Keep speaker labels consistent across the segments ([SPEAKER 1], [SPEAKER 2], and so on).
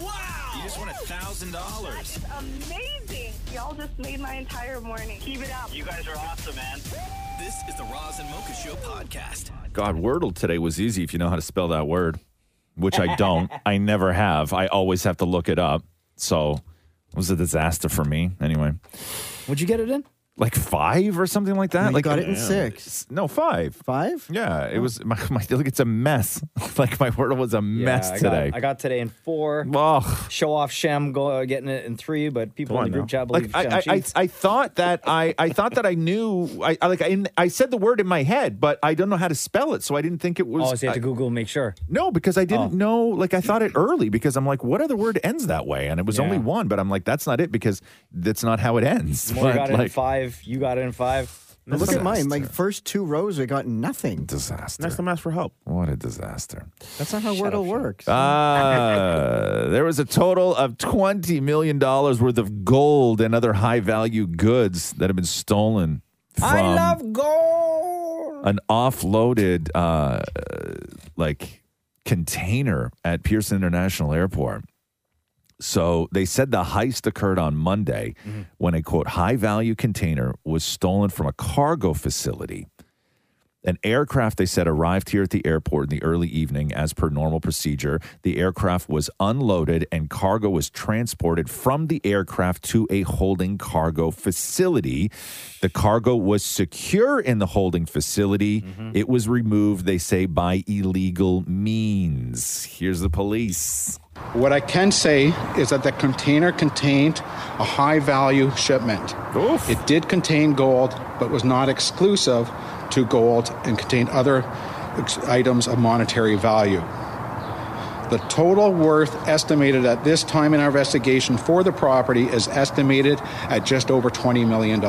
[SPEAKER 1] Wow!
[SPEAKER 2] You just won a thousand dollars.
[SPEAKER 3] It's amazing. Y'all just made my entire morning. Keep it up.
[SPEAKER 1] You guys are awesome, man.
[SPEAKER 2] This is the Roz and Mocha Show podcast.
[SPEAKER 4] God, Wordle today was easy if you know how to spell that word, which I don't. I never have. I always have to look it up. So it was a disaster for me. Anyway,
[SPEAKER 5] Would you get it in?
[SPEAKER 4] like five or something like that.
[SPEAKER 6] you
[SPEAKER 4] like
[SPEAKER 6] got it in six.
[SPEAKER 4] No, five.
[SPEAKER 6] Five? Oh.
[SPEAKER 4] Yeah, it was my, my like it's a mess. like my Wordle was a mess today.
[SPEAKER 5] I got today in four.
[SPEAKER 4] Ugh.
[SPEAKER 5] Show off Shem go, uh, getting it in three, but people in the group chat believe
[SPEAKER 4] Like I, I,
[SPEAKER 5] Shem
[SPEAKER 4] I,
[SPEAKER 5] cheats.
[SPEAKER 4] I thought that I, I thought that I knew I, I like I, I said the word in my head, but I don't know how to spell it, so I didn't think it was.
[SPEAKER 5] oh, so you have to
[SPEAKER 4] I-
[SPEAKER 5] Google and make sure.
[SPEAKER 4] No, because I didn't
[SPEAKER 5] Oh.
[SPEAKER 4] know. Like I thought it early because I'm like, what other word ends that way? And it was
[SPEAKER 5] Yeah.
[SPEAKER 4] only one, but I'm like, that's not it because that's not how it ends.
[SPEAKER 5] Mocha
[SPEAKER 4] But,
[SPEAKER 5] got it in
[SPEAKER 4] like,
[SPEAKER 5] five. You got it in five.
[SPEAKER 6] Now Look at mine. My
[SPEAKER 4] Disaster.
[SPEAKER 6] first two rows, I got nothing.
[SPEAKER 4] disaster.
[SPEAKER 7] Next time, ask for help.
[SPEAKER 4] what a disaster.
[SPEAKER 6] That's not how Wordle works.
[SPEAKER 4] Uh, there was a total of $20 million worth of gold and other high value goods that have been stolen.
[SPEAKER 5] I
[SPEAKER 8] Um,
[SPEAKER 4] from
[SPEAKER 5] love gold.
[SPEAKER 4] an offloaded uh, like container at Pearson International Airport. So they said the heist occurred on Monday when a quote high value container was stolen from a cargo facility. An aircraft, they said, arrived here at the airport in the early evening as per normal procedure. The aircraft was unloaded and cargo was transported from the aircraft to a holding cargo facility. The cargo was secure in the holding facility. It was removed, they say, by illegal means. Here's the police.
[SPEAKER 9] What I can say is that the container contained a high value shipment.
[SPEAKER 4] Oof.
[SPEAKER 9] It did contain gold, but was not exclusive to gold and contained other ex- items of monetary value. The total worth estimated at this time in our investigation for the property is estimated at just over $20 million.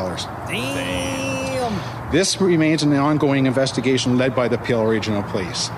[SPEAKER 5] Damn.
[SPEAKER 9] This remains an ongoing investigation led by the Peel Regional Police.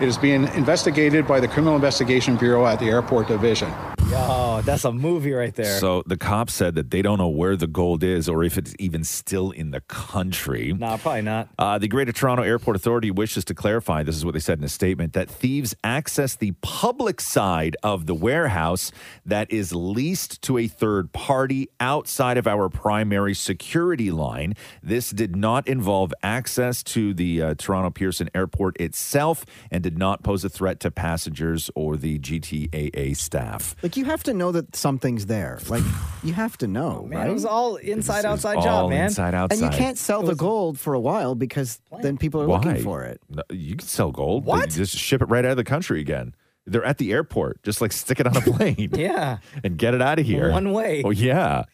[SPEAKER 9] It is being investigated by the Criminal Investigation Bureau at the Airport Division.
[SPEAKER 5] Yo, Oh, that's a movie right there.
[SPEAKER 4] So the cops said that they don't know where the gold is or if it's even still in the country.
[SPEAKER 5] nah, probably not.
[SPEAKER 4] Uh, the Greater Toronto Airport Authority wishes to clarify this is what they said in a statement that thieves access the public side of the warehouse that is leased to a third party outside of our primary security line. This did not involve access to the uh, Toronto Pearson Airport itself and did not pose a threat to passengers or the GTAA staff.
[SPEAKER 6] Like you have to know that something's there. Like you have to know,
[SPEAKER 5] Oh, Man,
[SPEAKER 6] right?
[SPEAKER 5] it was all inside
[SPEAKER 4] This is
[SPEAKER 5] outside
[SPEAKER 4] all
[SPEAKER 5] job, man.
[SPEAKER 4] Inside outside.
[SPEAKER 6] and you can't sell the gold for a while because then people are
[SPEAKER 4] Why?
[SPEAKER 6] looking for it.
[SPEAKER 4] No, you can sell gold. but
[SPEAKER 5] What?
[SPEAKER 4] you just ship it right out of the country again. They're at the airport. Just like stick it on a plane
[SPEAKER 5] Yeah.
[SPEAKER 4] and get it out of here.
[SPEAKER 5] One way.
[SPEAKER 4] Oh yeah,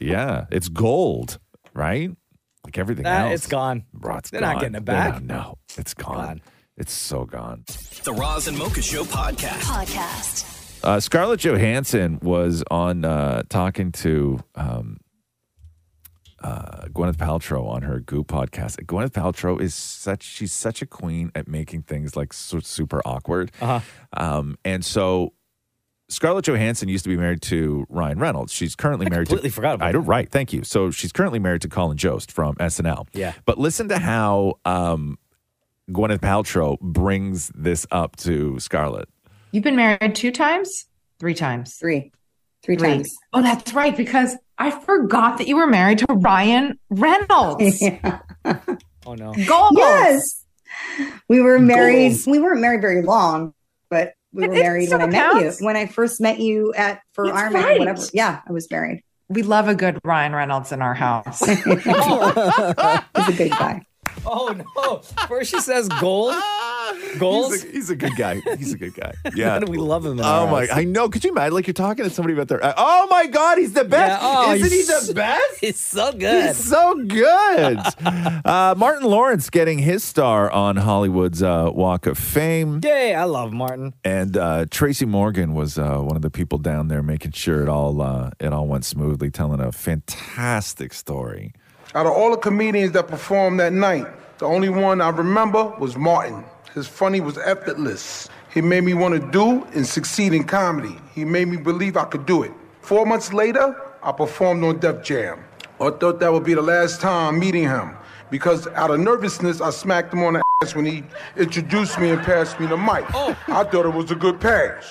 [SPEAKER 4] yeah. It's gold, right? Like everything
[SPEAKER 5] Ah,
[SPEAKER 4] else.
[SPEAKER 5] it's gone.
[SPEAKER 4] Bro, it's
[SPEAKER 5] They're
[SPEAKER 4] gone.
[SPEAKER 5] not getting it
[SPEAKER 4] They're
[SPEAKER 5] back.
[SPEAKER 4] not- no, it's gone.
[SPEAKER 5] Gone.
[SPEAKER 4] It's so gone.
[SPEAKER 2] The Roz and Mocha Show podcast.
[SPEAKER 10] Podcast.
[SPEAKER 4] Uh, Scarlett Johansson was on uh, talking to um, uh, Gwyneth Paltrow on her Goo podcast. Gwyneth Paltrow is such she's such a queen at making things like su- super awkward.
[SPEAKER 5] Uh-huh.
[SPEAKER 4] Um, and so Scarlett Johansson used to be married to Ryan Reynolds. She's currently married
[SPEAKER 5] completely
[SPEAKER 4] to
[SPEAKER 5] forgot about
[SPEAKER 4] I don't
[SPEAKER 5] that.
[SPEAKER 4] right. Thank you. So she's currently married to Colin Jost from SNL.
[SPEAKER 5] Yeah.
[SPEAKER 4] But listen to how um, Gwyneth Paltrow brings this up to Scarlett.
[SPEAKER 11] You've been married two times? Three times.
[SPEAKER 3] Three. Three,
[SPEAKER 11] Three.
[SPEAKER 3] times.
[SPEAKER 11] Oh, that's right, because I forgot that you were married to Ryan Reynolds.
[SPEAKER 5] Oh no.
[SPEAKER 11] Goals.
[SPEAKER 3] Yes. We were married. We weren't married very long, but we
[SPEAKER 11] It-
[SPEAKER 3] were
[SPEAKER 11] it
[SPEAKER 3] married when I
[SPEAKER 11] still
[SPEAKER 3] met
[SPEAKER 11] counts.
[SPEAKER 3] you. When I first met you at for
[SPEAKER 11] That's
[SPEAKER 3] Ironman
[SPEAKER 11] right.
[SPEAKER 3] or whatever. Yeah, I was married.
[SPEAKER 11] We love a good Ryan Reynolds in our house.
[SPEAKER 3] He's a good guy.
[SPEAKER 5] Oh no. First she says gold. Goals?
[SPEAKER 4] He's a, he's a good guy. He's a good guy. Yeah.
[SPEAKER 5] Why do we love him in
[SPEAKER 4] Oh
[SPEAKER 5] our
[SPEAKER 4] my!
[SPEAKER 5] house?
[SPEAKER 4] I know. Could you imagine? Like you're talking to somebody about their. Oh my God! He's the
[SPEAKER 5] Yeah,
[SPEAKER 4] best.
[SPEAKER 5] oh,
[SPEAKER 4] Isn't he
[SPEAKER 5] he's
[SPEAKER 4] the
[SPEAKER 5] so-
[SPEAKER 4] best?
[SPEAKER 5] He's so good.
[SPEAKER 4] He's so good. uh, Martin Lawrence getting his star on Hollywood's uh, Walk of Fame,
[SPEAKER 5] Yay, I love Martin.
[SPEAKER 4] and uh, Tracy Morgan was uh, one of the people down there making sure it all uh, it all went smoothly, telling a fantastic story.
[SPEAKER 12] Out of all the comedians that performed that night, the only one I remember was Martin. His funny was effortless. He made me want to do and succeed in comedy. He made me believe I could do it. Four months later, I performed on Def Jam. I thought that would be the last time meeting him because out of nervousness, I smacked him on the ass when he introduced me and passed me the mic. I thought it was a good pass.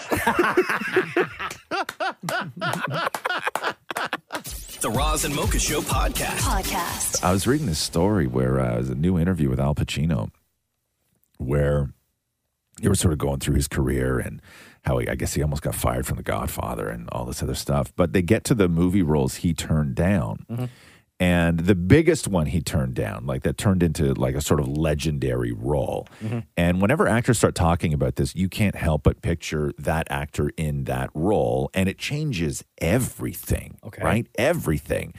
[SPEAKER 2] The Roz and Mocha Show podcast.
[SPEAKER 10] Podcast.
[SPEAKER 4] I was reading this story where uh, it was a new interview with Al Pacino, where they were sort of going through his career and how he, I guess he almost got fired from The Godfather and all this other stuff. But they get to the movie roles he turned down. And the biggest one he turned down, like that turned into like a sort of legendary role.
[SPEAKER 5] Mm-hmm.
[SPEAKER 4] And whenever actors start talking about this, you can't help but picture that actor in that role. And it changes everything,
[SPEAKER 5] Okay.
[SPEAKER 4] right? Everything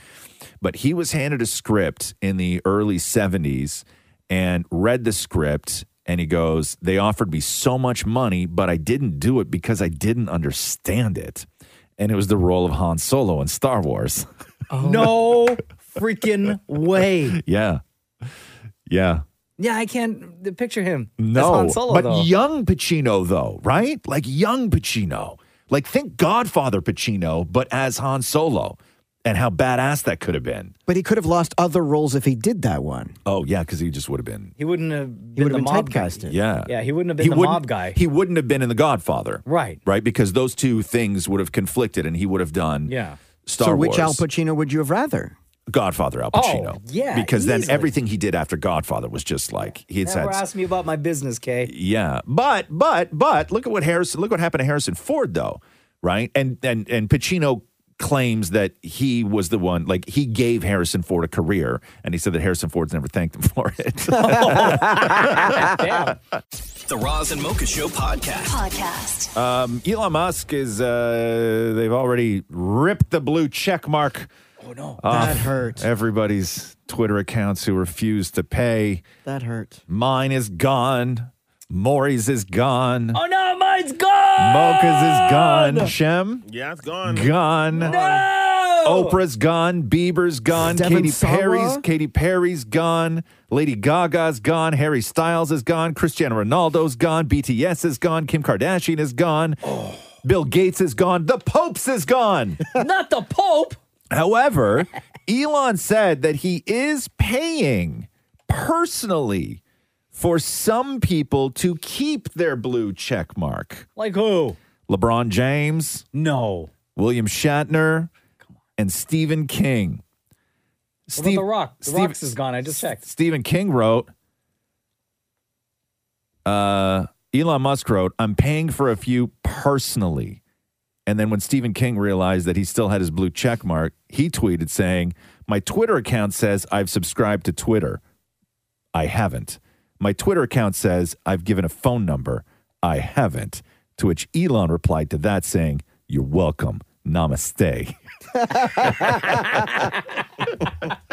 [SPEAKER 4] but he was handed a script in the early 70s and read the script and he goes they offered me so much money but i didn't do it because i didn't understand it and it was the role of han solo in star wars Oh.
[SPEAKER 5] No freaking way.
[SPEAKER 4] yeah yeah
[SPEAKER 5] Yeah, I can't th- picture him. That's
[SPEAKER 4] no
[SPEAKER 5] Han Solo,
[SPEAKER 4] but
[SPEAKER 5] though.
[SPEAKER 4] young pacino though right like young pacino like think godfather pacino but as han solo and how badass that could have been
[SPEAKER 6] But he could have lost other roles if he did that one.
[SPEAKER 4] oh yeah because he just would have been
[SPEAKER 5] he wouldn't have
[SPEAKER 6] He
[SPEAKER 5] been
[SPEAKER 6] would
[SPEAKER 5] the
[SPEAKER 6] have been
[SPEAKER 5] mob guy.
[SPEAKER 6] typecasted.
[SPEAKER 4] yeah
[SPEAKER 5] Yeah, he wouldn't have been the
[SPEAKER 4] wouldn't-
[SPEAKER 5] mob guy.
[SPEAKER 4] He wouldn't have been in The Godfather.
[SPEAKER 5] Right.
[SPEAKER 4] Right. Because those two things would have conflicted and he would have done
[SPEAKER 5] Yeah.
[SPEAKER 4] Star
[SPEAKER 6] so
[SPEAKER 4] Wars.
[SPEAKER 6] which Al Pacino would you have rather?
[SPEAKER 4] Godfather Al
[SPEAKER 5] Oh,
[SPEAKER 4] Pacino.
[SPEAKER 5] yeah,
[SPEAKER 4] Because then
[SPEAKER 5] easily.
[SPEAKER 4] everything he did after Godfather was just like he had
[SPEAKER 5] Never
[SPEAKER 4] said
[SPEAKER 5] ask me about my business, Kay.
[SPEAKER 4] Yeah. But but but look at what Harrison look what happened to Harrison Ford though. Right? And and and Pacino claims that he was the one like he gave Harrison Ford a career and he said that Harrison Ford's never thanked him for it.
[SPEAKER 5] Damn.
[SPEAKER 2] The Roz and Mocha Show podcast.
[SPEAKER 10] Podcast.
[SPEAKER 4] Um, Elon Musk is, uh, they've already ripped the blue check mark.
[SPEAKER 5] Oh, no.
[SPEAKER 6] that hurt.
[SPEAKER 4] Everybody's Twitter accounts who refuse to pay.
[SPEAKER 6] That hurt.
[SPEAKER 4] Mine is gone. Maury's is gone.
[SPEAKER 5] Oh, no, mine's gone.
[SPEAKER 4] Mocha's is gone. Shem?
[SPEAKER 7] Yeah, it's gone.
[SPEAKER 4] Gone.
[SPEAKER 5] No!
[SPEAKER 4] Oprah's gone. Bieber's gone.
[SPEAKER 6] Devin
[SPEAKER 4] Katy
[SPEAKER 6] Sawa?
[SPEAKER 4] Perry's Katy Perry's gone. Lady Gaga's gone. Harry Styles is gone. Cristiano Ronaldo's gone. BTS is gone. Kim Kardashian is gone.
[SPEAKER 5] Oh.
[SPEAKER 4] Bill Gates is gone. The Pope's is gone.
[SPEAKER 5] Not the Pope.
[SPEAKER 4] However, Elon said that he is paying personally for some people to keep their blue check mark.
[SPEAKER 5] Like who?
[SPEAKER 4] LeBron James,
[SPEAKER 5] No.
[SPEAKER 4] William Shatner, and Stephen King.
[SPEAKER 5] What about The Rock? The Rock's is gone. I just checked.
[SPEAKER 4] Stephen King wrote, uh, Elon Musk wrote, I'm paying for a few personally. And then when Stephen King realized that he still had his blue check mark, he tweeted saying, My Twitter account says I've subscribed to Twitter. I haven't. My Twitter account says I've given a phone number. I haven't. To which Elon replied to that saying, You're welcome. Namaste.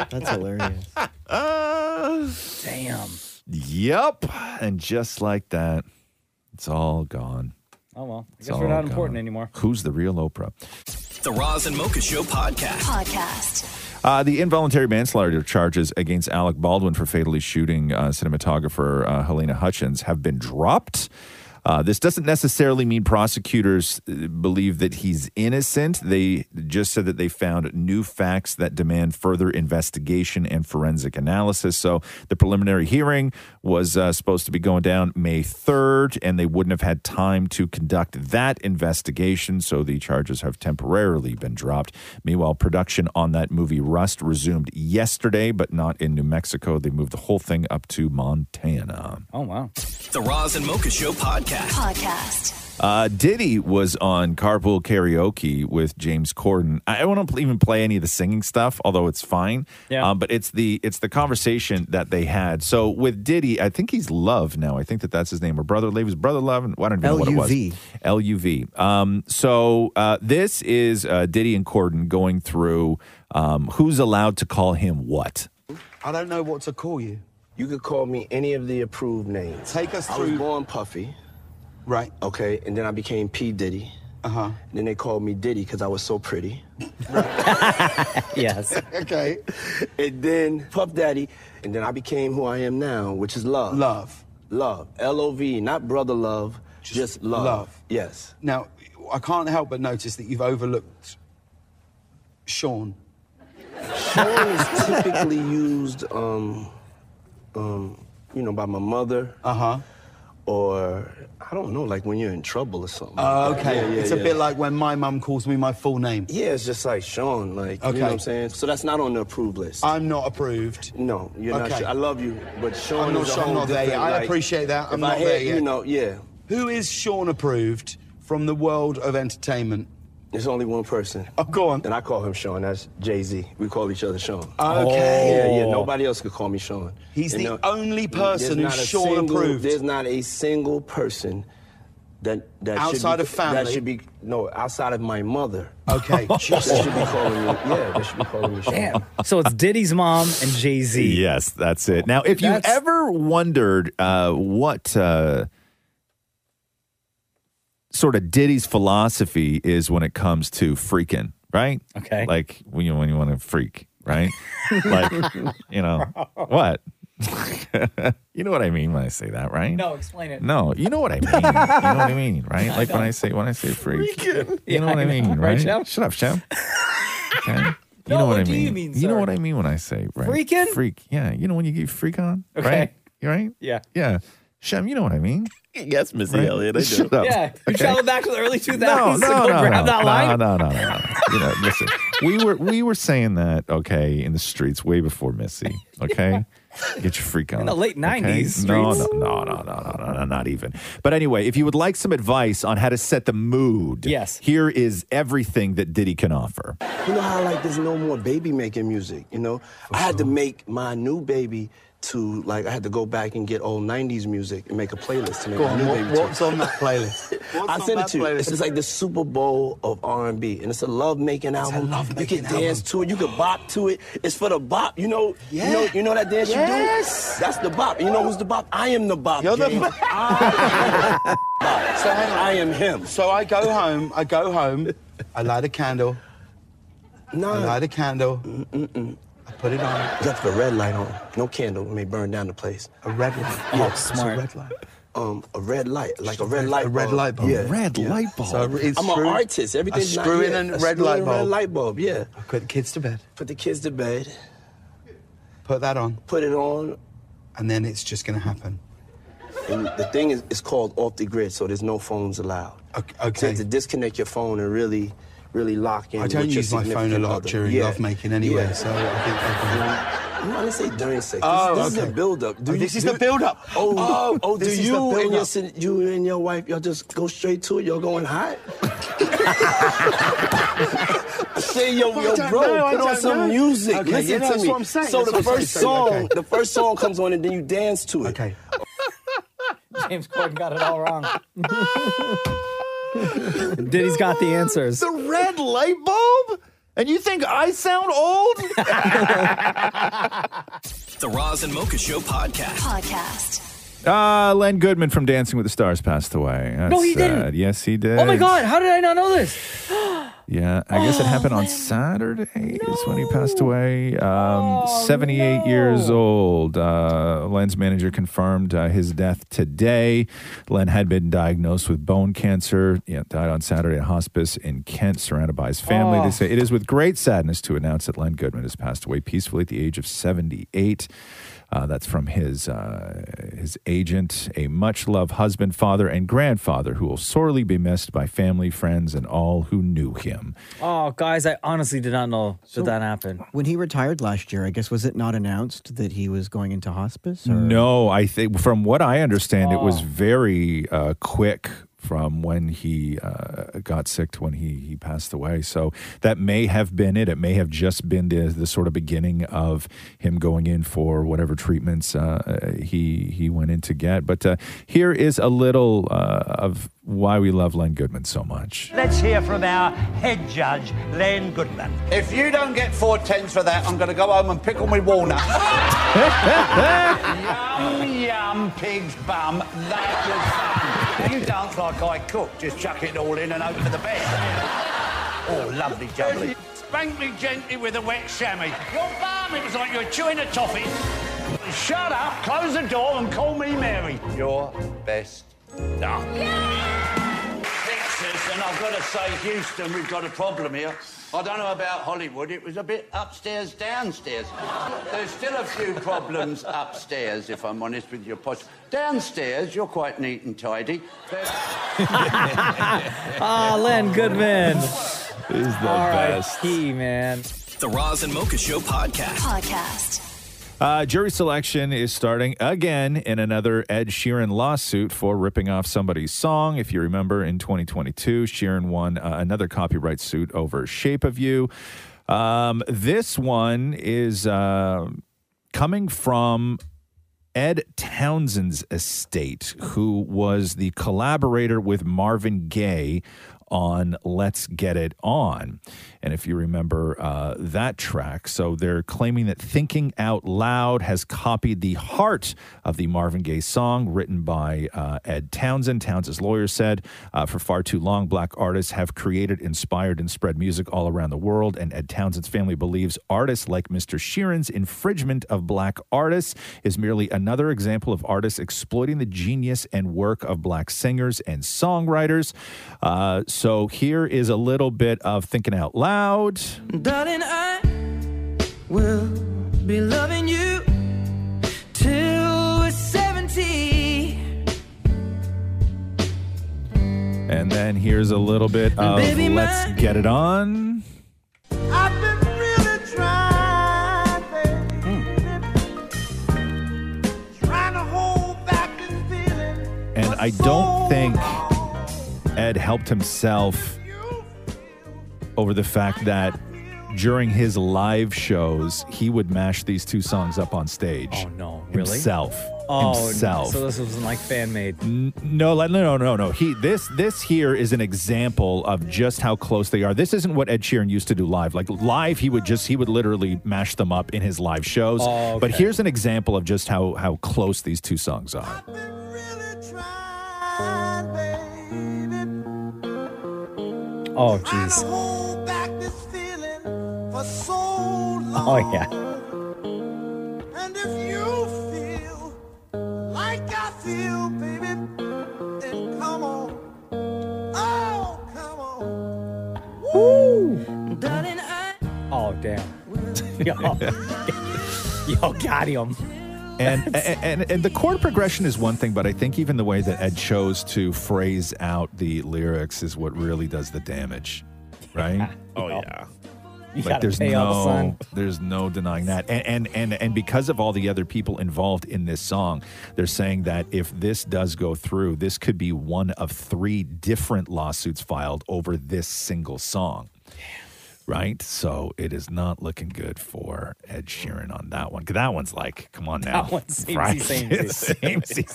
[SPEAKER 6] That's hilarious.
[SPEAKER 5] Damn.
[SPEAKER 4] Yep. And just like that, it's all gone.
[SPEAKER 5] Oh, well. I
[SPEAKER 4] It's
[SPEAKER 5] guess we're
[SPEAKER 4] all
[SPEAKER 5] not important
[SPEAKER 4] gone.
[SPEAKER 5] anymore.
[SPEAKER 4] Who's the real Oprah?
[SPEAKER 2] The Roz and Mocha Show podcast.
[SPEAKER 10] Podcast.
[SPEAKER 4] Uh, the involuntary manslaughter charges against Alec Baldwin for fatally shooting uh, cinematographer uh, Helena Hutchins have been dropped. Uh, this doesn't necessarily mean prosecutors uh, believe that he's innocent. They just said that they found new facts that demand further investigation and forensic analysis. So the preliminary hearing was uh, supposed to be going down May 3rd, and they wouldn't have had time to conduct that investigation. So the charges have temporarily been dropped. Meanwhile, production on that movie Rust resumed yesterday, but not in New Mexico. They moved the whole thing up to Montana.
[SPEAKER 5] Oh, wow.
[SPEAKER 2] The Roz and Mocha Show podcast.
[SPEAKER 10] Podcast.
[SPEAKER 4] Uh, Diddy was on Carpool Karaoke with James Corden. I I don't pl- even play any of the singing stuff, although it's fine.
[SPEAKER 1] Yeah.
[SPEAKER 4] Um, but it's the it's the conversation that they had. So with Diddy, I think he's Love now. I think that that's his name or brother Love. His brother Love. and I don't even know what it was.
[SPEAKER 6] LUV.
[SPEAKER 4] LUV. Um, so uh, this is uh, Diddy and Corden going through um, who's allowed to call him what.
[SPEAKER 7] I don't know what to call you. You could call me any of the approved names. Take us I was born Puffy. Right. Okay, and then I became P. Diddy. Uh huh. Then they called me Diddy because I was so pretty.
[SPEAKER 5] yes.
[SPEAKER 7] okay. And then Puff Daddy, and then I became who I am now, which is love. Love. Love. L O V, not brother love, just, love.
[SPEAKER 13] love.
[SPEAKER 7] Yes.
[SPEAKER 13] Now, I can't help but notice that you've overlooked Sean.
[SPEAKER 7] Sean is typically used, um, um, you know, by my mother. Uh
[SPEAKER 13] Uh-huh.
[SPEAKER 7] huh. Or I don't know, like when you're in trouble or something.
[SPEAKER 13] Oh,
[SPEAKER 7] like that.
[SPEAKER 13] okay.
[SPEAKER 7] Yeah, yeah,
[SPEAKER 13] it's a
[SPEAKER 7] yeah.
[SPEAKER 13] bit like when my mum calls me my full name.
[SPEAKER 7] Yeah, it's just like Sean, like
[SPEAKER 13] Okay.
[SPEAKER 7] you know what I'm saying. So that's not on the approved list.
[SPEAKER 13] I'm not approved.
[SPEAKER 7] No, you're not.
[SPEAKER 13] Okay.
[SPEAKER 7] Sure. I love you, but Sean
[SPEAKER 13] I'm not
[SPEAKER 7] is a
[SPEAKER 13] sure I'm
[SPEAKER 7] whole
[SPEAKER 13] not there yet.
[SPEAKER 7] different,
[SPEAKER 13] I
[SPEAKER 7] like,
[SPEAKER 13] appreciate that.
[SPEAKER 7] if
[SPEAKER 13] I'm
[SPEAKER 7] I
[SPEAKER 13] not
[SPEAKER 7] had,
[SPEAKER 13] there yet.
[SPEAKER 7] You know, yeah.
[SPEAKER 13] Who is Sean approved from the world of entertainment?
[SPEAKER 7] There's only one person.
[SPEAKER 13] Oh, go on.
[SPEAKER 7] And I call him Sean. That's Jay Z. We call each other Sean.
[SPEAKER 13] Okay. Oh.
[SPEAKER 7] Yeah, yeah. Nobody else could call me Sean.
[SPEAKER 13] He's
[SPEAKER 7] And
[SPEAKER 13] the
[SPEAKER 7] no-
[SPEAKER 13] only person
[SPEAKER 7] there's not
[SPEAKER 13] who's
[SPEAKER 7] a
[SPEAKER 13] Sean
[SPEAKER 7] single-
[SPEAKER 13] approved.
[SPEAKER 7] There's not a single person that that
[SPEAKER 13] Outside
[SPEAKER 7] should be,
[SPEAKER 13] of family?
[SPEAKER 7] that should be no outside of my mother.
[SPEAKER 13] Okay.
[SPEAKER 7] Just should be calling me. Yeah, they should be calling me Sean.
[SPEAKER 5] Damn. So it's Diddy's mom and Jay Z.
[SPEAKER 4] Yes, that's it. Now, if you
[SPEAKER 5] That's-
[SPEAKER 4] ever wondered uh, what uh, sort of Diddy's philosophy is when it comes to freaking, right?
[SPEAKER 5] Okay.
[SPEAKER 4] Like when you when you want to freak, right? like you know what? you know what I mean when I say that, right?
[SPEAKER 5] No, explain it.
[SPEAKER 4] No, you know what I mean. you know what I mean, right? Like when I say when I say freak, you know what I mean,
[SPEAKER 5] Right,
[SPEAKER 4] right?
[SPEAKER 5] Shep?
[SPEAKER 4] Shut up, champ. Okay. You
[SPEAKER 5] No,
[SPEAKER 4] know what,
[SPEAKER 5] what
[SPEAKER 4] I
[SPEAKER 5] do
[SPEAKER 4] mean.
[SPEAKER 5] you mean,
[SPEAKER 4] know
[SPEAKER 5] sir?
[SPEAKER 4] what I mean when I say right.
[SPEAKER 5] Freaking?
[SPEAKER 4] freak. Yeah, you know when you get freak on,
[SPEAKER 5] Okay.
[SPEAKER 4] right? You right?
[SPEAKER 5] Yeah.
[SPEAKER 4] Yeah, Shem, you know what I mean.
[SPEAKER 7] Yes, Missy
[SPEAKER 4] Right? Shut up.
[SPEAKER 5] Yeah. You travel back to the early 2000s
[SPEAKER 4] No, no,
[SPEAKER 5] to go
[SPEAKER 4] no, no,
[SPEAKER 5] grab that
[SPEAKER 4] no,
[SPEAKER 5] line.
[SPEAKER 4] no, no, no, no. You know, listen, we were we were saying that okay in the streets way before Missy. Okay, get your freak on
[SPEAKER 5] the late 90s
[SPEAKER 4] Okay? No,
[SPEAKER 5] streets.
[SPEAKER 4] no, no, no, no, no, no, not even. But anyway, if you would like some advice on how to set the mood,
[SPEAKER 5] Yes.
[SPEAKER 4] here is everything that Diddy can offer.
[SPEAKER 7] You know how like there's no more baby making music, you know? I had to make my new baby to like I had to go back and get old 90s music and make a playlist to make
[SPEAKER 13] Go
[SPEAKER 7] my
[SPEAKER 13] on,
[SPEAKER 7] new
[SPEAKER 13] what-
[SPEAKER 7] baby
[SPEAKER 13] what's on that playlist? What's
[SPEAKER 7] I
[SPEAKER 13] on
[SPEAKER 7] send it
[SPEAKER 13] that
[SPEAKER 7] to you.
[SPEAKER 13] playlist?
[SPEAKER 7] It's just like the Super Bowl of R&B, and it's a love making album.
[SPEAKER 13] love-making
[SPEAKER 7] you can dance to it. You can bop to it. It's for the bop. You know,
[SPEAKER 13] Yeah.
[SPEAKER 7] you know, you know that dance
[SPEAKER 13] Yes.
[SPEAKER 7] you do. That's the bop. You know who's the bop? I am the bop.
[SPEAKER 13] You're the
[SPEAKER 7] James.
[SPEAKER 13] bop.
[SPEAKER 7] I am the bop.
[SPEAKER 13] So hang on.
[SPEAKER 7] I am him.
[SPEAKER 13] So I go home, I go home, I light a candle,
[SPEAKER 7] No,
[SPEAKER 13] I light a candle, I put it on,
[SPEAKER 7] left the red light on. No candle. It may burn down the place.
[SPEAKER 13] a red light.
[SPEAKER 5] Oh,
[SPEAKER 13] It's
[SPEAKER 5] smart.
[SPEAKER 13] A red light.
[SPEAKER 7] um a red light, like a red,
[SPEAKER 13] red-
[SPEAKER 7] light,
[SPEAKER 13] a red
[SPEAKER 7] bulb.
[SPEAKER 13] light bulb.
[SPEAKER 7] Yeah.
[SPEAKER 4] Red light bulb.
[SPEAKER 13] So it's
[SPEAKER 7] I'm an
[SPEAKER 13] screw-
[SPEAKER 7] artist. Everything's
[SPEAKER 13] I
[SPEAKER 7] not
[SPEAKER 13] screw
[SPEAKER 7] yet.
[SPEAKER 13] in
[SPEAKER 7] I
[SPEAKER 13] a
[SPEAKER 7] screw
[SPEAKER 13] red
[SPEAKER 7] in
[SPEAKER 13] light
[SPEAKER 7] Red
[SPEAKER 13] bulb.
[SPEAKER 7] light bulb. Yeah.
[SPEAKER 13] I put the kids to bed,
[SPEAKER 7] Put the kids to bed.
[SPEAKER 13] put that on,
[SPEAKER 7] Put it on.
[SPEAKER 13] and then it's just gonna happen.
[SPEAKER 7] And the thing is, it's called off the grid, so there's no phones allowed.
[SPEAKER 13] Ok-
[SPEAKER 7] So you
[SPEAKER 13] Okay.
[SPEAKER 7] have to disconnect your phone and really, really lock in.
[SPEAKER 13] I don't
[SPEAKER 7] with your
[SPEAKER 13] use my phone a
[SPEAKER 7] significant
[SPEAKER 13] lot
[SPEAKER 7] other.
[SPEAKER 13] during
[SPEAKER 7] Yeah.
[SPEAKER 13] love making anyway,
[SPEAKER 7] Yeah.
[SPEAKER 13] so I think I can.
[SPEAKER 7] I'm not gonna say during sex. This,
[SPEAKER 13] Oh,
[SPEAKER 7] this is
[SPEAKER 13] okay.
[SPEAKER 7] a build-up.
[SPEAKER 13] Oh, this is the build-up.
[SPEAKER 7] Oh,
[SPEAKER 13] Oh,
[SPEAKER 7] oh,
[SPEAKER 13] this is
[SPEAKER 7] do
[SPEAKER 13] the
[SPEAKER 7] you and your
[SPEAKER 13] build-up.
[SPEAKER 7] sin- you and your wife y'all just go straight to it? Y'all going hot? I say yo,
[SPEAKER 13] I
[SPEAKER 7] yo,
[SPEAKER 13] don't
[SPEAKER 7] bro,
[SPEAKER 13] know, I
[SPEAKER 7] put on
[SPEAKER 13] don't
[SPEAKER 7] some
[SPEAKER 13] know.
[SPEAKER 7] music.
[SPEAKER 13] Okay,
[SPEAKER 7] Listen
[SPEAKER 13] yeah,
[SPEAKER 7] to
[SPEAKER 13] that's
[SPEAKER 7] me.
[SPEAKER 13] what I'm saying,
[SPEAKER 7] So
[SPEAKER 13] that's
[SPEAKER 7] the
[SPEAKER 13] what I'm
[SPEAKER 7] first
[SPEAKER 13] saying,
[SPEAKER 7] song,
[SPEAKER 13] okay.
[SPEAKER 7] the first song comes on, and then you dance to it.
[SPEAKER 13] Okay.
[SPEAKER 5] James Corden got it all wrong. Diddy's got the answers.
[SPEAKER 4] The red light bulb? And you think I sound old?
[SPEAKER 2] The Roz and Mocha Show podcast.
[SPEAKER 10] Podcast.
[SPEAKER 4] Uh, Len Goodman from Dancing with the Stars passed away. That's
[SPEAKER 5] No, he didn't.
[SPEAKER 4] sad. Yes, he did.
[SPEAKER 5] Oh my God, how did I not know this?
[SPEAKER 4] Yeah, I guess it happened on Saturday is when he passed away. Um, 78 years old. Uh, Len's manager confirmed uh, his death today. Len had been diagnosed with bone cancer. Yeah, died on Saturday at hospice in Kent, surrounded by his family. They say it is with great sadness to announce that Len Goodman has passed away peacefully at the age of 78. Uh, that's from his uh, his agent, a much loved husband, father, and grandfather who will sorely be missed by family, friends, and all who knew him.
[SPEAKER 5] Oh, guys, I honestly did not know that that happened.
[SPEAKER 6] When he retired last year, I guess was it not announced that he was going into hospice? Or?
[SPEAKER 4] No, I think from what I understand, it was very uh, quick from when he uh, got sick to when he, he passed away. So that may have been it. It may have just been the, the sort of beginning of him going in for whatever treatments uh, he, he went in to get. But uh, here is a little uh, of why we love Len Goodman so much.
[SPEAKER 14] Let's hear from our head judge, Len Goodman. If you don't get four tens for that, I'm going to go home and pickle me walnuts. yum, yum, pig's bum. That was fun. You dance like I cook. Just chuck it all in and hope for the best. Oh, lovely jubbly. Spank me gently with a wet chamois. Your bum, it was like you were chewing a toffee. Shut up, close the door and call me Mary. Your best. Ah. Texas, and I've got to say, Houston, we've got a problem here. I don't know about Hollywood, it was a bit upstairs, downstairs. There's still a few problems upstairs, if I'm honest with your posture. Downstairs, you're quite neat and tidy. But...
[SPEAKER 5] Ah, Len Goodman.
[SPEAKER 4] He's the
[SPEAKER 5] best. man.
[SPEAKER 2] The Roz and Mocha Show podcast.
[SPEAKER 10] Podcast.
[SPEAKER 4] Uh, jury selection is starting again in another Ed Sheeran lawsuit for ripping off somebody's song. If you remember, in 2022, Sheeran won uh, another copyright suit over Shape of You. Um, this one is uh, coming from Ed Townsend's estate, who was the collaborator with Marvin Gaye on Let's Get It On. And if you remember uh, that track, so they're claiming that Thinking Out Loud has copied the heart of the Marvin Gaye song written by uh, Ed Townsend. Townsend's lawyer said, uh, For far too long, black artists have created, inspired, and spread music all around the world. And Ed Townsend's family believes artists like Mr. Sheeran's infringement of black artists is merely another example of artists exploiting the genius and work of black singers and songwriters. Uh, so here is a little bit of Thinking Out Loud.
[SPEAKER 15] Darling, I will be loving you till we're 70.
[SPEAKER 4] And then here's a little bit of
[SPEAKER 15] Baby, my-
[SPEAKER 4] Let's Get It On.
[SPEAKER 15] I've been really trying, baby, trying to hold back this feeling.
[SPEAKER 4] And I don't think Ed helped himself over the fact that during his live shows, he would mash these two songs up on stage. Oh, no.
[SPEAKER 5] really?
[SPEAKER 4] Himself.
[SPEAKER 5] Oh,
[SPEAKER 4] himself.
[SPEAKER 5] so this wasn't like fan made.
[SPEAKER 4] No, like, no, no, no, no. He this this here is an example of just how close they are. This isn't what Ed Sheeran used to do live. Like live, he would just he would literally mash them up in his live shows.
[SPEAKER 15] Oh,
[SPEAKER 4] But
[SPEAKER 15] okay.
[SPEAKER 4] here's an example of just how how close these two songs are.
[SPEAKER 5] Oh, jeez. Oh, yeah.
[SPEAKER 15] And if you feel like I feel, baby, then come on. Oh, come on. Darling, I
[SPEAKER 5] Oh, damn. Yo, yo got him.
[SPEAKER 4] and, and and- and the chord progression is one thing, but I think even the way that Ed chose to phrase out the lyrics is what really does the damage, right?
[SPEAKER 16] Oh yeah.
[SPEAKER 5] You gotta pay all the sun.
[SPEAKER 4] there's no denying that, and, and and and because of all the other people involved in this song, they're saying that if this does go through, this could be one of three different lawsuits filed over this single song. Right, so it is not looking good for Ed Sheeran on that one. 'Cause That one's like, come on now,
[SPEAKER 5] That one seems
[SPEAKER 4] right?
[SPEAKER 5] samesies.
[SPEAKER 4] Samesies,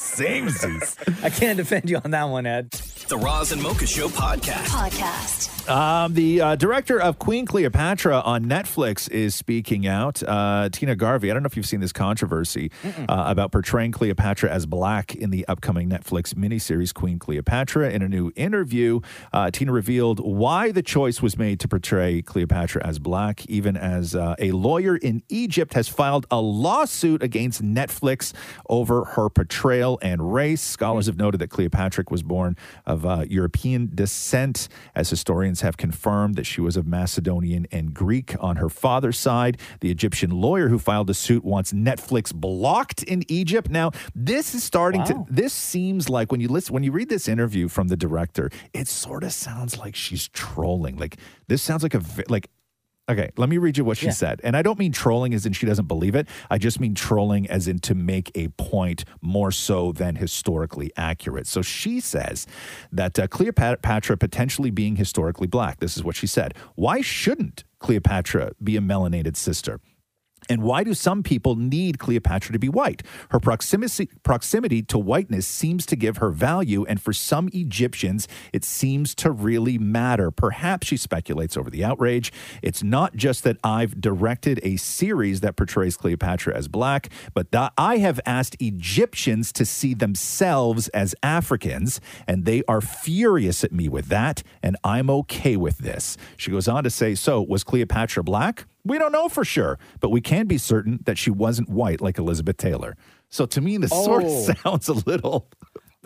[SPEAKER 4] samesies.
[SPEAKER 5] I can't defend you on that one, Ed.
[SPEAKER 2] The Roz and Mocha Show podcast.
[SPEAKER 10] Podcast.
[SPEAKER 4] Um, the uh, director of Queen Cleopatra on Netflix is speaking out. Uh, Tina Garvey, I don't know if you've seen this controversy uh, about portraying Cleopatra as black in the upcoming Netflix miniseries Queen Cleopatra. In a new interview, uh, Tina revealed why the choice was made to portray Cleopatra as black, even as uh, a lawyer in Egypt has filed a lawsuit against Netflix over her portrayal and race. Scholars have noted that Cleopatra was born of uh, European descent, as historians have confirmed that she was of Macedonian and Greek on her father's side. The Egyptian lawyer who filed the suit wants Netflix blocked in Egypt. Now, this is starting
[SPEAKER 15] Wow.
[SPEAKER 4] to. This seems like when you listen, when you read this interview from the director, it sort of sounds like she's trolling. Like this sounds like a ve- like Okay, let me read you what she
[SPEAKER 16] Yeah.
[SPEAKER 4] said. And I don't mean trolling as in she doesn't believe it. I just mean trolling as in to make a point more so than historically accurate. So she says that uh, Cleopatra potentially being historically black. This is what she said. Why shouldn't Cleopatra be a melanated sister? And why do some people need Cleopatra to be white? Her proximity, proximity to whiteness seems to give her value, and for some Egyptians, it seems to really matter. Perhaps she speculates over the outrage. It's not just that I've directed a series that portrays Cleopatra as black, but that I have asked Egyptians to see themselves as Africans, and they are furious at me with that, and I'm okay with this. She goes on to say, So, was Cleopatra black? We don't know for sure, but we can be certain that she wasn't white like Elizabeth Taylor. So to me, this sort
[SPEAKER 16] Oh.
[SPEAKER 4] of sounds a little.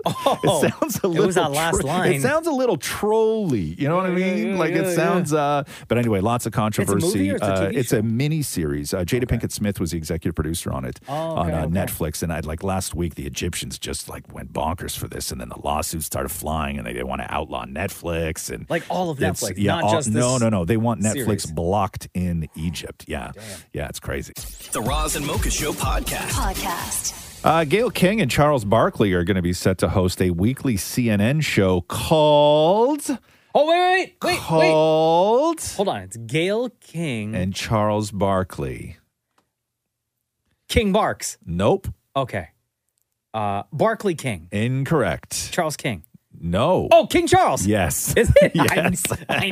[SPEAKER 4] it sounds a
[SPEAKER 16] it
[SPEAKER 4] little.
[SPEAKER 16] was our last
[SPEAKER 4] tro-
[SPEAKER 16] line.
[SPEAKER 4] It sounds a little trolly. You know what I mean?
[SPEAKER 16] yeah,
[SPEAKER 4] like
[SPEAKER 16] yeah,
[SPEAKER 4] it sounds. Uh, but anyway, lots of controversy.
[SPEAKER 16] or it's a
[SPEAKER 4] uh,
[SPEAKER 16] TV
[SPEAKER 4] it's a mini series. Uh, Jada Pinkett Smith was the executive producer on it
[SPEAKER 16] Oh,
[SPEAKER 4] on
[SPEAKER 16] okay,
[SPEAKER 4] uh,
[SPEAKER 16] okay.
[SPEAKER 4] Netflix, and I like last week the Egyptians just like went bonkers for this, and then the lawsuits started flying, and they, they want to outlaw Netflix and
[SPEAKER 16] Like all of
[SPEAKER 4] it's-
[SPEAKER 16] Netflix,
[SPEAKER 4] yeah,
[SPEAKER 16] not
[SPEAKER 4] all-
[SPEAKER 16] just this
[SPEAKER 4] no, no, no. They want Netflix
[SPEAKER 16] series.
[SPEAKER 4] blocked in Egypt. Yeah, yeah, it's crazy.
[SPEAKER 2] The Roz and Mocha Show podcast.
[SPEAKER 10] Podcast.
[SPEAKER 4] Uh, Gail King and Charles Barkley are going to be set to host a weekly CNN show called
[SPEAKER 5] Oh wait, wait, wait,
[SPEAKER 4] called.
[SPEAKER 5] Hold on, it's Gail King
[SPEAKER 4] and Charles Barkley.
[SPEAKER 5] King Barks.
[SPEAKER 4] Nope.
[SPEAKER 5] Okay. Uh, Barkley King.
[SPEAKER 4] Incorrect.
[SPEAKER 5] Charles King.
[SPEAKER 4] No.
[SPEAKER 5] Oh, King Charles.
[SPEAKER 4] Yes.
[SPEAKER 5] Is it? I-
[SPEAKER 4] Yes.
[SPEAKER 5] I, I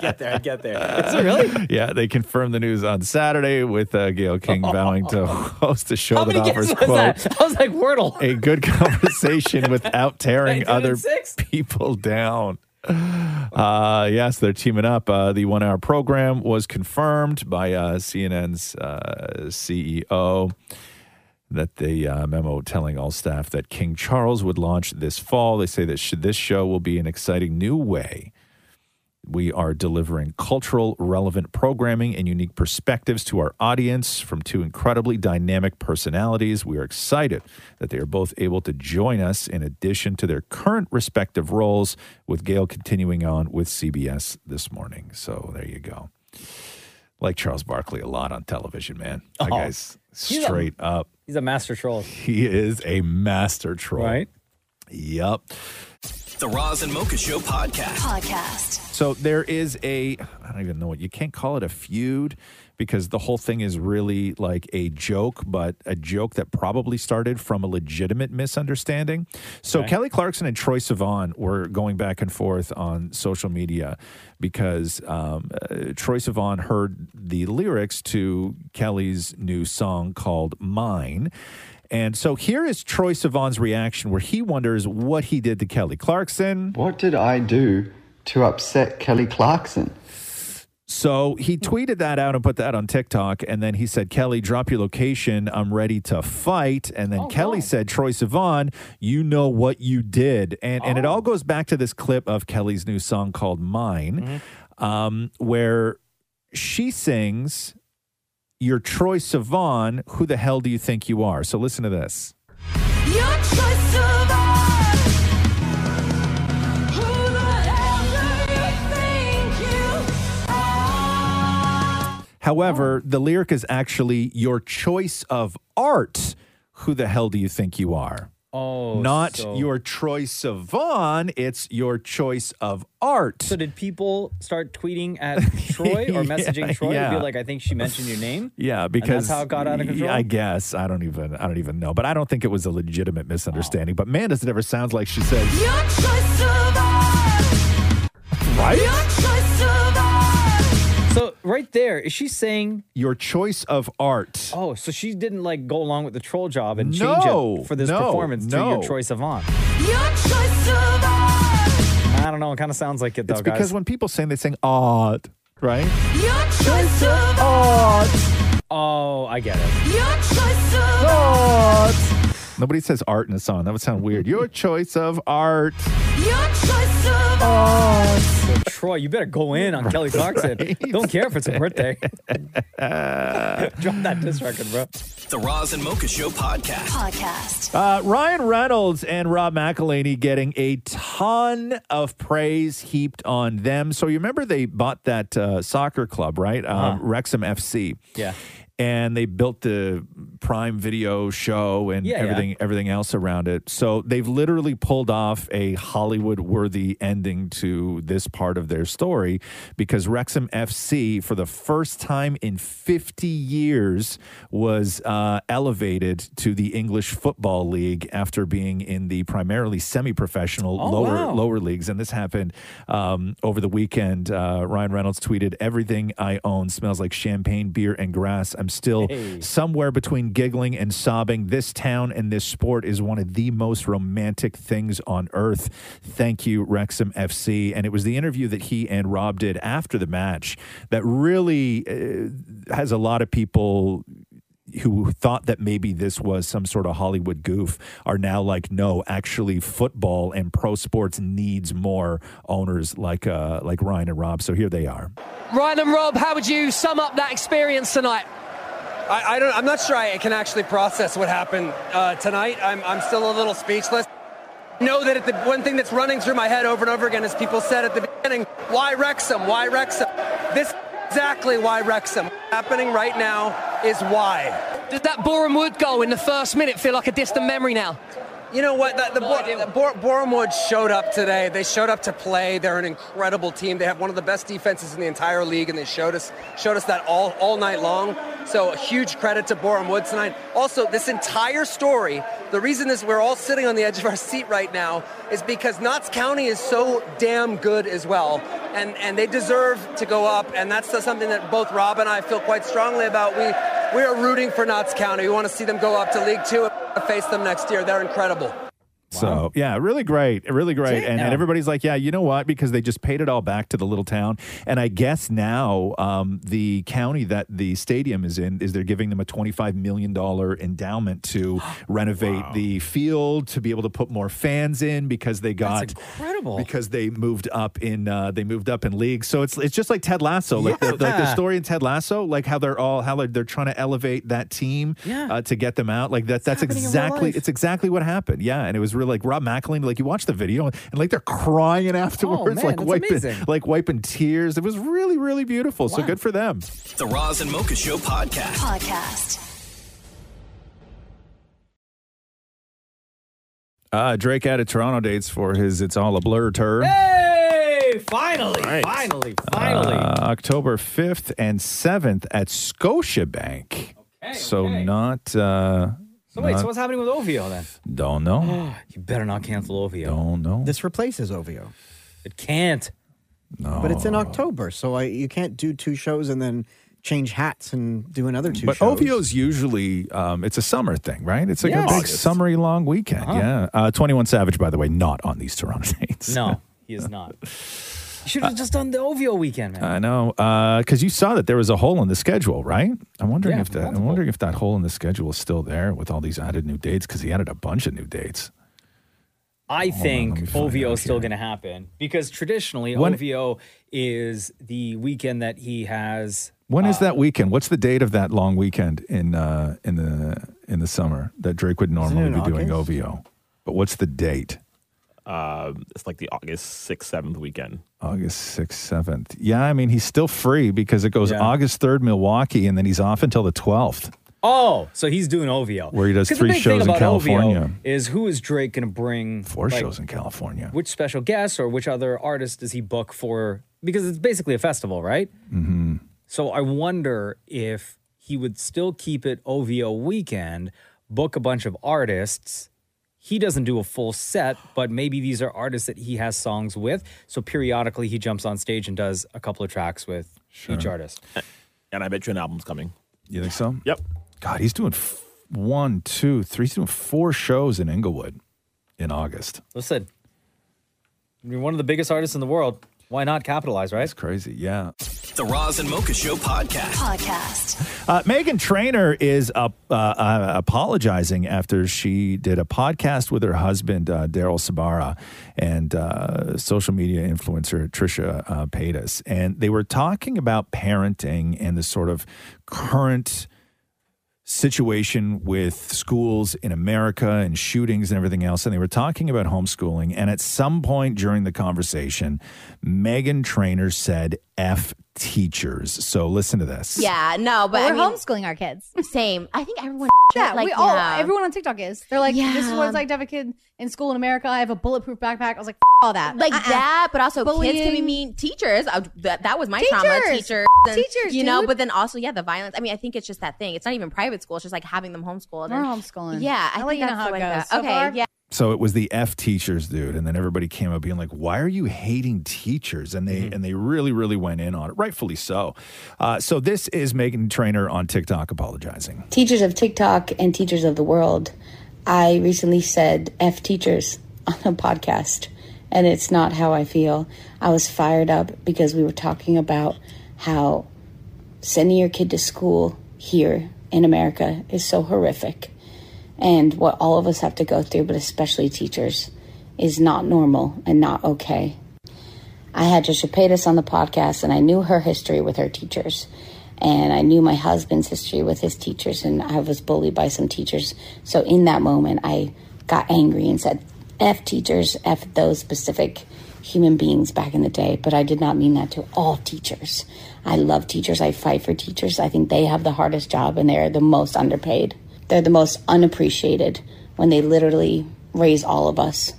[SPEAKER 5] get there. I get there. Is it really?
[SPEAKER 4] Yeah, they confirmed the news on Saturday with uh, Gail King vowing to host a show
[SPEAKER 5] How
[SPEAKER 4] that
[SPEAKER 5] many
[SPEAKER 4] offers
[SPEAKER 5] guesses was
[SPEAKER 4] quote
[SPEAKER 5] that? I was like Wordle.
[SPEAKER 4] a good conversation without tearing
[SPEAKER 5] Did I do it in
[SPEAKER 4] other
[SPEAKER 5] six?
[SPEAKER 4] people down. Uh, yes, they're teaming up. Uh, the one hour program was confirmed by uh, CNN's uh, CEO that the uh, memo telling all staff that King Charles would launch this fall. They say that sh- this show will be an exciting new way we are delivering cultural, relevant programming and unique perspectives to our audience from two incredibly dynamic personalities. We are excited that they are both able to join us in addition to their current respective roles, with Gail continuing on with CBS this morning. So there you go. Like Charles Barkley a lot on television, man. That
[SPEAKER 5] Oh,
[SPEAKER 4] guy's
[SPEAKER 5] he's a-
[SPEAKER 4] straight up.
[SPEAKER 5] He's a master troll.
[SPEAKER 4] He is a master troll.
[SPEAKER 5] Right?
[SPEAKER 4] Yep.
[SPEAKER 2] The Roz and Mocha Show podcast.
[SPEAKER 10] Podcast.
[SPEAKER 4] So there is a, I don't even know what, you can't call it a feud because the whole thing is really like a joke, but a joke that probably started from a legitimate misunderstanding. So
[SPEAKER 16] Okay.
[SPEAKER 4] Kelly Clarkson and Troy Sivan were going back and forth on social media because um, uh, Troy Sivan heard the lyrics to Kelly's new song called Mine. And so here is Troy Sivan's reaction where he wonders what he did to Kelly Clarkson.
[SPEAKER 17] What did I do to upset Kelly Clarkson?
[SPEAKER 4] So he tweeted that out and put that on TikTok. And then he said, Kelly, drop your location. I'm ready to fight. And then Kelly said, Troy Sivan, you know what you did. And, and it all goes back to this clip of Kelly's new song called Mine, um, where she sings, You're Troy Sivan. Who the hell do you think you are? So listen to this.
[SPEAKER 15] Your choice of art. Who the hell do you think you are?
[SPEAKER 4] However, the lyric is actually, Your choice of art. Who the hell do you think you are?
[SPEAKER 5] Oh,
[SPEAKER 4] not
[SPEAKER 5] so-
[SPEAKER 4] your choice savant. It's your choice of art.
[SPEAKER 5] So did people start tweeting at Troy or messaging
[SPEAKER 4] Yeah,
[SPEAKER 5] Troy to
[SPEAKER 4] yeah.
[SPEAKER 5] be like, I think she mentioned your name?
[SPEAKER 4] Yeah,
[SPEAKER 5] And
[SPEAKER 4] because
[SPEAKER 5] that's how it got out of
[SPEAKER 4] Yeah,
[SPEAKER 5] control.
[SPEAKER 4] I guess I don't even I don't even know, but I don't think it was a legitimate misunderstanding. But man, does it ever sound like she says
[SPEAKER 15] Your choice of art. Your
[SPEAKER 4] right?
[SPEAKER 15] choice of art.
[SPEAKER 5] So right there, is she saying
[SPEAKER 4] Your choice of art?
[SPEAKER 5] Oh, so she didn't like go along with the troll job and
[SPEAKER 4] No,
[SPEAKER 5] change it for this
[SPEAKER 4] no,
[SPEAKER 5] performance to
[SPEAKER 4] no.
[SPEAKER 5] your choice of on.
[SPEAKER 15] Your choice of art.
[SPEAKER 5] I don't know. It kind of sounds like it though,
[SPEAKER 4] It's
[SPEAKER 5] guys.
[SPEAKER 4] because when people sing, they sing odd, right?
[SPEAKER 15] Your choice of art.
[SPEAKER 5] oh, I get it.
[SPEAKER 15] Your choice of
[SPEAKER 4] art. Nobody says art in a song. That would sound weird. Your choice of art.
[SPEAKER 15] Your choice of
[SPEAKER 5] Oh. So, Troy, you better go in on Kelly Clarkson. Don't care if it's her birthday. Drop that diss record, bro.
[SPEAKER 2] The Roz and Mocha Show podcast.
[SPEAKER 10] Podcast.
[SPEAKER 4] Uh, Ryan Reynolds and Rob McElhaney getting a ton of praise heaped on them. So you remember they bought that uh, soccer club, right? Um, Wrexham FC.
[SPEAKER 5] Yeah.
[SPEAKER 4] And they built the Prime Video show and
[SPEAKER 5] Yeah, yeah.
[SPEAKER 4] everything, everything else around it. So they've literally pulled off a Hollywood-worthy ending to this part of their story because Wrexham FC, for the first time in 50 years, was uh, elevated to the English Football League after being in the primarily semi-professional
[SPEAKER 16] Oh,
[SPEAKER 4] lower
[SPEAKER 16] wow.
[SPEAKER 4] lower leagues. And this happened um, over the weekend. Uh, Ryan Reynolds tweeted, "Everything I own smells like champagne, beer, and grass. I'm still
[SPEAKER 16] Hey.
[SPEAKER 4] somewhere between giggling and sobbing. This town and this sport is one of the most romantic things on earth. Thank you, Wrexham FC." And it was the interview that he and Rob did after the match that really uh, has a lot of people who thought that maybe this was some sort of Hollywood goof are now like, no, actually, football and pro sports needs more owners like uh, like Ryan and Rob. So here they are.
[SPEAKER 18] Ryan and Rob, how would you sum up that experience tonight?
[SPEAKER 19] I, I don't. I'm not sure I can actually process what happened uh, tonight. I'm, I'm still a little speechless. Know that at the one thing that's running through my head over and over again is people said at the beginning, "Why Wrexham? Why Wrexham?" This is exactly why Wrexham What's happening right now is why.
[SPEAKER 18] Did that Boreham Wood goal in the first minute feel like a distant memory now?
[SPEAKER 19] You know what? The, the, Bo- the Bor- Boreham Wood showed up today. They showed up to play. They're an incredible team. They have one of the best defenses in the entire league, and they showed us showed us that all all night long. So a huge credit to Boreham Wood tonight. Also, this entire story. The reason is we're all sitting on the edge of our seat right now is because Notts County is so damn good as well, and and they deserve to go up. And that's something that both Rob and I feel quite strongly about. We we are rooting for Notts County. We want to see them go up to League Two and face them next year. They're incredible.
[SPEAKER 4] So yeah, really great, really great, and, and everybody's like, yeah, you know what? Because they just paid it all back to the little town, and I guess now um, the county that the stadium is in is they're giving them a twenty-five million dollar endowment to renovate the field to be able to put more fans in because they got
[SPEAKER 5] incredible
[SPEAKER 4] because they moved up in uh, they moved up in league. So it's it's just like Ted Lasso, like the, like the
[SPEAKER 16] Yeah.
[SPEAKER 4] story in Ted Lasso, like how they're all how they're, they're trying to elevate that team
[SPEAKER 16] Yeah.
[SPEAKER 4] uh, to get them out. Like that that's
[SPEAKER 16] happening in real
[SPEAKER 4] exactly
[SPEAKER 16] life.
[SPEAKER 4] it's exactly what happened. Yeah, and it was really like Rob McElhenney. Like you watch the video and, and, like they're crying afterwards,
[SPEAKER 2] man,
[SPEAKER 4] like
[SPEAKER 2] that's
[SPEAKER 4] wiping
[SPEAKER 2] amazing.
[SPEAKER 4] like wiping tears. It was really really beautiful. So good for them.
[SPEAKER 2] The Roz and Mocha Show podcast.
[SPEAKER 10] Podcast.
[SPEAKER 4] Uh, Drake added Toronto dates for his "It's All a Blur" tour.
[SPEAKER 5] Hey, finally, finally, finally.
[SPEAKER 4] Uh, October 5th and 7th at Scotiabank. so not. Uh,
[SPEAKER 5] so wait,
[SPEAKER 4] not-
[SPEAKER 5] so what's happening with Ovio then?
[SPEAKER 4] Don't know.
[SPEAKER 5] you better not cancel Ovio.
[SPEAKER 4] Don't know.
[SPEAKER 6] This replaces Ovio.
[SPEAKER 5] It can't.
[SPEAKER 4] No.
[SPEAKER 6] But it's in October, so I, you can't do two shows and then change hats and do another two
[SPEAKER 4] But
[SPEAKER 6] shows.
[SPEAKER 4] OVO's usually um, it's a summer thing, right? It's like
[SPEAKER 6] Yes.
[SPEAKER 4] a big
[SPEAKER 6] August.
[SPEAKER 4] summery long weekend.
[SPEAKER 6] Uh-huh.
[SPEAKER 4] Yeah. Uh, Twenty One Savage, by the way, not on these Toronto dates.
[SPEAKER 5] No, he is not. You should
[SPEAKER 4] uh,
[SPEAKER 5] have just done the Ovio weekend, man.
[SPEAKER 4] I know, because you saw that there was a hole in the schedule, right? I'm wondering
[SPEAKER 5] Yeah,
[SPEAKER 4] if that I'm wondering if that hole in the schedule is still there with all these added new dates because he added a bunch of new dates.
[SPEAKER 5] I
[SPEAKER 4] Hold on,
[SPEAKER 5] think
[SPEAKER 4] let me find
[SPEAKER 5] OVO
[SPEAKER 4] out
[SPEAKER 5] is still
[SPEAKER 4] here.
[SPEAKER 5] going to happen because traditionally
[SPEAKER 4] When-
[SPEAKER 5] OVO is the weekend that he has.
[SPEAKER 4] When
[SPEAKER 5] Uh,
[SPEAKER 4] is that weekend? What's the date of that long weekend in uh, in the in the summer that Drake would normally
[SPEAKER 20] in
[SPEAKER 4] be doing
[SPEAKER 20] August?
[SPEAKER 4] OVO? But what's the date?
[SPEAKER 20] Um, it's like the August sixth, seventh weekend.
[SPEAKER 4] August sixth, seventh. Yeah, I mean he's still free because it goes
[SPEAKER 5] Yeah.
[SPEAKER 4] August third, Milwaukee, and then he's off until the twelfth.
[SPEAKER 5] Oh, so he's doing OVO.
[SPEAKER 4] Where he does
[SPEAKER 5] 'Cause
[SPEAKER 4] three
[SPEAKER 5] the big thing
[SPEAKER 4] shows in
[SPEAKER 5] about OVO
[SPEAKER 4] California.
[SPEAKER 5] is who is Drake going to bring?
[SPEAKER 4] Four shows in California.
[SPEAKER 5] Which special guests or which other artist does he book for? Because it's basically a festival, right?
[SPEAKER 4] Mm-hmm.
[SPEAKER 5] So I wonder if he would still keep it OVO weekend, book a bunch of artists. He doesn't do a full set, but maybe these are artists that he has songs with. So periodically he jumps on stage and does a couple of tracks with each artist.
[SPEAKER 20] And I bet you an album's coming.
[SPEAKER 4] You think so?
[SPEAKER 20] Yep.
[SPEAKER 4] God, he's doing f- one, two, three. He's doing four shows in Inglewood in August.
[SPEAKER 5] Listen, I mean, one of the biggest artists in the world. Why not capitalize, right? That's
[SPEAKER 4] crazy. Yeah.
[SPEAKER 2] The Roz and Mocha Show podcast.
[SPEAKER 10] Podcast.
[SPEAKER 4] Uh, Megan Trainer is up, uh, uh, apologizing after she did a podcast with her husband uh, Daryl Sabara and uh, social media influencer Trisha uh, Paytas, and they were talking about parenting and the sort of current situation with schools in America and shootings and everything else. And they were talking about homeschooling. And at some point during the conversation, Megan Trainer said F teachers. So listen to this.
[SPEAKER 16] Yeah, no, but
[SPEAKER 21] Well,
[SPEAKER 16] I
[SPEAKER 21] we're
[SPEAKER 16] mean,
[SPEAKER 21] homeschooling our kids.
[SPEAKER 16] Same. I think everyone.
[SPEAKER 21] Yeah,
[SPEAKER 16] like,
[SPEAKER 21] we all
[SPEAKER 16] yeah.
[SPEAKER 21] everyone on TikTok is. They're like, this is
[SPEAKER 16] Yeah.
[SPEAKER 21] what it's like to have a kid in school in America. I have a bulletproof backpack. I was like, F- all that,
[SPEAKER 16] Like
[SPEAKER 21] Uh-uh.
[SPEAKER 16] that, but also kids can be
[SPEAKER 21] Bullying.
[SPEAKER 16] mean. Teachers, I, that, that was my trauma.
[SPEAKER 21] Teachers!
[SPEAKER 16] Teachers,
[SPEAKER 21] Teachers,
[SPEAKER 16] you know.
[SPEAKER 21] dude.
[SPEAKER 16] But then also, yeah, the violence. I mean, I think it's just that thing. It's not even private school. It's just like having them homeschooled.
[SPEAKER 21] We're
[SPEAKER 16] and-
[SPEAKER 21] homeschooling.
[SPEAKER 16] Yeah, I
[SPEAKER 21] I'll
[SPEAKER 16] think
[SPEAKER 21] let you know
[SPEAKER 16] that's
[SPEAKER 21] how
[SPEAKER 16] the
[SPEAKER 21] it
[SPEAKER 16] way
[SPEAKER 21] goes.
[SPEAKER 16] go.
[SPEAKER 21] So
[SPEAKER 16] okay,
[SPEAKER 21] far-
[SPEAKER 16] yeah.
[SPEAKER 4] So it was the F teachers, dude, and then everybody came up being like, "Why are you hating teachers?" And they
[SPEAKER 5] Mm-hmm.
[SPEAKER 4] and they really, really went in on it, rightfully so. Uh, so this is Megan Trainer on TikTok apologizing.
[SPEAKER 22] Teachers of TikTok and teachers of the world, I recently said F teachers on a podcast, and it's not how I feel. I was fired up because we were talking about how sending your kid to school here in America is so horrific, and what all of us have to go through, but especially teachers, is not normal and not okay. I had Trisha Paytas on the podcast, and I knew her history with her teachers and I knew my husband's history with his teachers, and I was bullied by some teachers. So in that moment, I got angry and said, "F teachers, f those specific human beings back in the day." But I did not mean that to all teachers. I love teachers. I fight for teachers. I think they have the hardest job, and they are the most underpaid. They're the most unappreciated when they literally raise all of us.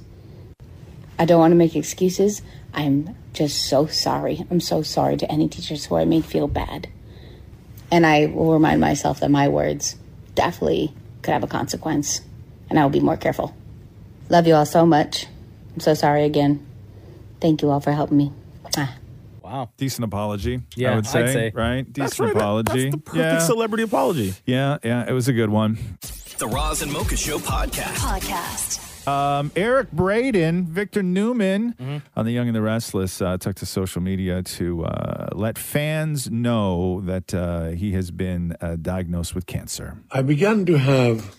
[SPEAKER 22] I don't want to make excuses. I'm just so sorry. I'm so sorry to any teachers who I made feel bad and I will remind myself that my words definitely could have a consequence, and I will be more careful. Love you all so much. I'm so sorry again. Thank you all for helping me. Mwah.
[SPEAKER 5] Wow.
[SPEAKER 4] Decent apology.
[SPEAKER 5] Yeah,
[SPEAKER 4] I would say,
[SPEAKER 5] I'd say.
[SPEAKER 4] right? Decent
[SPEAKER 5] That's right. That-
[SPEAKER 4] apology.
[SPEAKER 5] that's the
[SPEAKER 20] perfect celebrity
[SPEAKER 4] apology. Yeah, yeah, it was a good one.
[SPEAKER 2] The Roz and Mocha Show podcast.
[SPEAKER 10] Podcast.
[SPEAKER 4] Um, Eric Braden, Victor Newman
[SPEAKER 5] Mm-hmm.
[SPEAKER 4] on The Young and the Restless uh, took to social media to uh, let fans know that uh, he has been uh, diagnosed with cancer.
[SPEAKER 23] I began to have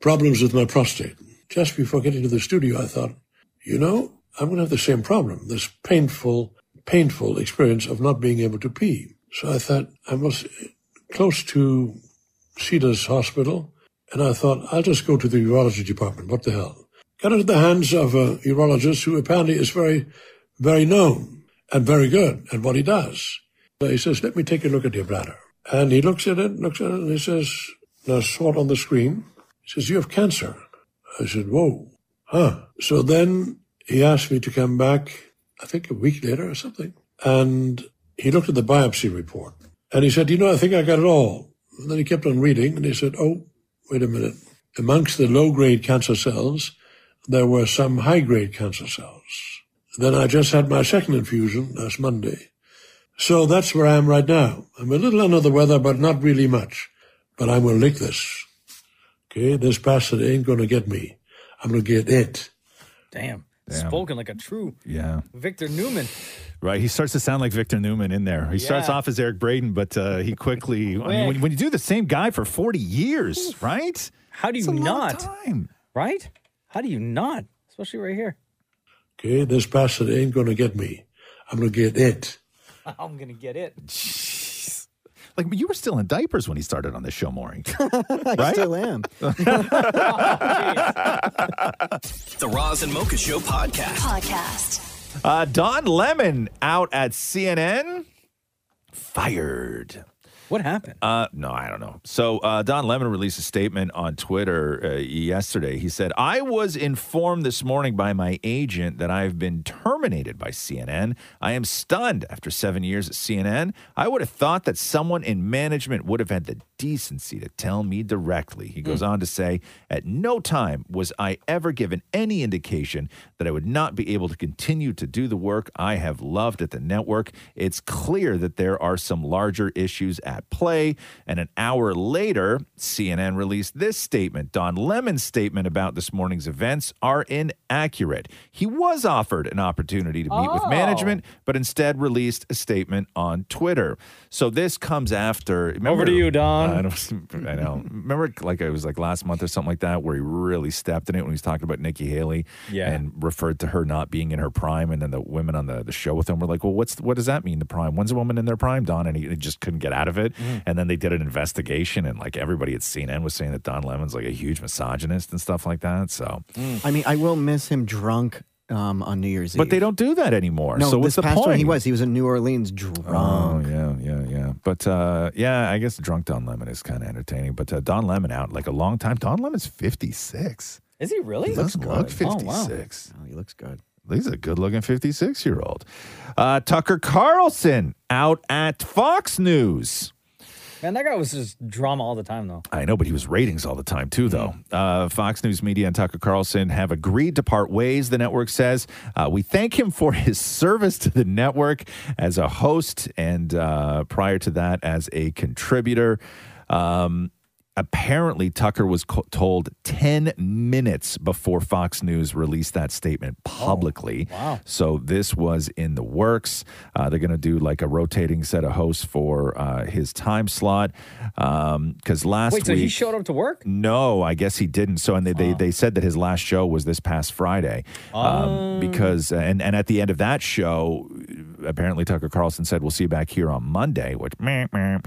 [SPEAKER 23] problems with my prostate. Just before getting to the studio, I thought, you know, I'm going to have the same problem, this painful, painful experience of not being able to pee. So I thought, I was close to Cedars Hospital, and I thought, I'll just go to the urology department. What the hell? Got into the hands of a urologist who apparently is very, very known and very good at what he does. So he says, let me take a look at your bladder. And he looks at it, looks at it, and he says, now swat on the screen. He says, you have cancer. I said, whoa, huh. So then he asked me to come back, I think a week later or something. And he looked at the biopsy report and he said, you know, I think I got it all. And then he kept on reading and he said, oh, wait a minute. Amongst the low grade cancer cells, there were some high grade cancer cells. Then I just had my second infusion last Monday. So that's where I am right now. I'm a little under the weather, but not really much. But I'm going to lick this. Okay, this bastard ain't going to get me. I'm going to get it.
[SPEAKER 5] Damn. Spoken like a true
[SPEAKER 4] Yeah.
[SPEAKER 5] Victor Newman.
[SPEAKER 4] Right. He starts to sound like Victor Newman in there. He starts
[SPEAKER 5] Yeah.
[SPEAKER 4] off as Eric Braden, but uh, he quickly, I mean, when, when you do the same guy for 40 years, right?
[SPEAKER 5] How do you not? Right? How do you not? Especially right here.
[SPEAKER 23] Okay, this bastard ain't going to get me. I'm going to get it.
[SPEAKER 5] I'm going to get it.
[SPEAKER 4] Like, you were still in diapers when he started on this show, Maury.
[SPEAKER 6] I
[SPEAKER 4] Right?
[SPEAKER 6] still am.
[SPEAKER 2] The Roz and Mocha Show podcast.
[SPEAKER 10] Podcast.
[SPEAKER 4] Uh, Don Lemon out at CNN, fired.
[SPEAKER 5] What happened?
[SPEAKER 4] Uh, no, I don't know. So uh, Don Lemon released a statement on Twitter uh, yesterday. He said, "I was informed this morning by my agent that I've been terminated by CNN. I am stunned. After seven years at CNN, I would have thought that someone in management would have had the decency to tell me directly."
[SPEAKER 5] Hmm.
[SPEAKER 4] He goes on to say, "At no time was I ever given any indication that I would not be able to continue to do the work I have loved at the network. It's clear that there are some larger issues at that play. And an hour later, CNN released this statement Don Lemon's statement about this morning's events are inaccurate. He was offered an opportunity to meet with
[SPEAKER 9] Oh.
[SPEAKER 4] management, but instead released a statement on Twitter. So this comes after.
[SPEAKER 5] Over to you, Don.
[SPEAKER 4] I, don't, I know.
[SPEAKER 6] Mm-hmm.
[SPEAKER 4] Remember, like it was like last month or something like that, where he really stepped in it when he was talking about Nikki Haley,
[SPEAKER 5] Yeah.
[SPEAKER 4] and referred to her not being in her prime, and then the women on the, the show with him were like, "Well, what's what does that mean? The prime? When's a woman in their prime, Don?" And he, he just couldn't get out of it.
[SPEAKER 6] Mm-hmm.
[SPEAKER 11] Mhm.
[SPEAKER 4] And then they did an investigation, and like everybody at CNN was saying that Don Lemon's like a huge misogynist and stuff like that. So,
[SPEAKER 6] I mean, I will miss him drunk um, on New Year's
[SPEAKER 4] but
[SPEAKER 6] Eve.
[SPEAKER 4] they don't do that anymore.
[SPEAKER 6] no,
[SPEAKER 4] so
[SPEAKER 6] this
[SPEAKER 4] what's the
[SPEAKER 6] past
[SPEAKER 4] point?
[SPEAKER 6] one he was. He was in New Orleans drunk.
[SPEAKER 4] Oh yeah, yeah, yeah. But uh, yeah, I guess drunk Don Lemon is kind of entertaining. But uh, Don Lemon out like a long time. Don Lemon's fifty six.
[SPEAKER 5] Is he really? Oh,
[SPEAKER 4] He looks good. Fifty six.
[SPEAKER 6] Oh,
[SPEAKER 4] he looks good. He's a good looking fifty six year old. Uh, Tucker Carlson out at Fox News.
[SPEAKER 5] Man, that guy was just drama all the time, though.
[SPEAKER 4] I know, but he was ratings all the time too, though. Uh, Fox News Media and Tucker Carlson have agreed to part ways. The network says uh, we thank him for his service to the network as a host and uh, prior to that as a contributor. Um, apparently, Tucker was co- told ten minutes before Fox News released that statement publicly.
[SPEAKER 11] wow.
[SPEAKER 4] So this was in the works. Uh, they're going to do like a rotating set of hosts for uh, his time slot Um, because last
[SPEAKER 5] Wait,
[SPEAKER 4] week.
[SPEAKER 5] so he showed up to work?
[SPEAKER 4] No, I guess he didn't. So, and they, they, they said that his last show was this past Friday.
[SPEAKER 5] Oh.
[SPEAKER 4] Um, because, and, and at the end of that show, apparently Tucker Carlson said, we'll see you back here on Monday, which, meh, meh.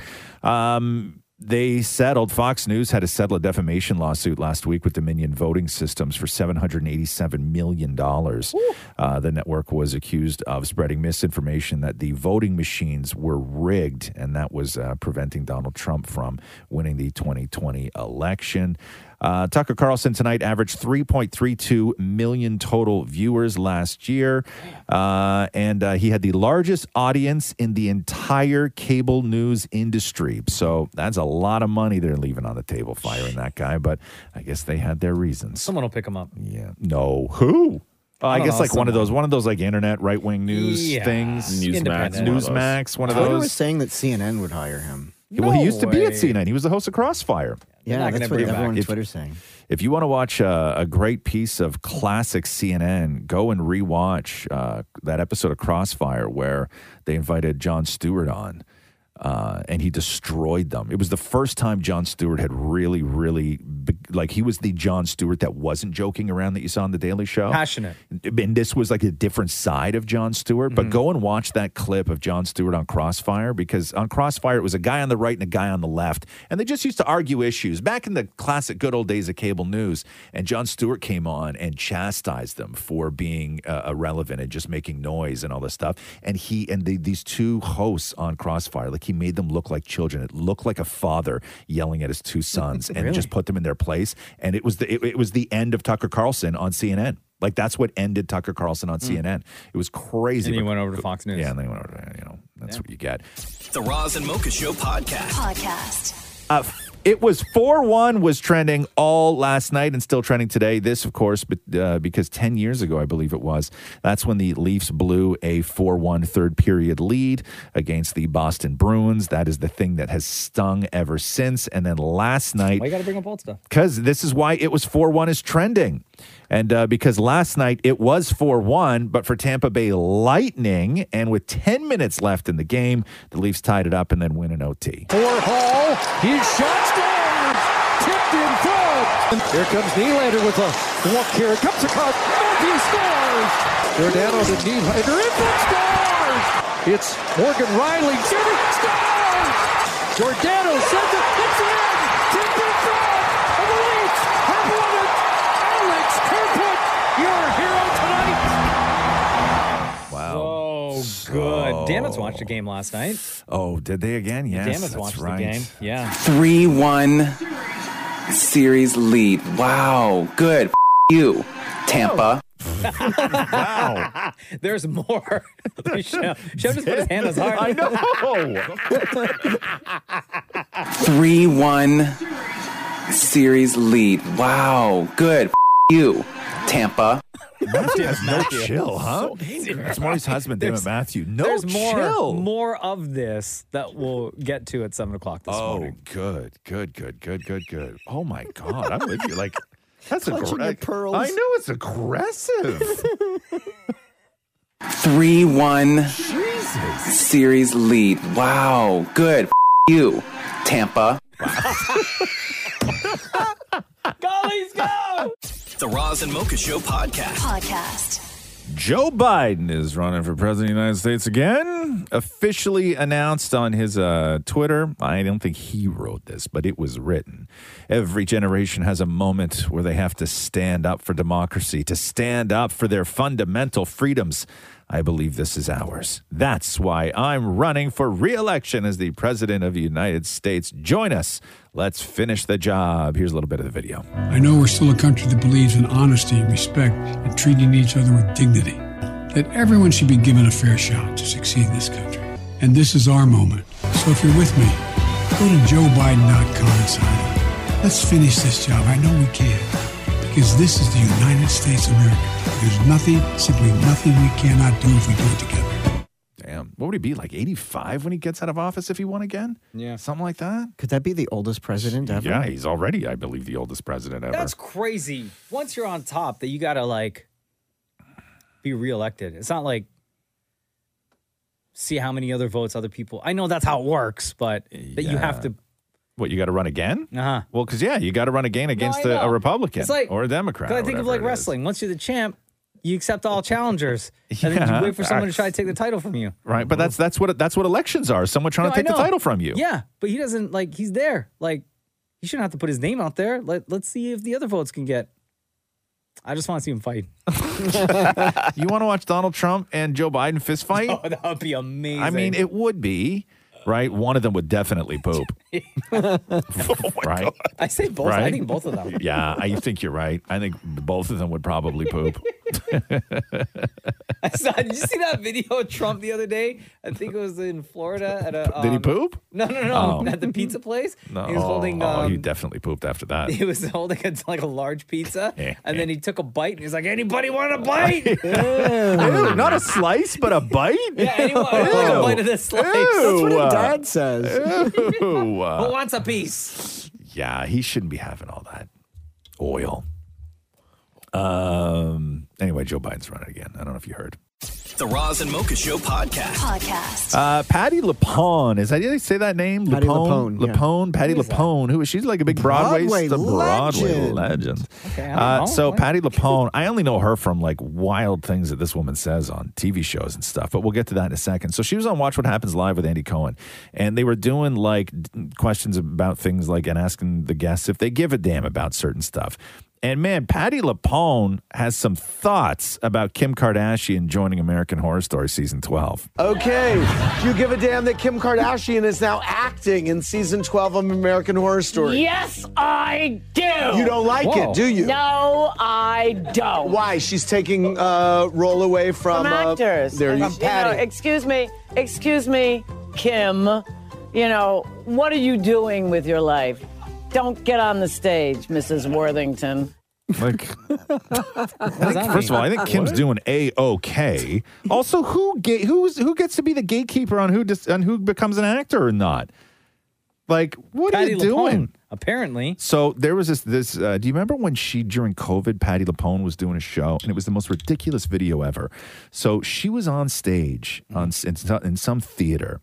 [SPEAKER 4] Um, they settled. Fox News had to settle a defamation lawsuit last week with Dominion Voting Systems for $787 million. Uh, the network was accused of spreading misinformation that the voting machines were rigged, and that was uh, preventing Donald Trump from winning the 2020 election. Uh, Tucker Carlson tonight averaged 3.32 million total viewers last year. Uh, and uh, he had the largest audience in the entire cable news industry. So that's a lot of money they're leaving on the table firing that guy. But I guess they had their reasons.
[SPEAKER 5] Someone will pick him up.
[SPEAKER 4] Yeah. No. Who? Uh, I,
[SPEAKER 5] I don't
[SPEAKER 4] guess
[SPEAKER 5] know,
[SPEAKER 4] like one of
[SPEAKER 5] someone.
[SPEAKER 4] those, one of those like internet right wing news
[SPEAKER 5] Yeah.
[SPEAKER 4] things.
[SPEAKER 5] Independent.
[SPEAKER 4] Newsmax, one of
[SPEAKER 6] Twitter
[SPEAKER 4] those.
[SPEAKER 6] was saying that CNN would hire him.
[SPEAKER 4] well, he used to be at
[SPEAKER 6] way.
[SPEAKER 4] CNN. He was the host of Crossfire.
[SPEAKER 6] Yeah, that's what everyone on
[SPEAKER 4] If-
[SPEAKER 6] Twitter's saying.
[SPEAKER 4] If you want to watch a, a great piece of classic CNN, go and rewatch uh, that episode of Crossfire where they invited John Stewart on. Uh, and he destroyed them. It was the first time John Stewart had really, really, be- like, he was the John Stewart that wasn't joking around that you saw on The Daily Show.
[SPEAKER 5] Passionate.
[SPEAKER 4] And this was like a different side of John Stewart. But go and watch that clip of John Stewart on Crossfire because on Crossfire, it was a guy on the right and a guy on the left. And they just used to argue issues back in the classic good old days of cable news. And John Stewart came on and chastised them for being uh, irrelevant and just making noise and all this stuff. And he and the, these two hosts on Crossfire, like he made them look like children. It looked like a father yelling at his two sons and
[SPEAKER 11] Really?
[SPEAKER 4] just put them in their place. And it was the it, it was the end of Tucker Carlson on CNN. Like that's what ended Tucker Carlson on CNN. It was crazy.
[SPEAKER 5] Hmm. And he
[SPEAKER 4] but-
[SPEAKER 5] went over to Fox News.
[SPEAKER 4] Yeah, and then he went over to you know that's what you get.
[SPEAKER 2] The Roz and Mocha Show podcast. Podcast.
[SPEAKER 4] Uh, f- it was 4 1 was trending all last night and still trending today. This, of course, but, uh, because 10 years ago, I believe it was, that's when the Leafs blew a 4 1 third period lead against the Boston Bruins. That is the thing that has stung ever since. And then last night,
[SPEAKER 5] Why you got to bring up old stuff?
[SPEAKER 4] because this is why it was 4 1 is trending. And uh, because last night it was 4 1, but for Tampa Bay Lightning, and with 10 minutes left in the game, the Leafs tied it up and then win an OT.
[SPEAKER 11] For Hall, his shot's down, tipped in front. Here comes Nylander with a walk here. It comes to Carr. Matthew scores. They're down on the Nylander. Infant scores. It's Morgan Riley. Jimmy scores. Giordano sends it. It's in. Tipped in front. And the Leafs have won it. Alex Kerfoot, your hero tonight.
[SPEAKER 4] Wow.
[SPEAKER 5] Oh, good. Dammit's watched the game last night.
[SPEAKER 4] Oh, did they again? Yes.
[SPEAKER 5] Dammit's
[SPEAKER 4] that's
[SPEAKER 5] watched
[SPEAKER 4] right.
[SPEAKER 5] the game. Yeah.
[SPEAKER 24] 3 1 series lead. Wow. Good. F- you, Tampa.
[SPEAKER 5] wow. There's more. Chef, Chef just put his hand on his heart.
[SPEAKER 11] I
[SPEAKER 5] know.
[SPEAKER 24] 3 1 series lead. Wow. Good. F- you, Tampa.
[SPEAKER 4] Matthew has no
[SPEAKER 5] Matthew.
[SPEAKER 4] chill, huh?
[SPEAKER 5] So angry.
[SPEAKER 4] It's Marty's husband, David
[SPEAKER 5] There's-
[SPEAKER 4] Matthew. No
[SPEAKER 5] there's more,
[SPEAKER 4] chill.
[SPEAKER 5] more of this that we'll get to at seven o'clock this
[SPEAKER 4] oh,
[SPEAKER 5] morning.
[SPEAKER 4] good, good, good, good, good, good. Oh my God, I'm with you. Like that's
[SPEAKER 5] Clutching your
[SPEAKER 4] aggressive.
[SPEAKER 5] pearls.
[SPEAKER 4] I know it's aggressive.
[SPEAKER 24] 3 1
[SPEAKER 4] Jesus.
[SPEAKER 24] series lead. Wow. Good. F- you, Tampa.
[SPEAKER 5] Oh
[SPEAKER 2] Gollies, go! The Roz and Mocha Show podcast. Podcast.
[SPEAKER 4] Joe Biden is running for president of the United States again. Officially announced on his uh, Twitter. I don't think he wrote this, but it was written. Every generation has a moment where they have to stand up for democracy, to stand up for their fundamental freedoms. I believe this is ours. That's why I'm running for re election as the president of the United States. Join us. Let's finish the job. Here's a little bit of the video.
[SPEAKER 25] I know we're still a country that believes in honesty, respect, and treating each other with dignity. That everyone should be given a fair shot to succeed in this country. And this is our moment. So if you're with me, go to joebiden.com and sign up. Let's finish this job. I know we can. Because this is the United States of America. There's nothing, simply nothing we cannot do if we do it together.
[SPEAKER 4] Damn. What would he be, like 85 when he gets out of office if he won again? Yeah. Something like that?
[SPEAKER 6] Could that be the oldest president ever?
[SPEAKER 4] Yeah, he's already, I believe, the oldest president ever.
[SPEAKER 5] That's crazy. Once you're on top, that you gotta like be reelected. It's not like see how many other votes other people. I know that's how it works, but that you have
[SPEAKER 4] Yeah.
[SPEAKER 5] to.
[SPEAKER 4] what, you got to run again?
[SPEAKER 5] Uh-huh.
[SPEAKER 4] Well, because, yeah, you got to run again against
[SPEAKER 5] I
[SPEAKER 4] a,
[SPEAKER 5] know.
[SPEAKER 4] a Republican
[SPEAKER 5] It's like-
[SPEAKER 4] or a Democrat.
[SPEAKER 5] 'cause I
[SPEAKER 4] or
[SPEAKER 5] think of like
[SPEAKER 4] whatever it is.
[SPEAKER 5] wrestling. Once you're the champ, you accept all challengers, and then
[SPEAKER 4] Yeah,
[SPEAKER 5] you wait for someone to try to take the title from you.
[SPEAKER 4] Right, but that's that's what that's what elections are. Someone trying
[SPEAKER 5] No,
[SPEAKER 4] to
[SPEAKER 5] I
[SPEAKER 4] take the
[SPEAKER 5] know.
[SPEAKER 4] title from you.
[SPEAKER 5] Yeah, but he doesn't like. He's there. Like he shouldn't have to put his name out there. Let Let's see if the other votes can get. I just want to see him fight.
[SPEAKER 4] you want to watch Donald Trump and Joe Biden fist fight?
[SPEAKER 5] Oh, that would be amazing.
[SPEAKER 4] I mean, it would be right. One of them would definitely poop. right?
[SPEAKER 5] Oh I say both. I
[SPEAKER 4] Right?
[SPEAKER 5] think both of them.
[SPEAKER 4] Yeah, I think you're right. I think both of them would probably poop.
[SPEAKER 5] I saw, did you see that video of Trump the other day? I think it was in Florida at a.
[SPEAKER 4] Did he
[SPEAKER 5] um,
[SPEAKER 4] poop?
[SPEAKER 5] No, no, no.
[SPEAKER 4] Oh.
[SPEAKER 5] At the pizza place.
[SPEAKER 4] No,
[SPEAKER 5] He was holding.
[SPEAKER 4] oh,
[SPEAKER 5] Um,
[SPEAKER 4] he definitely pooped after that.
[SPEAKER 5] he was holding a, like a large pizza,
[SPEAKER 4] Eh,
[SPEAKER 5] and then he took a bite, and he's like, "Anybody want a bite?
[SPEAKER 4] Ew, not a slice, but a bite.
[SPEAKER 5] Yeah, anyone want a bite of this slice? That's what
[SPEAKER 4] Uh,
[SPEAKER 5] his dad
[SPEAKER 4] says.
[SPEAKER 5] Who wants a piece?"
[SPEAKER 4] uh, yeah, he shouldn't be having all that oil. Um. Anyway, Joe Biden's running again. I don't know if you heard.
[SPEAKER 2] The Roz and Mocha Show podcast. Podcast.
[SPEAKER 4] Uh, Patty LaPone is. that- Did I say that name?
[SPEAKER 2] Patti
[SPEAKER 4] LaPone.
[SPEAKER 2] LuPone, yeah.
[SPEAKER 4] LaPone. Patty LaPone. Who is she's like a big Broadway,
[SPEAKER 2] Broadway
[SPEAKER 4] the Broadway
[SPEAKER 2] legend.
[SPEAKER 4] legend.
[SPEAKER 2] Okay, I don't
[SPEAKER 4] uh,
[SPEAKER 2] know.
[SPEAKER 4] so Patty LaPone. I only know her from like wild things that this woman says on TV shows and stuff. But we'll get to that in a second. So she was on Watch What Happens Live with Andy Cohen, and they were doing like d- questions about things like and asking the guests if they give a damn about certain stuff. And man, Patty LaPone has some thoughts about Kim Kardashian joining American Horror Story season twelve.
[SPEAKER 17] Okay, do you give a damn that Kim Kardashian is now acting in season 12 of American Horror Story?
[SPEAKER 26] Yes, I do.
[SPEAKER 17] You don't like it, do you?
[SPEAKER 26] No, I don't.
[SPEAKER 17] Why? She's taking uh, role away from,
[SPEAKER 26] From
[SPEAKER 17] uh,
[SPEAKER 26] actors.
[SPEAKER 17] there
[SPEAKER 26] From-
[SPEAKER 17] you
[SPEAKER 26] you
[SPEAKER 17] Patty.
[SPEAKER 26] know, excuse me, excuse me, Kim. You know what are you doing with your life? Don't get on the stage, Mrs. Worthington.
[SPEAKER 4] Like, I think, first of all, I think Kim's doing a okay. Also, who ga- who's who gets to be the gatekeeper on who dis- on who becomes an actor or not? Like, what are
[SPEAKER 5] Patty
[SPEAKER 4] you doing?
[SPEAKER 5] LuPone, Apparently,
[SPEAKER 4] So there was this this. Uh, do you remember when she during COVID, Patty LaPone was doing a show, and it was the most ridiculous video ever. So she was on stage on s- in, so- in some theater,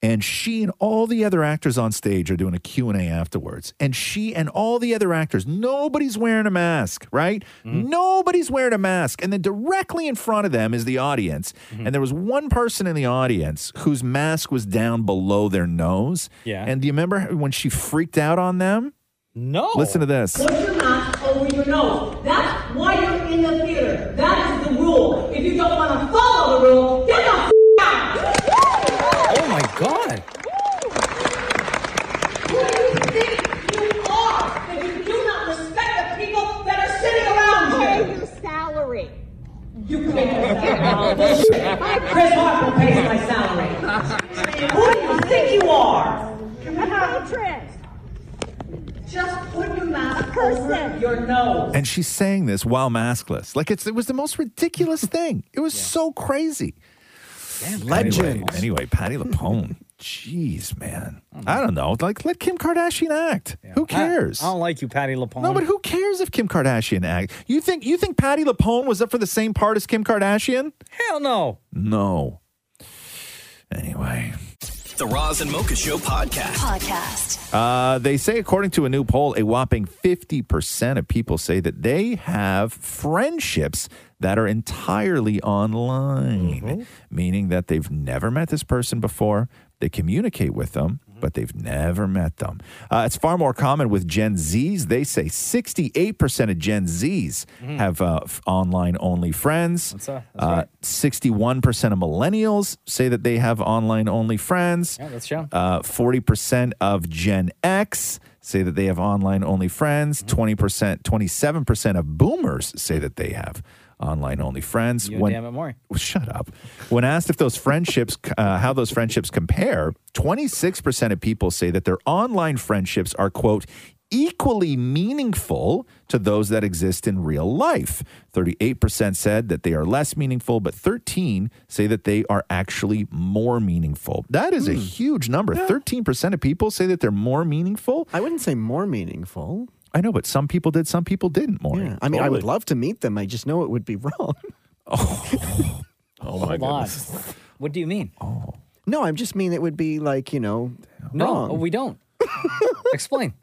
[SPEAKER 4] and she and all the other actors on stage are doing a Q and A afterwards. And she and all the other actors, nobody's wearing a mask, right? Nobody's wearing a mask, and then directly in front of them is the audience, and there was one person in the audience whose mask was down below their nose.
[SPEAKER 15] Yeah.
[SPEAKER 4] And do you remember when she freaked out on them?
[SPEAKER 5] No.
[SPEAKER 4] Listen to this.
[SPEAKER 15] Put your mask over your nose. That's why you're in the theater. That is the rule. If you don't want to follow the rule, get the f- out.
[SPEAKER 5] Oh my god!
[SPEAKER 15] Who do you think you are that you do not respect the people that are sitting around you? Your salary. You can't get all this shit. Chris Harper pays my salary. Who do you think you are? Chris.
[SPEAKER 8] Just put your mask over your nose.
[SPEAKER 4] And she's saying this while maskless. Like it's it was the most ridiculous thing. It was so crazy. Anyway,
[SPEAKER 5] legend.
[SPEAKER 4] anyway, Patty Lapone. Jeez, man. I don't know. Like let Kim Kardashian act. Who cares?
[SPEAKER 5] I, don't like you, Patty Lapone.
[SPEAKER 4] no, but who cares if Kim Kardashian act? You think you think Patty Lapone was up for the same part as Kim Kardashian?
[SPEAKER 5] Hell no.
[SPEAKER 4] No.
[SPEAKER 2] The Roz and Mocha Show podcast.
[SPEAKER 10] Podcast.
[SPEAKER 4] Uh, they say, according to a new poll, a whopping 50% of people say that they have friendships that are entirely online,
[SPEAKER 5] Mm-hmm.
[SPEAKER 4] meaning that they've never met this person before. They communicate with them,
[SPEAKER 5] Mm-hmm.
[SPEAKER 4] but they've never met them. Uh, it's far more common with Gen Zs. They say 68% of Gen Zs
[SPEAKER 5] Mm-hmm.
[SPEAKER 4] have uh, online only friends. Uh, 61% of millennials say that they have online only friends.
[SPEAKER 5] Yeah, that's true.
[SPEAKER 4] Uh, 40% of Gen X say that they have online only friends.
[SPEAKER 5] Mm-hmm.
[SPEAKER 4] 20%, 27% of boomers say that they have online only friends.
[SPEAKER 5] You damn it, Maury.
[SPEAKER 4] Well, Shut up. When asked if those friendships, uh, how those friendships compare, 26% of people say that their online friendships are, quote, equally meaningful to those that exist in real life. 38% said that they are less meaningful, but 13 say that they are actually more meaningful. That is a huge number. 13% of people say that they're more meaningful. I wouldn't say more meaningful. I know, but some people did, some people didn't, More.
[SPEAKER 6] Yeah. I mean, I would love to meet them. I just know it would be wrong.
[SPEAKER 4] Oh, my Oh.
[SPEAKER 5] Hold on. What do you mean?
[SPEAKER 6] No, I'm just mean it would be like, you know,
[SPEAKER 5] No,
[SPEAKER 6] wrong.
[SPEAKER 5] we don't. Explain.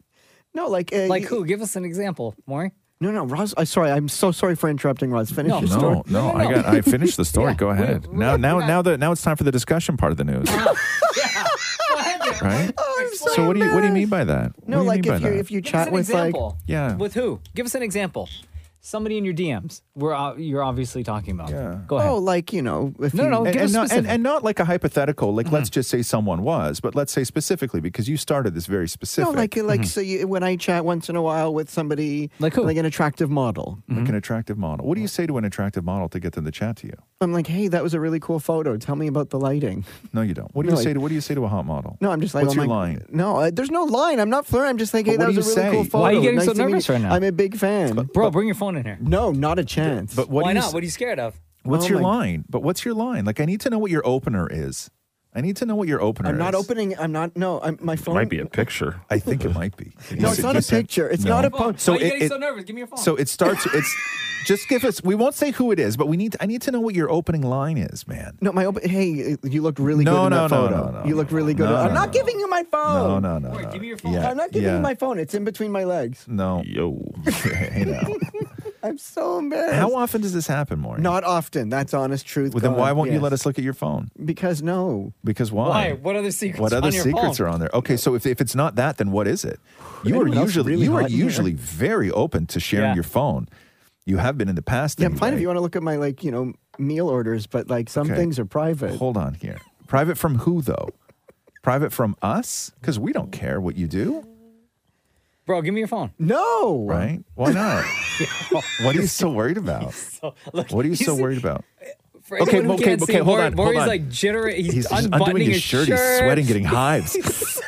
[SPEAKER 6] No, like uh,
[SPEAKER 5] like
[SPEAKER 6] you-
[SPEAKER 5] who? Give us an example, Maury.
[SPEAKER 6] No, no, Roz. I sorry. I'm so sorry for interrupting, Roz. Finish
[SPEAKER 5] No.
[SPEAKER 6] your
[SPEAKER 5] No,
[SPEAKER 6] story.
[SPEAKER 4] No, I got. I finished the story. Go ahead. now, now, now that now it's time for the discussion part of the news, right?
[SPEAKER 5] Oh,
[SPEAKER 4] so, what do you what do you mean by that?
[SPEAKER 6] No,
[SPEAKER 4] what
[SPEAKER 6] like
[SPEAKER 4] do you mean
[SPEAKER 6] if
[SPEAKER 4] by
[SPEAKER 6] you
[SPEAKER 4] that?
[SPEAKER 6] if you
[SPEAKER 5] Give us
[SPEAKER 6] chat
[SPEAKER 5] an
[SPEAKER 6] with like
[SPEAKER 5] example.
[SPEAKER 4] Yeah.
[SPEAKER 5] With who? Give us an example. Somebody in your DMs. We're uh, you're obviously talking about. Yeah. Go ahead.
[SPEAKER 6] oh like you know if
[SPEAKER 5] No,
[SPEAKER 6] you,
[SPEAKER 5] no,
[SPEAKER 4] and, and not, and, and not like a hypothetical. Like
[SPEAKER 5] Mm-hmm.
[SPEAKER 4] let's just say someone was, but let's say specifically because you started this very
[SPEAKER 6] no
[SPEAKER 4] specific.
[SPEAKER 6] like like
[SPEAKER 4] Mhm.
[SPEAKER 6] so you, when I chat once in a while with somebody like
[SPEAKER 4] who?
[SPEAKER 6] like an attractive model.
[SPEAKER 4] like
[SPEAKER 5] Mm-hmm.
[SPEAKER 4] an attractive model. What do you say to an attractive model to get them to chat to you?
[SPEAKER 6] I'm like, hey, that was a really cool photo. Tell me about the lighting.
[SPEAKER 4] No, you don't. What do
[SPEAKER 6] No,
[SPEAKER 4] you say
[SPEAKER 6] like-
[SPEAKER 4] to What do you say to a hot model?
[SPEAKER 6] No, I'm just like,
[SPEAKER 4] what's
[SPEAKER 6] oh
[SPEAKER 4] your
[SPEAKER 6] my-
[SPEAKER 4] line?
[SPEAKER 6] No, uh, there's no line. I'm not flirting. I'm just like,
[SPEAKER 4] But
[SPEAKER 6] hey, that
[SPEAKER 4] what
[SPEAKER 6] was
[SPEAKER 4] do
[SPEAKER 6] a
[SPEAKER 4] you
[SPEAKER 6] really cool
[SPEAKER 4] say?
[SPEAKER 6] photo.
[SPEAKER 4] Why are you getting
[SPEAKER 6] Nice
[SPEAKER 4] so
[SPEAKER 6] to meet
[SPEAKER 4] nervous
[SPEAKER 6] you."
[SPEAKER 4] right now?
[SPEAKER 6] I'm a big fan,
[SPEAKER 5] Bro, bring your phone in here.
[SPEAKER 6] No, not a chance.
[SPEAKER 4] But what
[SPEAKER 5] Why
[SPEAKER 4] do you
[SPEAKER 5] not?
[SPEAKER 4] s-
[SPEAKER 5] What are you scared of?
[SPEAKER 4] What's
[SPEAKER 6] Oh
[SPEAKER 4] your
[SPEAKER 6] my-
[SPEAKER 4] line? But what's your line? Like I need to know what your opener is. I need to know what your opener
[SPEAKER 6] I'm
[SPEAKER 4] is.
[SPEAKER 6] not opening. I'm not. No, I'm, my phone.
[SPEAKER 4] picture. I think it might be.
[SPEAKER 6] No, it's not a picture. It's not a phone.
[SPEAKER 5] Why are you getting so nervous? Give me your phone.
[SPEAKER 4] So it starts. It's just give us. We won't say who it is, but we need. I need to know what your opening line is, man.
[SPEAKER 6] No, my open. Hey, you looked really
[SPEAKER 4] No,
[SPEAKER 6] good in
[SPEAKER 4] no,
[SPEAKER 6] that
[SPEAKER 4] no,
[SPEAKER 6] photo.
[SPEAKER 4] no, no,
[SPEAKER 6] you look really good.
[SPEAKER 4] no,
[SPEAKER 6] I'm
[SPEAKER 4] no,
[SPEAKER 6] not
[SPEAKER 4] no.
[SPEAKER 6] giving you my phone.
[SPEAKER 4] No, no, no. give me your phone.
[SPEAKER 6] I'm not giving you my phone. It's in between my legs.
[SPEAKER 4] No. Yo. hey, now.
[SPEAKER 6] I'm so embarrassed.
[SPEAKER 4] How often does this happen, Maury?
[SPEAKER 6] Not often. That's honest truth.
[SPEAKER 4] Well, then
[SPEAKER 6] God,
[SPEAKER 4] why won't you
[SPEAKER 6] yes.
[SPEAKER 4] let us look at your phone?
[SPEAKER 6] Because no.
[SPEAKER 4] Because why?
[SPEAKER 5] Why? What other secrets?
[SPEAKER 4] What
[SPEAKER 5] are
[SPEAKER 4] other
[SPEAKER 5] on your
[SPEAKER 4] secrets
[SPEAKER 5] phone?
[SPEAKER 4] are on there? Okay, so if, if it's not that, then what is it? You are
[SPEAKER 6] Anyone else
[SPEAKER 4] usually
[SPEAKER 6] really
[SPEAKER 4] you are
[SPEAKER 6] hot in here?
[SPEAKER 4] usually very open to sharing
[SPEAKER 6] Yeah.
[SPEAKER 4] your phone. You have been in the past.
[SPEAKER 6] Yeah,
[SPEAKER 4] anyway.
[SPEAKER 6] fine if you want to look at my like you know meal orders, but like some
[SPEAKER 4] Okay.
[SPEAKER 6] things are private.
[SPEAKER 4] Hold on here. Private from who though? Private from us? Because we don't care what you do,
[SPEAKER 5] Bro, give me your phone.
[SPEAKER 6] No.
[SPEAKER 4] right? Why not? what are you so worried about?
[SPEAKER 5] So, look,
[SPEAKER 4] What are you
[SPEAKER 5] he's-
[SPEAKER 4] so worried about?
[SPEAKER 5] For anyone who can't see, Maury- Maury's like jittery. He's,
[SPEAKER 4] just
[SPEAKER 5] unbuttoning
[SPEAKER 4] his shirt. He's sweating, getting hives.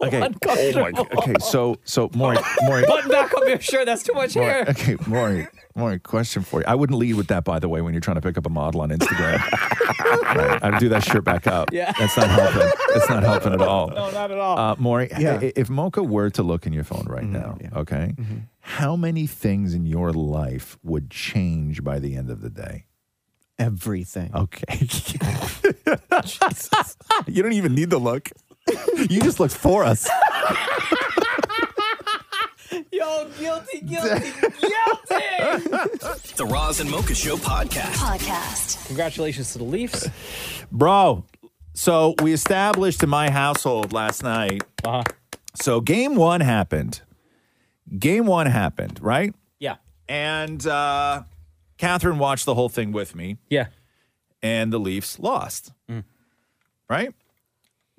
[SPEAKER 4] okay. Oh my
[SPEAKER 5] uncomfortable.
[SPEAKER 4] God. Okay. So, so Maury, Maury,
[SPEAKER 5] Button back up your shirt. That's too much
[SPEAKER 4] Maury-
[SPEAKER 5] hair.
[SPEAKER 4] okay, Maury, Maury, question for you. I wouldn't lead with that, by the way, when you're trying to pick up a model on Instagram. right, I'd do that shirt back up.
[SPEAKER 5] Yeah.
[SPEAKER 4] That's not helping. That's not helping at all.
[SPEAKER 5] No, not at all.
[SPEAKER 4] Uh, Maury,
[SPEAKER 5] Yeah.
[SPEAKER 4] i- if Mocha were to look in your phone right now, okay, how many things in your life would change by the end of the day?
[SPEAKER 6] Everything.
[SPEAKER 4] Okay. you don't even need the look. You just looked for us.
[SPEAKER 5] Yo, guilty, guilty, guilty.
[SPEAKER 2] The Roz and Mocha Show podcast.
[SPEAKER 10] Podcast.
[SPEAKER 5] Congratulations to the Leafs.
[SPEAKER 4] Bro, so we established in my household last night.
[SPEAKER 5] Uh-huh.
[SPEAKER 4] So game one happened. Game one happened, right?
[SPEAKER 5] Yeah.
[SPEAKER 4] And uh, Catherine watched the whole thing with me.
[SPEAKER 5] Yeah.
[SPEAKER 4] And the Leafs lost. Right?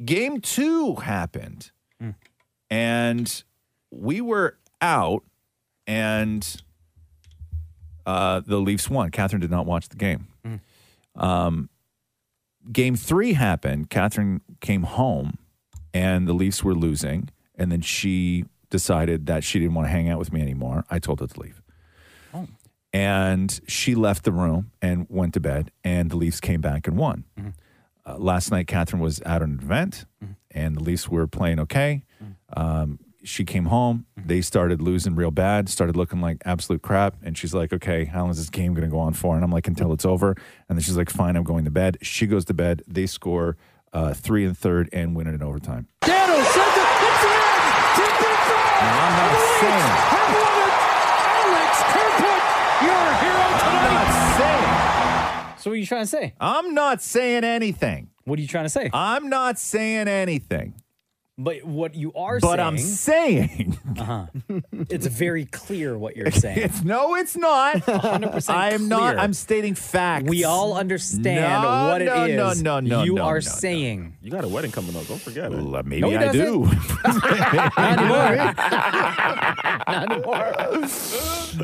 [SPEAKER 4] Game two happened. And we were out, and uh, the Leafs won. Catherine did not watch the game. Um, game three happened. Catherine came home, and the Leafs were losing. And then she decided that she didn't want to hang out with me anymore. I told her to leave. And she left the room and went to bed, and the Leafs came back and won. Uh, last night, Catherine was at an event, and the Leafs were playing okay. Um, she came home. They started losing real bad, started looking like absolute crap. And she's like, okay, how long is this game going to go on for? And I'm like, until it's over. And then she's like, fine, I'm going to bed. She goes to bed. They score uh, three and third and win it in overtime.
[SPEAKER 11] Dano sends it. It's in. Tipped in front.
[SPEAKER 4] I'm not saying.
[SPEAKER 11] I love it. Alex Kerfoot, your hero tonight.
[SPEAKER 4] So what are you trying to say? I'm not saying anything. What are you trying to say? I'm not saying anything.
[SPEAKER 5] But what you are
[SPEAKER 4] but
[SPEAKER 5] saying,
[SPEAKER 4] I'm saying
[SPEAKER 5] uh-huh. it's very clear what you're saying.
[SPEAKER 4] It's no, it's not.
[SPEAKER 5] 100%
[SPEAKER 4] I am not.
[SPEAKER 5] clear.
[SPEAKER 4] I'm stating facts.
[SPEAKER 5] We all understand
[SPEAKER 4] No,
[SPEAKER 5] what it
[SPEAKER 4] no,
[SPEAKER 5] is
[SPEAKER 4] No, no, no,
[SPEAKER 5] you
[SPEAKER 4] no,
[SPEAKER 5] are
[SPEAKER 4] no.
[SPEAKER 5] saying.
[SPEAKER 20] You got a wedding coming up. Don't forget it.
[SPEAKER 4] maybe
[SPEAKER 11] Oh,
[SPEAKER 5] No, he
[SPEAKER 4] I do.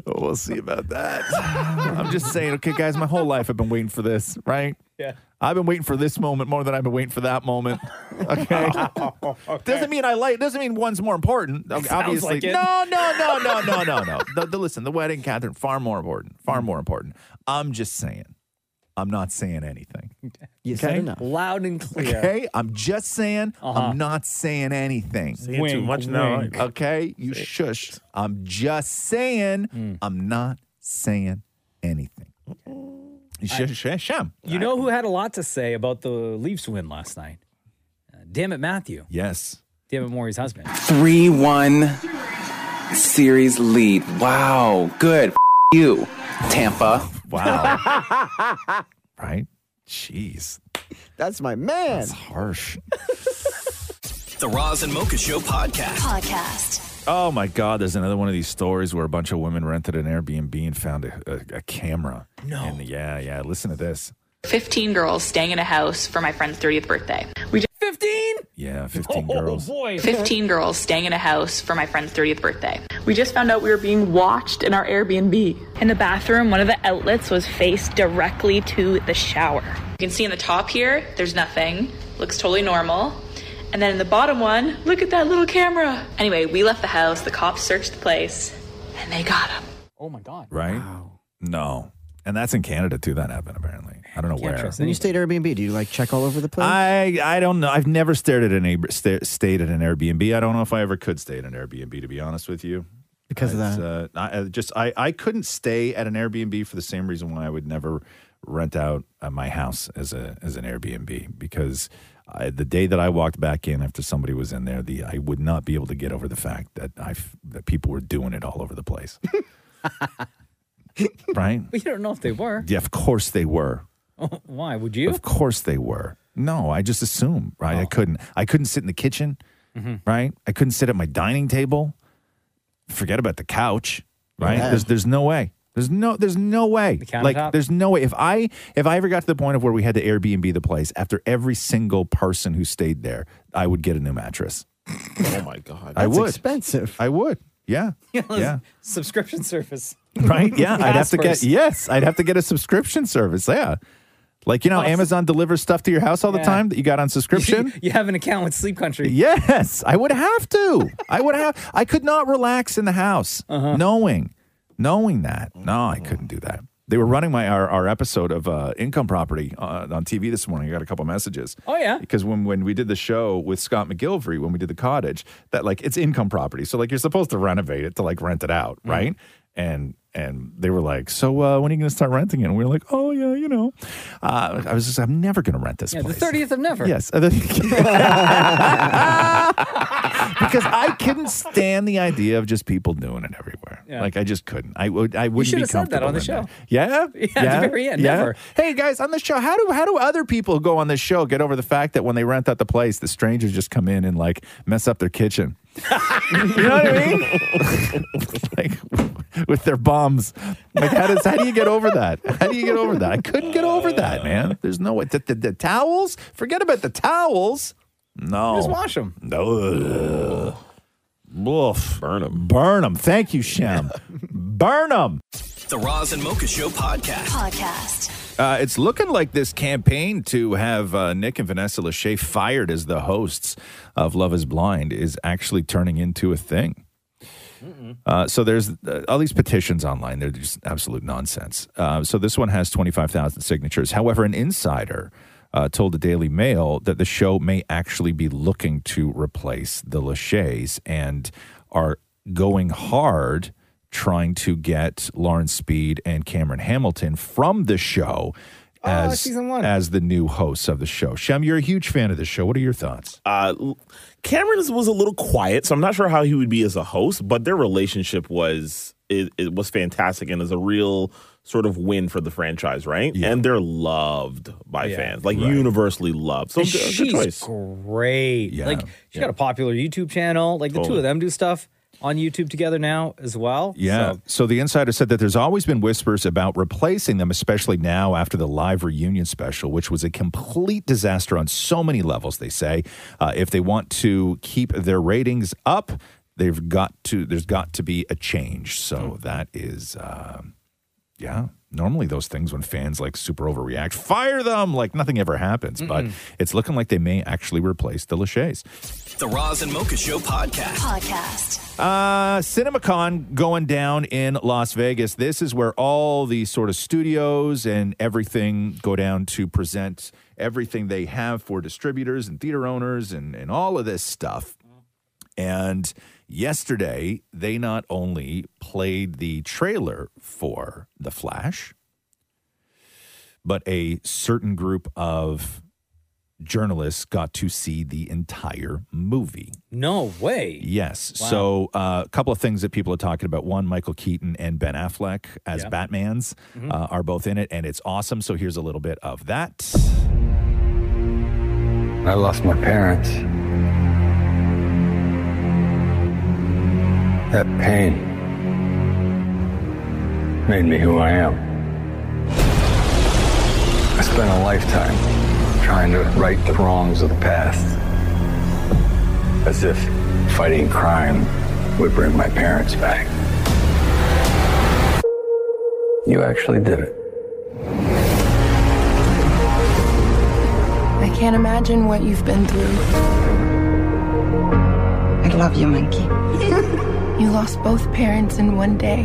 [SPEAKER 4] we'll see about that. I'm just saying, okay, guys, my whole life I've been waiting for this, right?
[SPEAKER 5] Yeah.
[SPEAKER 4] I've been waiting for this moment more than I've been waiting for that moment. Okay. Doesn't mean I like doesn't mean one's more important. Okay,
[SPEAKER 11] Sounds
[SPEAKER 4] obviously.
[SPEAKER 11] like it.
[SPEAKER 4] No, no, no, no, no, no, no. The, the, listen, the wedding, Catherine, far more important. Far more important. I'm just saying. I'm not saying anything.
[SPEAKER 5] You
[SPEAKER 4] said
[SPEAKER 5] Okay?
[SPEAKER 4] enough.
[SPEAKER 5] Loud and clear.
[SPEAKER 4] Okay, I'm just saying. I'm not saying anything.
[SPEAKER 20] Saying Uh-huh. too Wink, much now, wink. aren't you?
[SPEAKER 4] Okay, you shush. I'm just saying.
[SPEAKER 20] Hmm.
[SPEAKER 4] I'm not saying anything. You shush, shush, shum.
[SPEAKER 5] You know who had a lot to say about the Leafs win last night? Uh, damn it, Matthew.
[SPEAKER 4] Yes.
[SPEAKER 5] Damn it, Maury's husband.
[SPEAKER 24] 3 1 series lead. Wow. Good. F- you, Tampa.
[SPEAKER 4] Wow. right? Jeez.
[SPEAKER 6] That's my man. That's
[SPEAKER 4] harsh.
[SPEAKER 2] The Roz and Mocha Show podcast. Podcast.
[SPEAKER 4] Oh my God! There's another one of these stories where a bunch of women rented an Airbnb and found a, a, a camera. No. And yeah, yeah. Listen to this.
[SPEAKER 1] 15 girls staying in a house for my friend's 30th birthday. We just 15?
[SPEAKER 4] Yeah, 15 girls.
[SPEAKER 1] Boy. 15 girls staying in a house for my friend's 30th birthday. We just found out we were being watched in our Airbnb. In the bathroom, one of the outlets was faced directly to the shower. You can see in the top here, there's nothing. Looks totally normal. And then in the bottom one, look at that little camera. Anyway, we left the house, the cops searched the place, and they got him.
[SPEAKER 5] Oh my God.
[SPEAKER 4] Right? No. And that's in Canada too. That happened apparently. I don't know where.
[SPEAKER 6] When you stayed at Airbnb, do you like check all over the place?
[SPEAKER 4] I I don't know. I've never stared at an Air- sta- stayed at an Airbnb. I don't know if I ever could stay at an Airbnb. To be honest with you,
[SPEAKER 6] Because of
[SPEAKER 4] It's,
[SPEAKER 6] that.
[SPEAKER 4] uh, I, I just I I couldn't stay at an Airbnb for the same reason why I would never rent out uh, my house as a as an Airbnb because. I, the day that I walked back in after somebody was in there, the I would not be able to get over the fact that I that people were doing it all over the place, right?
[SPEAKER 5] But you don't know if they were.
[SPEAKER 4] Yeah, of course they were.
[SPEAKER 5] Why would you? Oh.
[SPEAKER 4] Of course they were. No, I just assumed, right? I couldn't. I couldn't sit in the kitchen,
[SPEAKER 5] Mhm.
[SPEAKER 4] right? I couldn't sit at my dining table. Forget about the couch, right?
[SPEAKER 11] Yeah.
[SPEAKER 4] There's there's no way. There's no there's no way.
[SPEAKER 11] countertop?
[SPEAKER 4] like there's no way. If I if I ever got to the point of where we had to Airbnb the place after every single person who stayed there, I would get a new mattress.
[SPEAKER 20] Oh my God.
[SPEAKER 4] I
[SPEAKER 6] That's
[SPEAKER 4] would.
[SPEAKER 6] expensive.
[SPEAKER 4] I would. Yeah.
[SPEAKER 5] yeah. Subscription service.
[SPEAKER 4] Right? Yeah, I'd have to
[SPEAKER 5] Passwords.
[SPEAKER 4] get yes, I'd have to get a subscription service. Yeah. Like you know, Amazon delivers stuff to your house all the
[SPEAKER 5] Yeah.
[SPEAKER 4] time that you got on subscription.
[SPEAKER 5] You have an account with Sleep Country.
[SPEAKER 4] Yes, I would have to. I would have. I could not relax in the house, knowing, knowing that. No, I couldn't do that. They were running my our, our episode of uh, Income Property uh, on TV this morning. I got a couple messages.
[SPEAKER 5] Oh, yeah.
[SPEAKER 4] because when when we did the show with Scott McGilvery, when we did the cottage, that like it's income property, so like you're supposed to renovate it to like rent it out,
[SPEAKER 5] Mm-hmm.
[SPEAKER 4] right? And and they were like, so uh, when are you going to start renting it? And we were like, oh yeah, you know, uh, I was just I'm never going to rent this
[SPEAKER 5] Yeah, the
[SPEAKER 4] place.
[SPEAKER 5] 30th of never.
[SPEAKER 4] Yes. because I couldn't stand the idea of just people doing it everywhere.
[SPEAKER 11] Yeah.
[SPEAKER 4] Like I just couldn't. I would. I wouldn't
[SPEAKER 11] should
[SPEAKER 4] be
[SPEAKER 11] have said that
[SPEAKER 4] comfortable
[SPEAKER 11] on
[SPEAKER 4] in
[SPEAKER 11] the show.
[SPEAKER 4] Yeah.
[SPEAKER 11] Yeah, at the very end, never.
[SPEAKER 4] Hey guys, on the show, how do how do other people go on this show get over the fact that when they rent out the place, the strangers just come in and like mess up their kitchen? you know what I mean? like with their bombs. Like how does how do you get over that? How do you get over that? I couldn't get over that, man. There's no way. The, the, the towels? Forget about the towels. No.
[SPEAKER 5] Just wash 'em.
[SPEAKER 4] No. Woof. Burn them. Burn them. Thank you, Shem. Burn them.
[SPEAKER 2] The Roz and Mocha Show podcast.
[SPEAKER 10] Podcast.
[SPEAKER 4] Uh, it's looking like this campaign to have uh, Nick and Vanessa Lachey fired as the hosts of Love is Blind is actually turning into a thing. Uh, so there's uh, all these petitions online. They're just absolute nonsense. Uh, so this one has 25,000 signatures. However, an insider uh, told the Daily Mail that the show may actually be looking to replace the Lachey's and are going hard trying to get Lauren Speed and Cameron Hamilton from the show as,
[SPEAKER 5] Ah, season one.
[SPEAKER 4] as the new hosts of the show. Shem, you're a huge fan of the show. What are your thoughts?
[SPEAKER 20] Uh, l- Cameron is- was a little quiet, so I'm not sure how he would be as a host, but their relationship was it, it was fantastic and is a real sort of win for the franchise, right? And they're loved by
[SPEAKER 5] Yeah.
[SPEAKER 20] fans, like
[SPEAKER 5] Right.
[SPEAKER 20] universally loved. So
[SPEAKER 5] And
[SPEAKER 20] good, good
[SPEAKER 5] she's
[SPEAKER 20] choice.
[SPEAKER 5] great.
[SPEAKER 20] Yeah.
[SPEAKER 5] Like she's got a popular YouTube channel. Like the two
[SPEAKER 4] Totally.
[SPEAKER 5] of them do stuff on YouTube together now as well.
[SPEAKER 4] Yeah. So, the insider said that there's always been whispers about replacing them, especially now after the live reunion special, which was a complete disaster on so many levels, they say. Uh, if they want to keep their ratings up, they've got to, there's got to be a change. So that is, um yeah. Normally, those things when fans like super overreact, fire them like nothing ever happens. But it's looking like they may actually replace the Lachey's.
[SPEAKER 2] The Roz and Mocha Show podcast. Podcast.
[SPEAKER 4] Uh, CinemaCon going down in Las Vegas. This is where all the sort of studios and everything go down to present everything they have for distributors and theater owners and, and all of this stuff. And yesterday, they not only played the trailer for The Flash, but a certain group of journalists got to see the entire movie.
[SPEAKER 5] No way.
[SPEAKER 4] Yes.
[SPEAKER 5] Wow.
[SPEAKER 4] So, uh, a couple of things that people are talking about. One, Michael Keaton and Ben Affleck as
[SPEAKER 5] Yeah.
[SPEAKER 4] Batmans
[SPEAKER 5] Mhm.
[SPEAKER 4] uh, are both in it, and it's awesome. So, here's a little bit of that.
[SPEAKER 7] I lost my parents. That pain made me who I am. I spent a lifetime trying to right the wrongs of the past, as if fighting crime would bring my parents back. You actually did it.
[SPEAKER 13] I can't imagine what you've been through. I love you, monkey. you lost both parents in one day.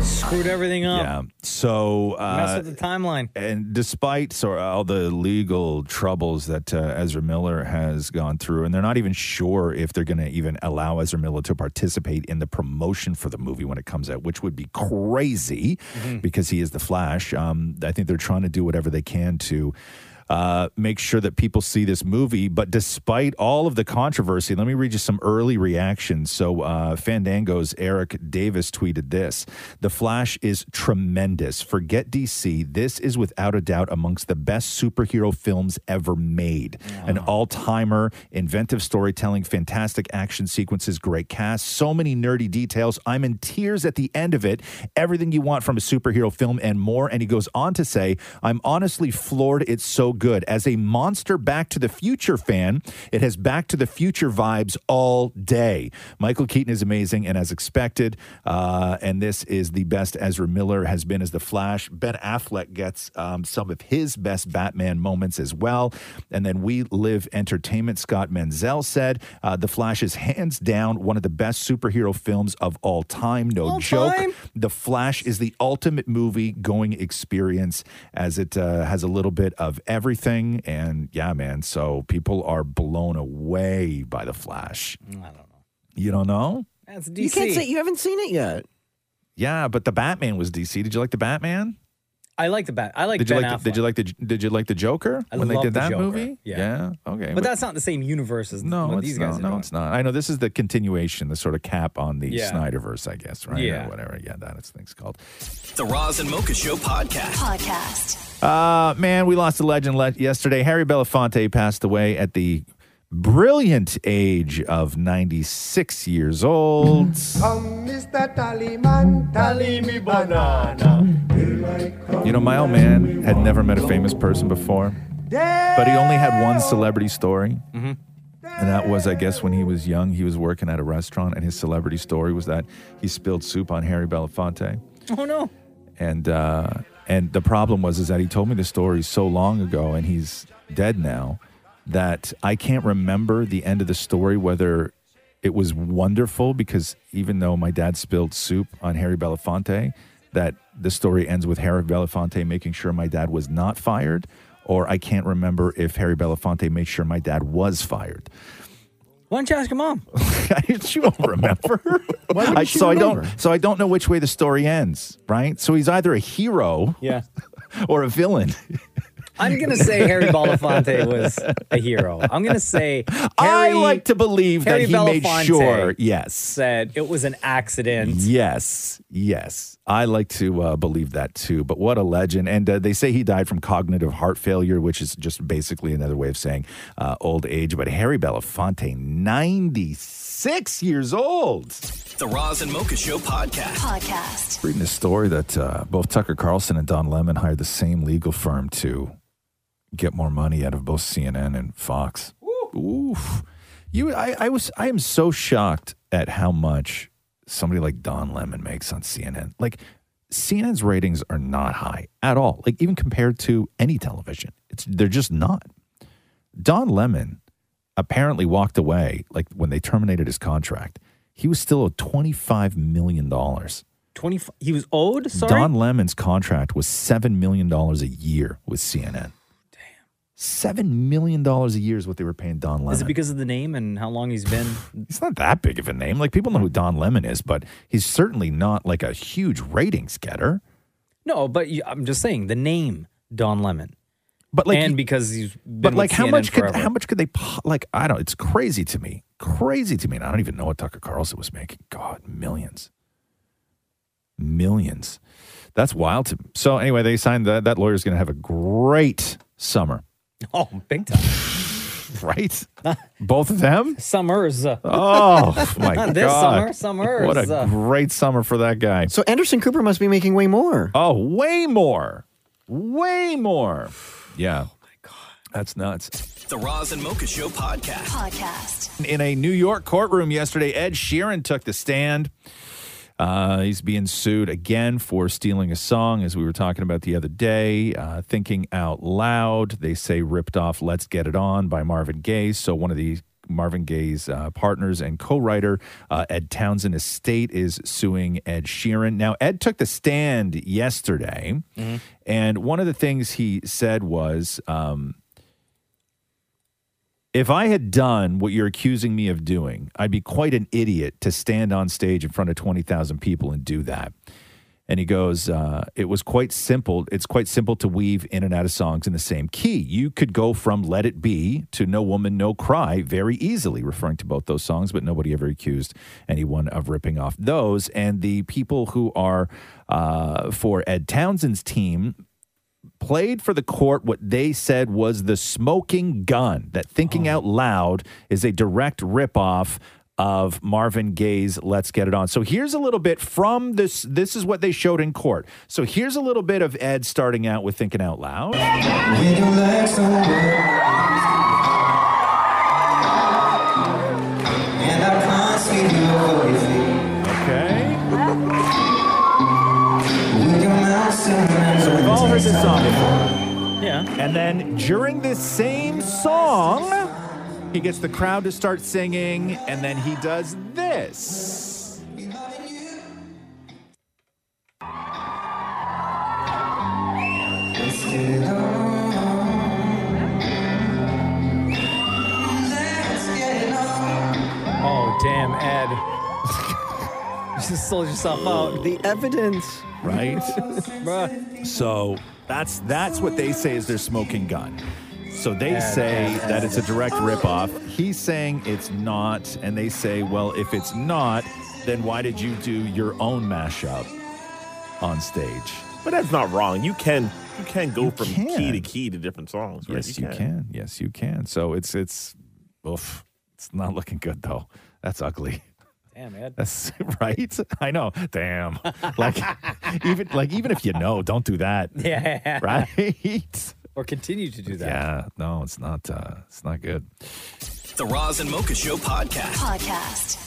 [SPEAKER 5] Screwed everything up.
[SPEAKER 4] Yeah. So
[SPEAKER 5] Mess
[SPEAKER 4] uh,
[SPEAKER 5] with the timeline.
[SPEAKER 4] And despite so, all the legal troubles that uh, Ezra Miller has gone through, and they're not even sure if they're going to even allow Ezra Miller to participate in the promotion for the movie when it comes out, which would be crazy
[SPEAKER 5] Mm-hmm.
[SPEAKER 4] because he is the Flash. Um, I think they're trying to do whatever they can to. Uh, make sure that people see this movie. But despite all of the controversy, let me read you some early reactions. So, uh, Fandango's Eric Davis tweeted this The Flash is tremendous. Forget DC. This is without a doubt amongst the best superhero films ever made. An all timer, inventive storytelling, fantastic action sequences, great cast, so many nerdy details. I'm in tears at the end of it. Everything you want from a superhero film and more. And he goes on to say, I'm honestly floored. It's so good. As a monster Back to the Future fan, it has Back to the Future vibes all day. Michael Keaton is amazing and as expected. Uh, and this is the best Ezra Miller has been as the Flash. Ben Affleck gets um, some of his best Batman moments as well. And then We Live Entertainment, Scott Menzel said, uh, The Flash is hands down one of the best superhero films of all time. No joke.
[SPEAKER 5] time?
[SPEAKER 4] The Flash is the ultimate movie going experience as it uh, has a little bit of everything. And yeah, man, so people are blown away by The Flash. I don't know. You don't know?
[SPEAKER 5] That's
[SPEAKER 6] You can't say you haven't seen it yet.
[SPEAKER 4] Yeah, but the Batman was DC. Did you like the Batman?
[SPEAKER 5] I like the bat. I like
[SPEAKER 4] did you
[SPEAKER 5] Ben
[SPEAKER 4] like the,
[SPEAKER 5] Affleck.
[SPEAKER 4] did you like the did you like the Joker
[SPEAKER 5] I
[SPEAKER 4] when they
[SPEAKER 5] love
[SPEAKER 4] did
[SPEAKER 5] the
[SPEAKER 4] that
[SPEAKER 5] Joker.
[SPEAKER 4] movie?
[SPEAKER 5] Yeah.
[SPEAKER 4] Okay.
[SPEAKER 5] but, that's not the same universe as
[SPEAKER 4] no,
[SPEAKER 5] what
[SPEAKER 4] it's
[SPEAKER 5] these
[SPEAKER 4] not.
[SPEAKER 5] guys are
[SPEAKER 4] no,
[SPEAKER 5] doing.
[SPEAKER 4] it's not. I know this is the continuation, the sort of cap on the
[SPEAKER 5] Yeah.
[SPEAKER 4] Snyderverse, I guess, right? Or
[SPEAKER 2] Yeah.
[SPEAKER 4] whatever. Yeah, that is thing's called.
[SPEAKER 2] The Roz and Mocha Show podcast. Podcast.
[SPEAKER 4] Uh, man, we lost a legend le- yesterday. Harry Belafonte passed away at the brilliant age of 96 years old.
[SPEAKER 15] Come, Mr. Tallyman, tally me banana.
[SPEAKER 4] You know, my old man had never met a famous person before, but he only had one celebrity story. And that was, I guess, when he was young, he was working at a restaurant, and his celebrity story was that he spilled soup on Harry Belafonte.
[SPEAKER 5] Oh no.
[SPEAKER 4] and uh, and the problem was is that he told me the story so long ago, and he's dead now. that I can't remember the end of the story whether it was wonderful because even though my dad spilled soup on Harry Belafonte, that the story ends with Harry Belafonte making sure my dad was not fired, or I can't remember if Harry Belafonte made sure my dad was fired.
[SPEAKER 5] Why don't you ask your mom?
[SPEAKER 4] you don't remember. I, so I don't. So I don't know which way the story ends. Right. So he's either a hero,
[SPEAKER 5] yeah,
[SPEAKER 4] or a villain.
[SPEAKER 5] I'm gonna say Harry Belafonte was a hero. I'm gonna say
[SPEAKER 4] I like to believe that
[SPEAKER 5] Harry
[SPEAKER 4] he made
[SPEAKER 5] Belafonte
[SPEAKER 4] sure. Yes.
[SPEAKER 5] said it was an accident.
[SPEAKER 4] Yes, yes. I like to uh, believe that too. But what a legend. And uh, they say he died from cognitive heart failure, which is just basically another way of saying uh, old age. But Harry Belafonte, 96 years old.
[SPEAKER 2] The Roz and Mocha Show podcast. Podcast.
[SPEAKER 4] Reading this story that uh, both Tucker Carlson and Don Lemon hired the same legal firm to get more money out of both CNN and Fox. Oof. You, I, I was, I am so shocked at how much somebody like Don Lemon makes on CNN. Like CNN's ratings are not high at all. Like even compared to any television, it's they're just not. Don Lemon apparently walked away. Like when they terminated his contract, he was still owed twenty five million dollars.
[SPEAKER 5] Twenty. He was owed. Sorry.
[SPEAKER 4] Don Lemon's contract was seven million dollars a year with CNN. Damn, seven million dollars a year is what they were paying Don Lemon.
[SPEAKER 5] Is it because of the name and how long he's been?
[SPEAKER 4] He's not that big of a name. Like people know who Don Lemon is, but he's certainly not like a huge ratings getter.
[SPEAKER 5] No, but you, I'm just saying the name Don Lemon.
[SPEAKER 4] But like,
[SPEAKER 5] and
[SPEAKER 4] he-
[SPEAKER 5] because he's been
[SPEAKER 4] but like,
[SPEAKER 5] with
[SPEAKER 4] how
[SPEAKER 5] CNN
[SPEAKER 4] much could
[SPEAKER 5] forever.
[SPEAKER 4] how much could they po- like? I don't. It's crazy to me. Crazy to me. And I don't even know what Tucker Carlson was making. God, millions, millions. That's wild to me. So anyway, they signed that. That lawyer's going to have a great summer,
[SPEAKER 5] Oh, big time.
[SPEAKER 4] right? Both of them.
[SPEAKER 5] Summers.
[SPEAKER 4] Oh my
[SPEAKER 6] uh, This
[SPEAKER 4] God!
[SPEAKER 6] summer, summers. uh.
[SPEAKER 4] What a great summer for that guy.
[SPEAKER 6] So Anderson Cooper must be making way more.
[SPEAKER 4] Oh, way more. Way more. Yeah. Oh my God. That's nuts.
[SPEAKER 2] The Roz and Mocha Show podcast. Podcast.
[SPEAKER 4] In a New York courtroom yesterday, Ed Sheeran took the stand. Uh, he's being sued again for stealing a song, as we were talking about the other day. Uh, Thinking Out Loud, they say ripped off Let's Get It On by Marvin Gaye. So, one of the Marvin Gaye's uh, partners and co writer, uh, Ed Townsend Estate, is suing Ed Sheeran. Now, Ed took the stand yesterday,
[SPEAKER 14] Mm-hmm.
[SPEAKER 4] and one of the things he said was, um, if I had done what you're accusing me of doing, I'd be quite an idiot to stand on stage in front of 20,000 people and do that. And he goes, uh, it was quite simple. It's quite simple to weave in and out of songs in the same key. You could go from Let It Be to No Woman, No Cry very easily, referring to both those songs, but nobody ever accused anyone of ripping off those. And the people who are uh, for Ed Townsend's team played for the court what they said was the smoking gun that thinking out loud is a direct ripoff of Marvin Gaye's Let's Get It On. So here's a little bit from this this is what they showed in court. So here's a little bit of Ed starting out with Thinking Out Loud.
[SPEAKER 15] When your legs are And I constantly look at your feet. Okay. With your mouth sometimes
[SPEAKER 4] So we've all heard this song before.
[SPEAKER 5] Yeah.
[SPEAKER 4] And then during this same song, he gets the crowd to start singing and then he does this.
[SPEAKER 5] Oh, damn, Ed. you just sold yourself out.
[SPEAKER 6] The evidence.
[SPEAKER 4] right? so that's that's what they say is their smoking gun. So they
[SPEAKER 11] Yeah,
[SPEAKER 4] say
[SPEAKER 11] yeah,
[SPEAKER 4] that
[SPEAKER 11] yeah.
[SPEAKER 4] it's a direct ripoff. He's saying it's not, and they say, well, if it's not, then why did you do your own mashup on stage?
[SPEAKER 20] But that's not wrong. You can you can go from key to key to different songs. Right?
[SPEAKER 4] Yes, you can. Yes, you can. So it's it's, oof, it's not looking good though. That's ugly.
[SPEAKER 5] Damn, Ed.
[SPEAKER 4] That's right. I know. Damn. Like even like even if you know, don't do that.
[SPEAKER 5] Yeah.
[SPEAKER 4] Right.
[SPEAKER 5] Or continue to do that.
[SPEAKER 4] Yeah. No, it's not. Uh, it's not good.
[SPEAKER 2] The Roz and Mocha Show podcast. Podcast.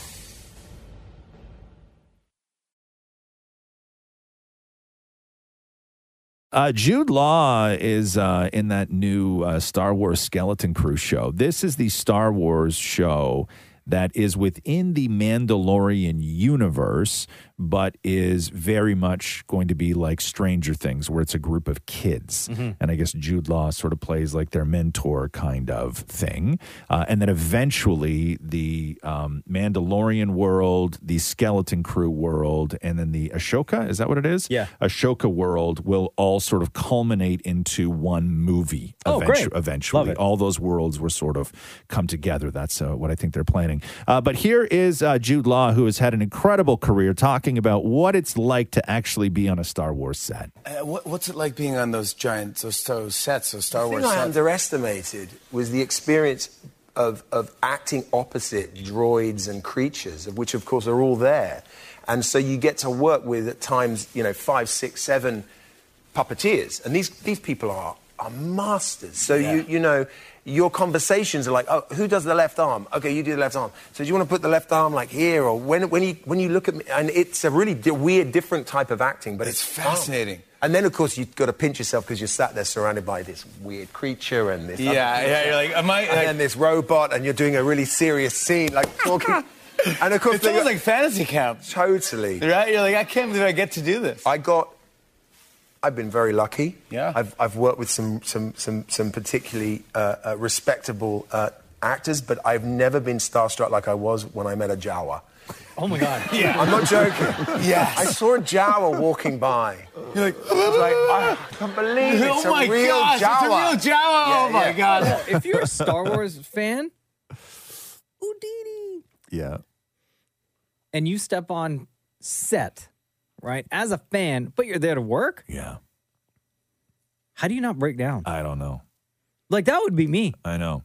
[SPEAKER 4] Uh, Jude Law is uh, in that new uh, Star Wars Skeleton Crew show. This is the Star Wars show that is within the Mandalorian universe, but is very much going to be like Stranger Things, where it's a group of kids.
[SPEAKER 5] Mm-hmm.
[SPEAKER 14] Mhm.
[SPEAKER 4] And I guess Jude Law sort of plays like their mentor kind of thing. Uh, and then eventually the um, Mandalorian world, the Skeleton Crew world, and then the Ashoka, is that what it is?
[SPEAKER 5] Yeah.
[SPEAKER 4] Ashoka world will all sort of culminate into one movie
[SPEAKER 5] Oh, great.
[SPEAKER 4] eventually. All those worlds were sort of come together. That's uh, what I think they're planning. Uh, but here is uh, Jude Law, who has had an incredible career talking about what it's like to actually be on a Star Wars set.
[SPEAKER 17] Uh, what, what's it like being on those giant, those, those sets, those Star
[SPEAKER 18] The
[SPEAKER 17] Wars
[SPEAKER 18] thing I
[SPEAKER 17] sets?
[SPEAKER 18] underestimated was the experience of, of acting opposite droids and creatures, of which, of course, are all there. And so you get to work with, at times, you know, five, six, seven puppeteers. And these, these people are, are masters. So, you, you know, your conversations are like, oh, who does the left arm? Okay, you do the left arm. So do you want to put the left arm like here? Or when, when, you, when you look at me, and it's a really di- weird, different type of acting, but it's, fun.
[SPEAKER 17] fascinating.
[SPEAKER 18] And then, of course, you've got to pinch yourself because you're sat there surrounded by this weird creature and this.
[SPEAKER 17] Yeah,
[SPEAKER 18] other
[SPEAKER 17] yeah, you're like, am I,
[SPEAKER 18] And
[SPEAKER 17] like-
[SPEAKER 18] then this robot, and you're doing a really serious scene, like talking. and of course,
[SPEAKER 17] It's almost like fantasy camp.
[SPEAKER 18] Totally.
[SPEAKER 17] Right? You're like, I can't believe I get to do this.
[SPEAKER 18] I got. I've been very lucky. Yeah. I've, I've worked with some some some some particularly uh, uh, respectable uh, actors, but I've never been starstruck like I was when I met a Jawa.
[SPEAKER 5] Oh my God.
[SPEAKER 18] I'm not joking.
[SPEAKER 17] Yes.
[SPEAKER 18] I saw a Jawa walking by. You're like, "Ah, I can't believe it's
[SPEAKER 17] Oh
[SPEAKER 18] a
[SPEAKER 17] my
[SPEAKER 18] real
[SPEAKER 17] gosh, it's a
[SPEAKER 18] Jawa.
[SPEAKER 17] real Jawa. Oh my God.
[SPEAKER 5] Well, if you're a Star Wars fan,
[SPEAKER 4] Yeah.
[SPEAKER 5] and you step on set, right, as a fan, but you're there to work.
[SPEAKER 4] Yeah.
[SPEAKER 5] How do you not break down?
[SPEAKER 4] I don't know.
[SPEAKER 5] Like that would be me.
[SPEAKER 4] I know.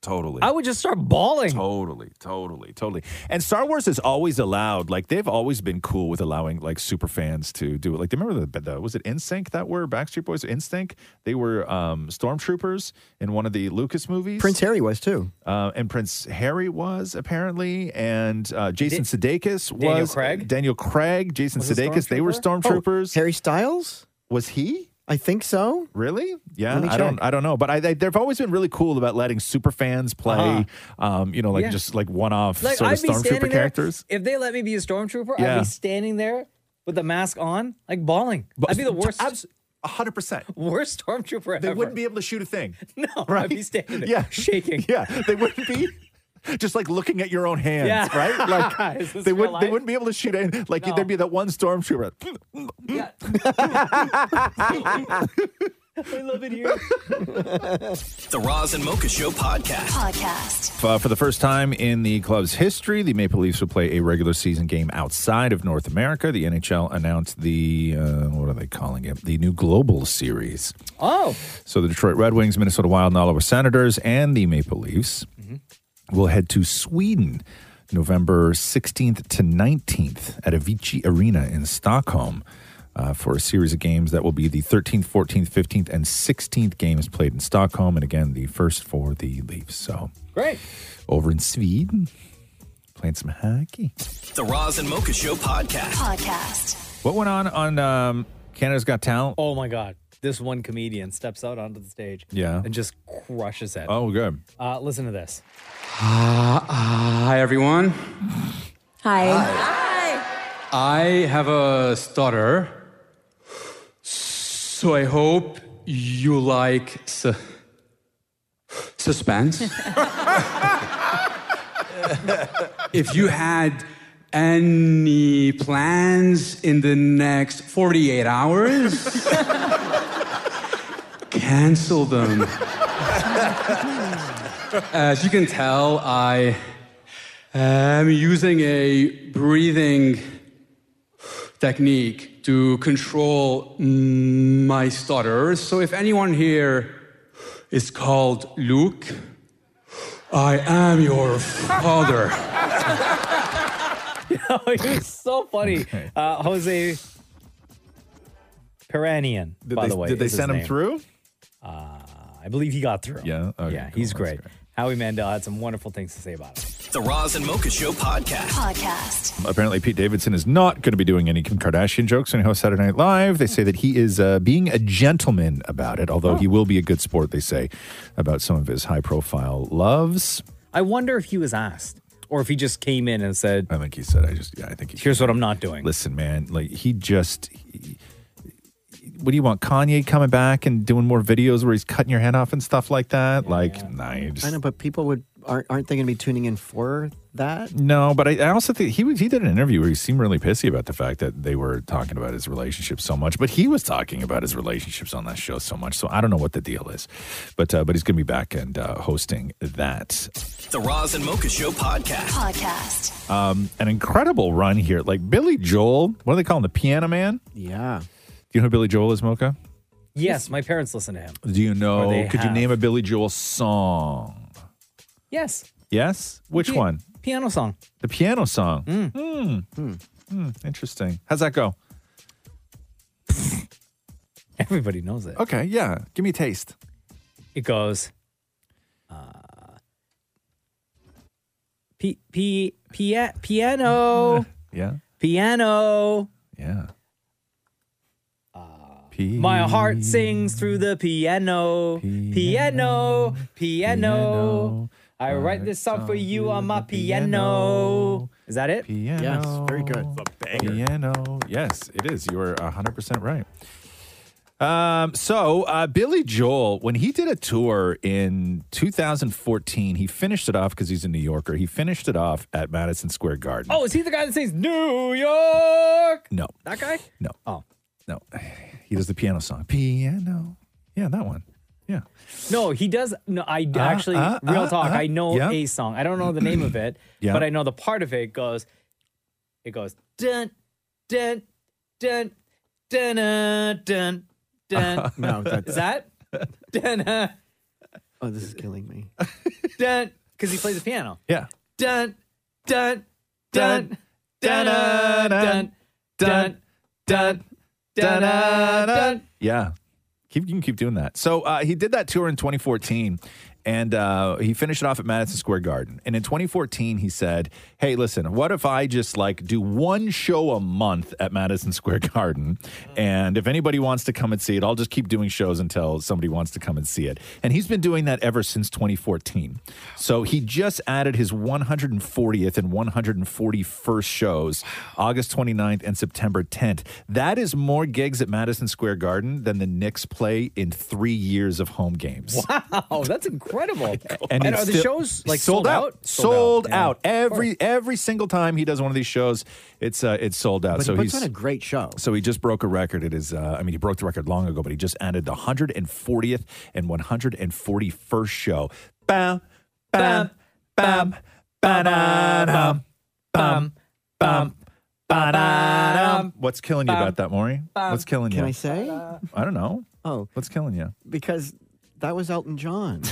[SPEAKER 4] Totally.
[SPEAKER 5] I would just start bawling.
[SPEAKER 4] Totally, totally, totally. And Star Wars has always allowed, like they've always been cool with allowing like super fans to do it. Like, do you remember the, the was it NSYNC that were Backstreet Boys? NSYNC? They were um, stormtroopers in one of the Lucas movies.
[SPEAKER 6] Prince Harry was too.
[SPEAKER 4] Uh, and Prince Harry was apparently, and uh, Jason Sudeikis was
[SPEAKER 6] Daniel Craig?
[SPEAKER 4] Daniel Craig, Jason
[SPEAKER 6] Was a
[SPEAKER 4] Sudeikis. They were
[SPEAKER 6] stormtrooper? Oh,
[SPEAKER 5] Oh.
[SPEAKER 4] stormtroopers.
[SPEAKER 6] Harry Styles
[SPEAKER 4] was he?
[SPEAKER 6] I think so.
[SPEAKER 4] Really? Yeah,
[SPEAKER 6] Let me
[SPEAKER 4] I don't.
[SPEAKER 6] check.
[SPEAKER 4] I don't know, but I, they, they've always been really cool about letting super fans play. Um, you know, like
[SPEAKER 5] Uh-huh. Yeah.
[SPEAKER 4] just like one-off
[SPEAKER 5] Like
[SPEAKER 4] sort
[SPEAKER 5] I'd
[SPEAKER 4] of
[SPEAKER 5] be standing
[SPEAKER 4] Oh, stormtrooper characters.
[SPEAKER 5] There, if they let me be a stormtrooper, I'd
[SPEAKER 4] Yeah.
[SPEAKER 5] be standing there with the mask on, like bawling. I'd be the worst.
[SPEAKER 4] hundred percent
[SPEAKER 5] worst stormtrooper ever.
[SPEAKER 4] They wouldn't be able to shoot a thing.
[SPEAKER 5] No, I'd
[SPEAKER 4] Right?
[SPEAKER 5] be standing there,
[SPEAKER 4] Yeah.
[SPEAKER 5] shaking.
[SPEAKER 4] Yeah, they wouldn't be. Just like looking at your own hands,
[SPEAKER 5] Yeah.
[SPEAKER 4] right?
[SPEAKER 5] Is this
[SPEAKER 4] Like they
[SPEAKER 5] real
[SPEAKER 4] wouldn't they
[SPEAKER 5] life?
[SPEAKER 4] wouldn't be able to shoot in like there'd be that one stormtrooper.
[SPEAKER 5] I love it here.
[SPEAKER 2] The Roz and Mocha Show podcast. Podcast.
[SPEAKER 4] Uh, for the first time in the club's history, the Maple Leafs will play a regular season game outside of North America. The NHL announced the uh, what are they calling it? The new Global Series.
[SPEAKER 5] Oh,
[SPEAKER 4] So the Detroit Red Wings, Minnesota Wild, and Ottawa Senators, and the Maple Leafs will head to Sweden November 16th to 19th at Avicii Arena in Stockholm uh, for a series of games that will be the 13th, 14th, 15th, and 16th games played in Stockholm. And again, the first for the Leafs. So
[SPEAKER 5] great.
[SPEAKER 4] over in Sweden, playing some hockey.
[SPEAKER 2] The Roz and Mocha Show podcast. Podcast.
[SPEAKER 4] What went on on um, Canada's Got Talent?
[SPEAKER 5] Oh my God. This one comedian steps out onto the stage
[SPEAKER 4] Yeah.
[SPEAKER 5] and just crushes it.
[SPEAKER 4] Oh, good.
[SPEAKER 5] Uh, listen to this.
[SPEAKER 19] Uh, hi, everyone.
[SPEAKER 5] Hi.
[SPEAKER 19] I have a stutter, so I hope you like su- suspense. if you had any plans in the next 48 hours, cancel them. As you can tell, I am using a breathing technique to control my stutter. So if anyone here is called Luke, I am your father.
[SPEAKER 5] Oh, he was so funny. Uh, Jose Peranian,
[SPEAKER 4] Did
[SPEAKER 5] by
[SPEAKER 4] they-
[SPEAKER 5] the way.
[SPEAKER 4] did they
[SPEAKER 5] is his
[SPEAKER 4] send him
[SPEAKER 5] name.
[SPEAKER 4] through?
[SPEAKER 5] Uh, I I believe he got through.
[SPEAKER 4] Yeah. Okay,
[SPEAKER 5] yeah, he's great. Howie Mandel had some wonderful things to say about it.
[SPEAKER 2] The Roz and Mocha Show podcast.
[SPEAKER 10] Podcast.
[SPEAKER 4] Apparently, Pete Davidson is not going to be doing any Kim Kardashian jokes on host Saturday Night Live. They say that he is uh, being a gentleman about it, although he will be a good sport, they say, about some of his high profile loves.
[SPEAKER 5] I wonder if he was asked or if he just came in and said,
[SPEAKER 4] I think he said, I just, yeah, I think he
[SPEAKER 5] here's what I'm not doing.
[SPEAKER 4] Listen, man, like he just. he- what do you want? Kanye coming back and doing more videos where he's cutting your head off and stuff like that? like, nah, you just-
[SPEAKER 6] I know, but people would aren't aren't they going to be tuning in for that?
[SPEAKER 4] No, but I, I also think he was- he did an interview where he seemed really pissy about the fact that they were talking about his relationship so much, but he was talking about his relationships on that show so much. So I don't know what the deal is, but uh, but he's going to be back and uh, hosting that.
[SPEAKER 2] The Roz and Mocha Show podcast. Podcast.
[SPEAKER 4] Um, an incredible run here, like Billy Joel. What do they call him? The Piano Man.
[SPEAKER 6] Yeah.
[SPEAKER 4] Do you know who Billy Joel is, Mocha?
[SPEAKER 5] Yes, my parents listen to him.
[SPEAKER 4] Do you
[SPEAKER 5] Or they
[SPEAKER 4] know? Could you
[SPEAKER 5] have.
[SPEAKER 4] name a Billy Joel song?
[SPEAKER 5] Yes.
[SPEAKER 4] Yes. Which
[SPEAKER 5] Pi-
[SPEAKER 4] one?
[SPEAKER 5] Piano song.
[SPEAKER 4] The piano song.
[SPEAKER 5] Mm.
[SPEAKER 4] Hmm, interesting. How's that go?
[SPEAKER 5] Everybody knows it.
[SPEAKER 4] Okay, yeah. Give me a taste.
[SPEAKER 5] It goes. Uh, p- p- pia- piano.
[SPEAKER 4] Yeah.
[SPEAKER 5] Piano. Uh,
[SPEAKER 4] Yeah.
[SPEAKER 5] My heart sings through the piano. Piano. Piano. I write this song for you on my piano. Is that it?
[SPEAKER 4] Piano.
[SPEAKER 5] very good.
[SPEAKER 4] Piano. Yes, it is. You are 100% right. Um, so, uh, Billy Joel, when he did a tour in 2014, he finished it off because he's a New Yorker. He finished it off at Madison Square Garden.
[SPEAKER 5] Oh, is he the guy that sings New York?
[SPEAKER 4] No,
[SPEAKER 5] That guy?
[SPEAKER 4] no.
[SPEAKER 5] Oh.
[SPEAKER 4] No. He does the piano song. Piano. Yeah, that one. Yeah.
[SPEAKER 5] No, he does. No, I d-
[SPEAKER 4] Uh,
[SPEAKER 5] actually,
[SPEAKER 4] uh,
[SPEAKER 5] real
[SPEAKER 4] uh,
[SPEAKER 5] talk,
[SPEAKER 4] uh,
[SPEAKER 5] I know
[SPEAKER 4] yeah.
[SPEAKER 5] a song. I don't know the name of it,
[SPEAKER 4] Yeah.
[SPEAKER 5] but I know the part of it goes, it goes, dun, dun, dun, dun, dun, dun,
[SPEAKER 4] Uh-huh.
[SPEAKER 5] dun.
[SPEAKER 6] No, that's-
[SPEAKER 5] is that? Dun, uh,
[SPEAKER 6] Oh, this is killing me.
[SPEAKER 5] dun, because he plays the piano.
[SPEAKER 4] Yeah.
[SPEAKER 5] Dun, dun, dun, dun, dun, dun, dun, dun, dun, uh, dun.
[SPEAKER 4] Yeah. Keep, you can keep doing that. So uh, he did that tour in 2014 and uh, he finished it off at Madison Square Garden. And in 2014, he said, Hey, listen, what if I just like do one show a month at Madison Square Garden? And if anybody wants to come and see it, I'll just keep doing shows until somebody wants to come and see it. And he's been doing that ever since 2014. So he just added his 140th and 141st shows, August 29th and September 10th. That is more gigs at Madison Square Garden than the Knicks play in three years of home games.
[SPEAKER 5] Wow, that's incredible.
[SPEAKER 4] And,
[SPEAKER 5] And,
[SPEAKER 4] it's
[SPEAKER 5] are the
[SPEAKER 4] still-
[SPEAKER 5] shows like sold, out?
[SPEAKER 4] Sold, out. Every every single time he does one of these shows, it's uh, it's sold out.
[SPEAKER 6] But
[SPEAKER 4] so
[SPEAKER 6] he puts
[SPEAKER 4] he's
[SPEAKER 6] on a great show.
[SPEAKER 4] so he just broke a record. It is, uh, I mean, he broke the record long ago, but he just added the 140th and 141st show. Bam, bam, bam, ba-da-dum, bam, bam, ba-da-dum. What's killing you about that, Maury? What's killing you?
[SPEAKER 6] Can I say?
[SPEAKER 4] I don't know.
[SPEAKER 6] Oh,
[SPEAKER 4] What's killing you?
[SPEAKER 6] because that was Elton John.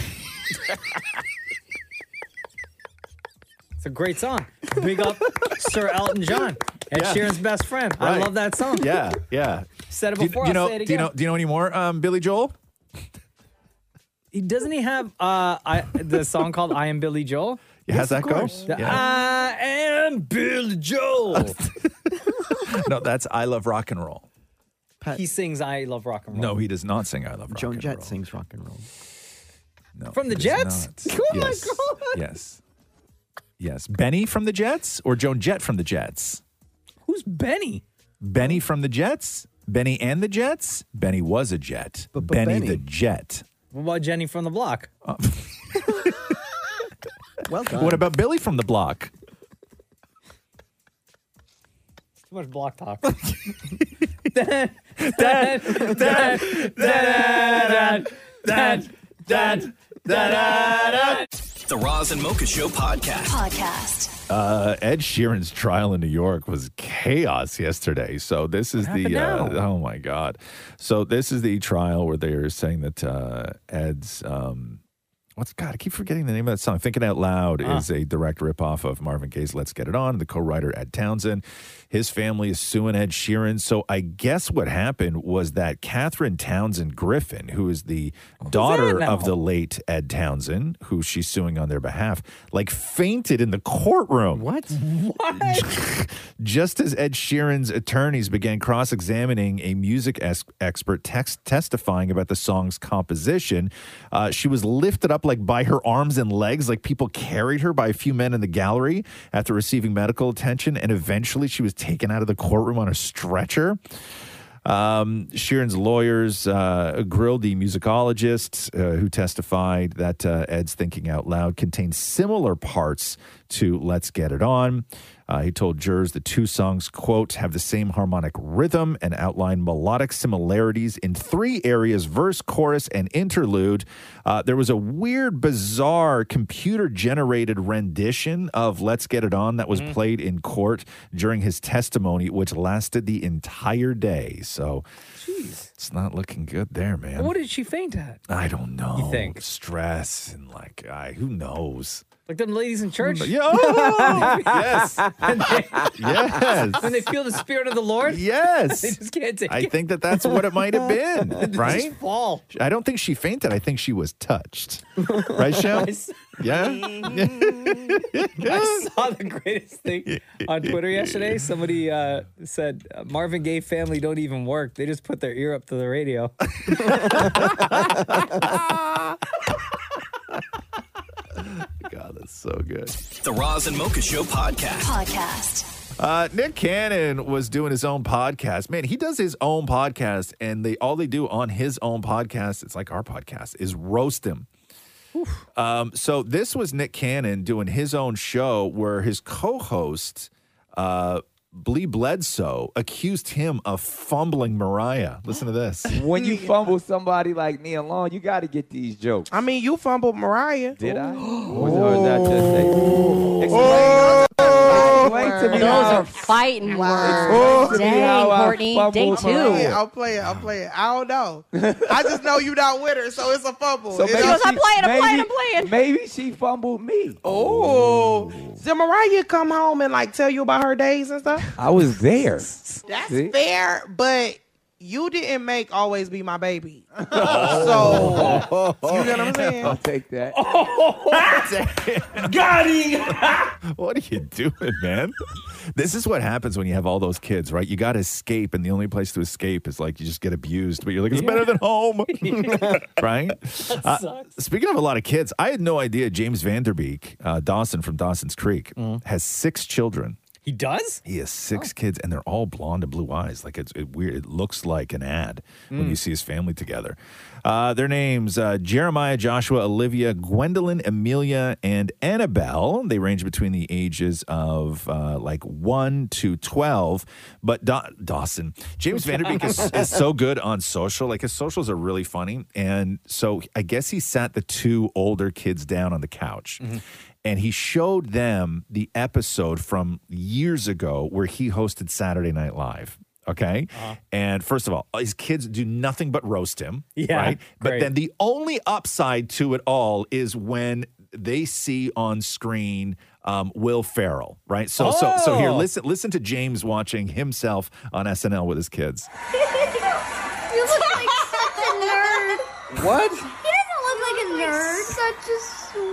[SPEAKER 5] It's a great song. Big up Sir Elton John, Ed
[SPEAKER 4] Yeah.
[SPEAKER 5] Sheeran's best friend. I
[SPEAKER 4] Right.
[SPEAKER 5] love that song.
[SPEAKER 4] Yeah, yeah.
[SPEAKER 5] Said it
[SPEAKER 4] Do you-
[SPEAKER 5] before,
[SPEAKER 4] Do you,
[SPEAKER 5] I'll
[SPEAKER 4] know?
[SPEAKER 5] say it
[SPEAKER 4] Do you
[SPEAKER 5] again.
[SPEAKER 4] know? Do you know any more? Um, Billy Joel.
[SPEAKER 5] He doesn't he have uh I the song called I Am Billy Joel?
[SPEAKER 4] Yeah, how's that go?
[SPEAKER 5] The
[SPEAKER 4] Yeah.
[SPEAKER 5] I am Billy Joel.
[SPEAKER 4] no, that's I love rock and roll.
[SPEAKER 5] he sings I Love Rock and Roll.
[SPEAKER 4] No, he does not sing I love rock
[SPEAKER 6] Joan
[SPEAKER 4] and
[SPEAKER 6] Jett
[SPEAKER 4] roll.
[SPEAKER 6] sings rock and roll.
[SPEAKER 4] No,
[SPEAKER 5] From the
[SPEAKER 4] he
[SPEAKER 5] Jets?
[SPEAKER 4] does not.
[SPEAKER 5] Oh my
[SPEAKER 4] Yes.
[SPEAKER 5] God.
[SPEAKER 4] Yes. Yes. Benny from the Jets or Joan Jett from the Jets?
[SPEAKER 5] Who's Benny?
[SPEAKER 4] Benny from the Jets? Benny and the Jets? Benny was a Jet. Benny,
[SPEAKER 5] Benny.
[SPEAKER 4] the Jet.
[SPEAKER 5] What about Jenny from the Block?
[SPEAKER 6] well
[SPEAKER 4] Um, What about Billy from the block?
[SPEAKER 5] Too much block talk. Dun, dun, dun, dun, dun, dun, dun, dun.
[SPEAKER 2] The Roz and Mocha Show podcast.
[SPEAKER 10] Podcast.
[SPEAKER 4] Uh, Ed Sheeran's trial in New York was chaos yesterday. So this is
[SPEAKER 10] What
[SPEAKER 4] the uh,
[SPEAKER 10] happened now?
[SPEAKER 4] oh my god. So this is the trial where they are saying that uh, Ed's um, What's God? I keep forgetting the name of that song. Thinking Out Loud
[SPEAKER 5] Huh.
[SPEAKER 4] is a direct ripoff of Marvin Gaye's "Let's Get It On." The co-writer Ed Townsend, his family is suing Ed Sheeran. So I guess what happened was that Catherine Townsend Griffin, who Oh, is the daughter
[SPEAKER 5] now?
[SPEAKER 4] of the late Ed Townsend, who she's suing on their behalf, like fainted in the courtroom. What? What? Just as Ed Sheeran's attorneys began cross examining a music es- expert tex- testifying about the song's composition, uh, she was lifted up like by her arms and legs, like people carried her by a few men in the gallery after receiving medical attention. And eventually she was taken out of the courtroom on a stretcher. Um, Sheeran's lawyers uh, grilled the musicologist uh, who testified that uh, Ed's Thinking Out Loud contained similar parts to Let's Get It On. Uh, he told jurors the two songs, quote, have the same harmonic rhythm and outline melodic similarities in three areas verse, chorus, and interlude. Uh, there was a weird, bizarre computer generated rendition of Let's Get It On that was played in court during his testimony, which lasted the entire day. So it's not looking good there, man.
[SPEAKER 5] What did she faint at?
[SPEAKER 4] I don't know.
[SPEAKER 5] You think?
[SPEAKER 4] Stress and like, I, who knows?
[SPEAKER 5] Like them ladies in church?
[SPEAKER 4] Yeah. Oh, yes.
[SPEAKER 5] When they,
[SPEAKER 4] Yes.
[SPEAKER 5] When they feel the spirit of the Lord?
[SPEAKER 4] Yes.
[SPEAKER 5] They just can't take
[SPEAKER 4] I
[SPEAKER 5] it.
[SPEAKER 4] think that that's what it might have been,
[SPEAKER 5] They just
[SPEAKER 4] right?
[SPEAKER 5] fall.
[SPEAKER 4] I don't think she fainted. I think she was touched. Right, Shell?
[SPEAKER 5] Nice.
[SPEAKER 4] Yeah?
[SPEAKER 5] I saw the greatest thing on Twitter yesterday. Somebody uh, said uh, Marvin Gaye family don't even work; they just put their ear up to the radio.
[SPEAKER 4] God, that's so good.
[SPEAKER 2] The Roz and Mocha Show podcast.
[SPEAKER 10] Podcast.
[SPEAKER 4] Uh, Nick Cannon was doing his own podcast. Man, he does his own podcast, and they all they do on his own podcast, it's like our podcast, is roast him. Um, so this was Nick Cannon doing his own show where his co-host uh Blee Bledsoe accused him of fumbling Mariah. Listen to this.
[SPEAKER 14] When you fumble somebody like me alone, you got to get these jokes.
[SPEAKER 8] I mean, you fumbled Mariah.
[SPEAKER 14] Did I? Or was that just a- Explain, explain to me
[SPEAKER 16] Those
[SPEAKER 14] how-
[SPEAKER 16] are fighting
[SPEAKER 14] Explain
[SPEAKER 16] words.
[SPEAKER 14] to me how
[SPEAKER 16] Dang,
[SPEAKER 14] I
[SPEAKER 16] Courtney.
[SPEAKER 14] fumbled
[SPEAKER 16] Day
[SPEAKER 14] Mariah.
[SPEAKER 16] two.
[SPEAKER 8] I'll play it. I'll play it. I don't know. I just know you're not with her, so it's a fumble.
[SPEAKER 14] So
[SPEAKER 8] It's
[SPEAKER 14] maybe
[SPEAKER 8] a-
[SPEAKER 14] she- maybe- Maybe she fumbled me.
[SPEAKER 8] Oh, did Mariah come home and like tell you about her days and stuff?
[SPEAKER 14] I was there.
[SPEAKER 8] That's
[SPEAKER 14] See?
[SPEAKER 8] fair, but you didn't make always be my baby. Oh. So you know what I'm saying?
[SPEAKER 14] I'll take that.
[SPEAKER 8] Got him.
[SPEAKER 4] What are you doing, man? This is what happens when you have all those kids, right? You got to escape, and the only place to escape is like you just get abused, but you're like, it's better than home, right? Uh, speaking of a lot of kids, I had no idea James Vanderbeek, uh, Dawson from Dawson's Creek, has six children.
[SPEAKER 5] Mm-hmm. He does? Oh.
[SPEAKER 4] He has six kids, and they're all blonde and blue eyes. Like it's it weird. It looks like an ad when
[SPEAKER 5] Mm.
[SPEAKER 4] you see his family together. Uh, their names: uh, Jeremiah, Joshua, Olivia, Gwendolyn, Amelia, and Annabelle. They range between the ages of uh, like one to twelve. But Da- Dawson James Vanderbeek is, is so good on social. Like his socials are really funny, and so I guess he sat the two older kids down on the couch and he showed them the episode from years ago where he hosted Saturday Night Live. Okay.
[SPEAKER 14] Uh-huh.
[SPEAKER 4] And first of all, his kids do nothing but roast him.
[SPEAKER 5] Yeah,
[SPEAKER 4] Right. But
[SPEAKER 5] great.
[SPEAKER 4] then the only upside to it all is when they see on screen um, Will Ferrell. Right. So, so, so here,
[SPEAKER 21] Oh.
[SPEAKER 4] listen, listen to James watching himself on SNL with his kids.
[SPEAKER 21] You look like such a nerd.
[SPEAKER 4] What?
[SPEAKER 21] He doesn't look like a nerd. Such a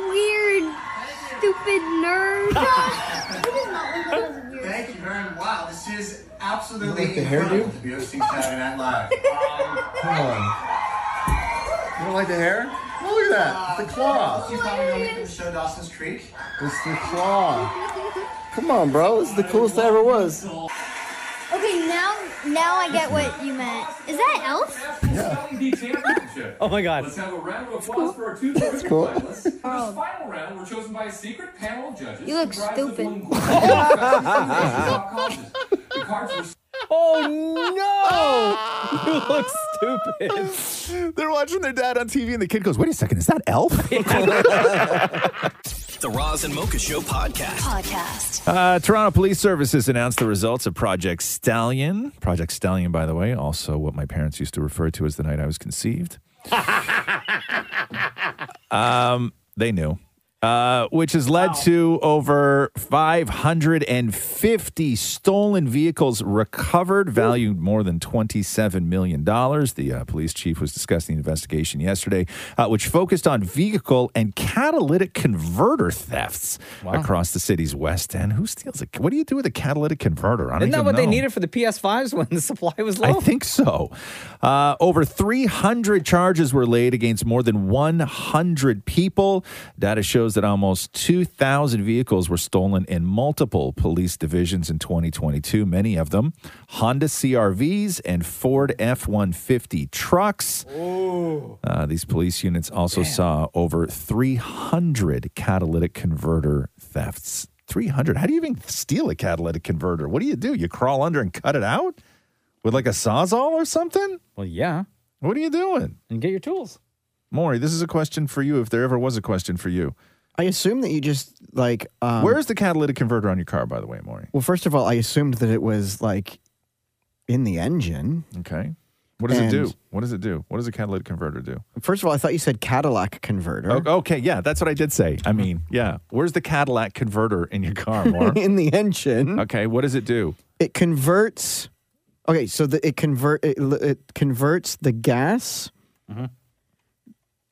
[SPEAKER 21] weird, stupid nerd. he does not look like a weird.
[SPEAKER 22] Thank you very much. Wow, this is absolutely
[SPEAKER 21] Like the
[SPEAKER 22] incredible
[SPEAKER 21] hairdo?
[SPEAKER 22] to be hosting Saturday Night Live. Um, come on. You don't like the hair? Well, look at that. The claw. You probably know me from the show Dawson's Creek.
[SPEAKER 23] It's the claw. Come on, bro. It's the coolest I ever was.
[SPEAKER 21] Okay, now now I get what you meant. Is that elf?
[SPEAKER 5] Oh my God!
[SPEAKER 27] Let's have a round of applause for our two That's
[SPEAKER 5] cool.
[SPEAKER 27] finalists. For this final round, we're chosen by a secret panel of judges.
[SPEAKER 21] Oh. You look
[SPEAKER 27] comprised of
[SPEAKER 21] stupid.
[SPEAKER 5] Oh no! You look
[SPEAKER 4] stupid. They're watching their dad on TV, and the kid goes, "Wait a second, is that Elf?"
[SPEAKER 2] The Roz and Mocha Show podcast. Podcast.
[SPEAKER 4] Uh, Toronto Police Services announced the results of Project Stallion. Project Stallion, by the way, also what my parents used to refer to as the night I was conceived. Um, they knew, uh, which has led to over 550 stolen vehicles recovered, valued more than $27 million. The uh, police chief was discussing the investigation yesterday, uh, which focused on vehicle and catalytic converter thefts across the city's West End. Who steals it? What do you do with a catalytic converter? I don't
[SPEAKER 5] Isn't that
[SPEAKER 4] even
[SPEAKER 5] what they
[SPEAKER 4] know.
[SPEAKER 5] needed for the PS5s when the supply was low?
[SPEAKER 4] I think so. Uh, over 300 charges were laid against more than 100 people. Data shows that almost 2,000 vehicles were stolen in multiple police divisions in 2022, many of them Honda CRVs and Ford F 150 trucks.
[SPEAKER 5] Oh.
[SPEAKER 4] Uh, these police units also saw over 300 catalytic converter thefts. 300. How do you even steal a catalytic converter? What do you do? You crawl under and cut it out? With like a sawzall or something?
[SPEAKER 5] Well, yeah.
[SPEAKER 4] What are you doing?
[SPEAKER 5] And get your tools.
[SPEAKER 4] Maury, this is a question for you if there ever was a question for you.
[SPEAKER 6] I assume that you just like. Um,
[SPEAKER 4] Where's the catalytic converter on your car, by the way, Maury?
[SPEAKER 6] Well, first of all, I assumed that it was like in the engine.
[SPEAKER 4] Okay. What does
[SPEAKER 6] And-
[SPEAKER 4] it do? What does it do? What does a catalytic converter do?
[SPEAKER 6] First of all, I thought you said Cadillac converter.
[SPEAKER 4] O- okay, yeah, that's what I did say. I mean, yeah. Where's the Cadillac converter in your car, Maury?
[SPEAKER 6] in the engine.
[SPEAKER 4] okay, what does it do?
[SPEAKER 6] It converts. Okay, so the, it convert it, it converts the gas
[SPEAKER 4] Mm-hmm.
[SPEAKER 5] Mhm.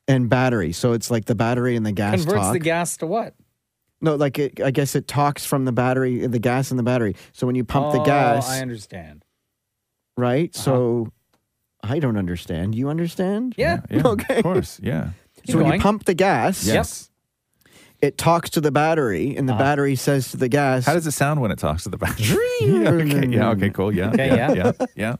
[SPEAKER 6] and battery. So it's like the battery and the gas
[SPEAKER 5] Converts
[SPEAKER 6] talk.
[SPEAKER 5] the gas to what?
[SPEAKER 6] no, like it, I guess it talks from the battery, the gas and the battery. So when you pump the
[SPEAKER 5] Oh,
[SPEAKER 6] gas,
[SPEAKER 5] I understand.
[SPEAKER 6] right? So I don't understand. You understand?
[SPEAKER 5] uh-huh. Yeah.
[SPEAKER 6] okay. Of
[SPEAKER 4] course. Yeah.
[SPEAKER 6] So when you pump the gas,
[SPEAKER 4] Yes.
[SPEAKER 6] it talks to the battery,
[SPEAKER 5] Uh,
[SPEAKER 6] and the
[SPEAKER 4] Uh-huh.
[SPEAKER 6] battery says to the gas.
[SPEAKER 4] How does it sound when it talks to the battery? yeah, okay, yeah, okay, cool. Yeah.
[SPEAKER 6] Okay,
[SPEAKER 4] yeah.
[SPEAKER 6] yeah.
[SPEAKER 4] Yeah. yeah.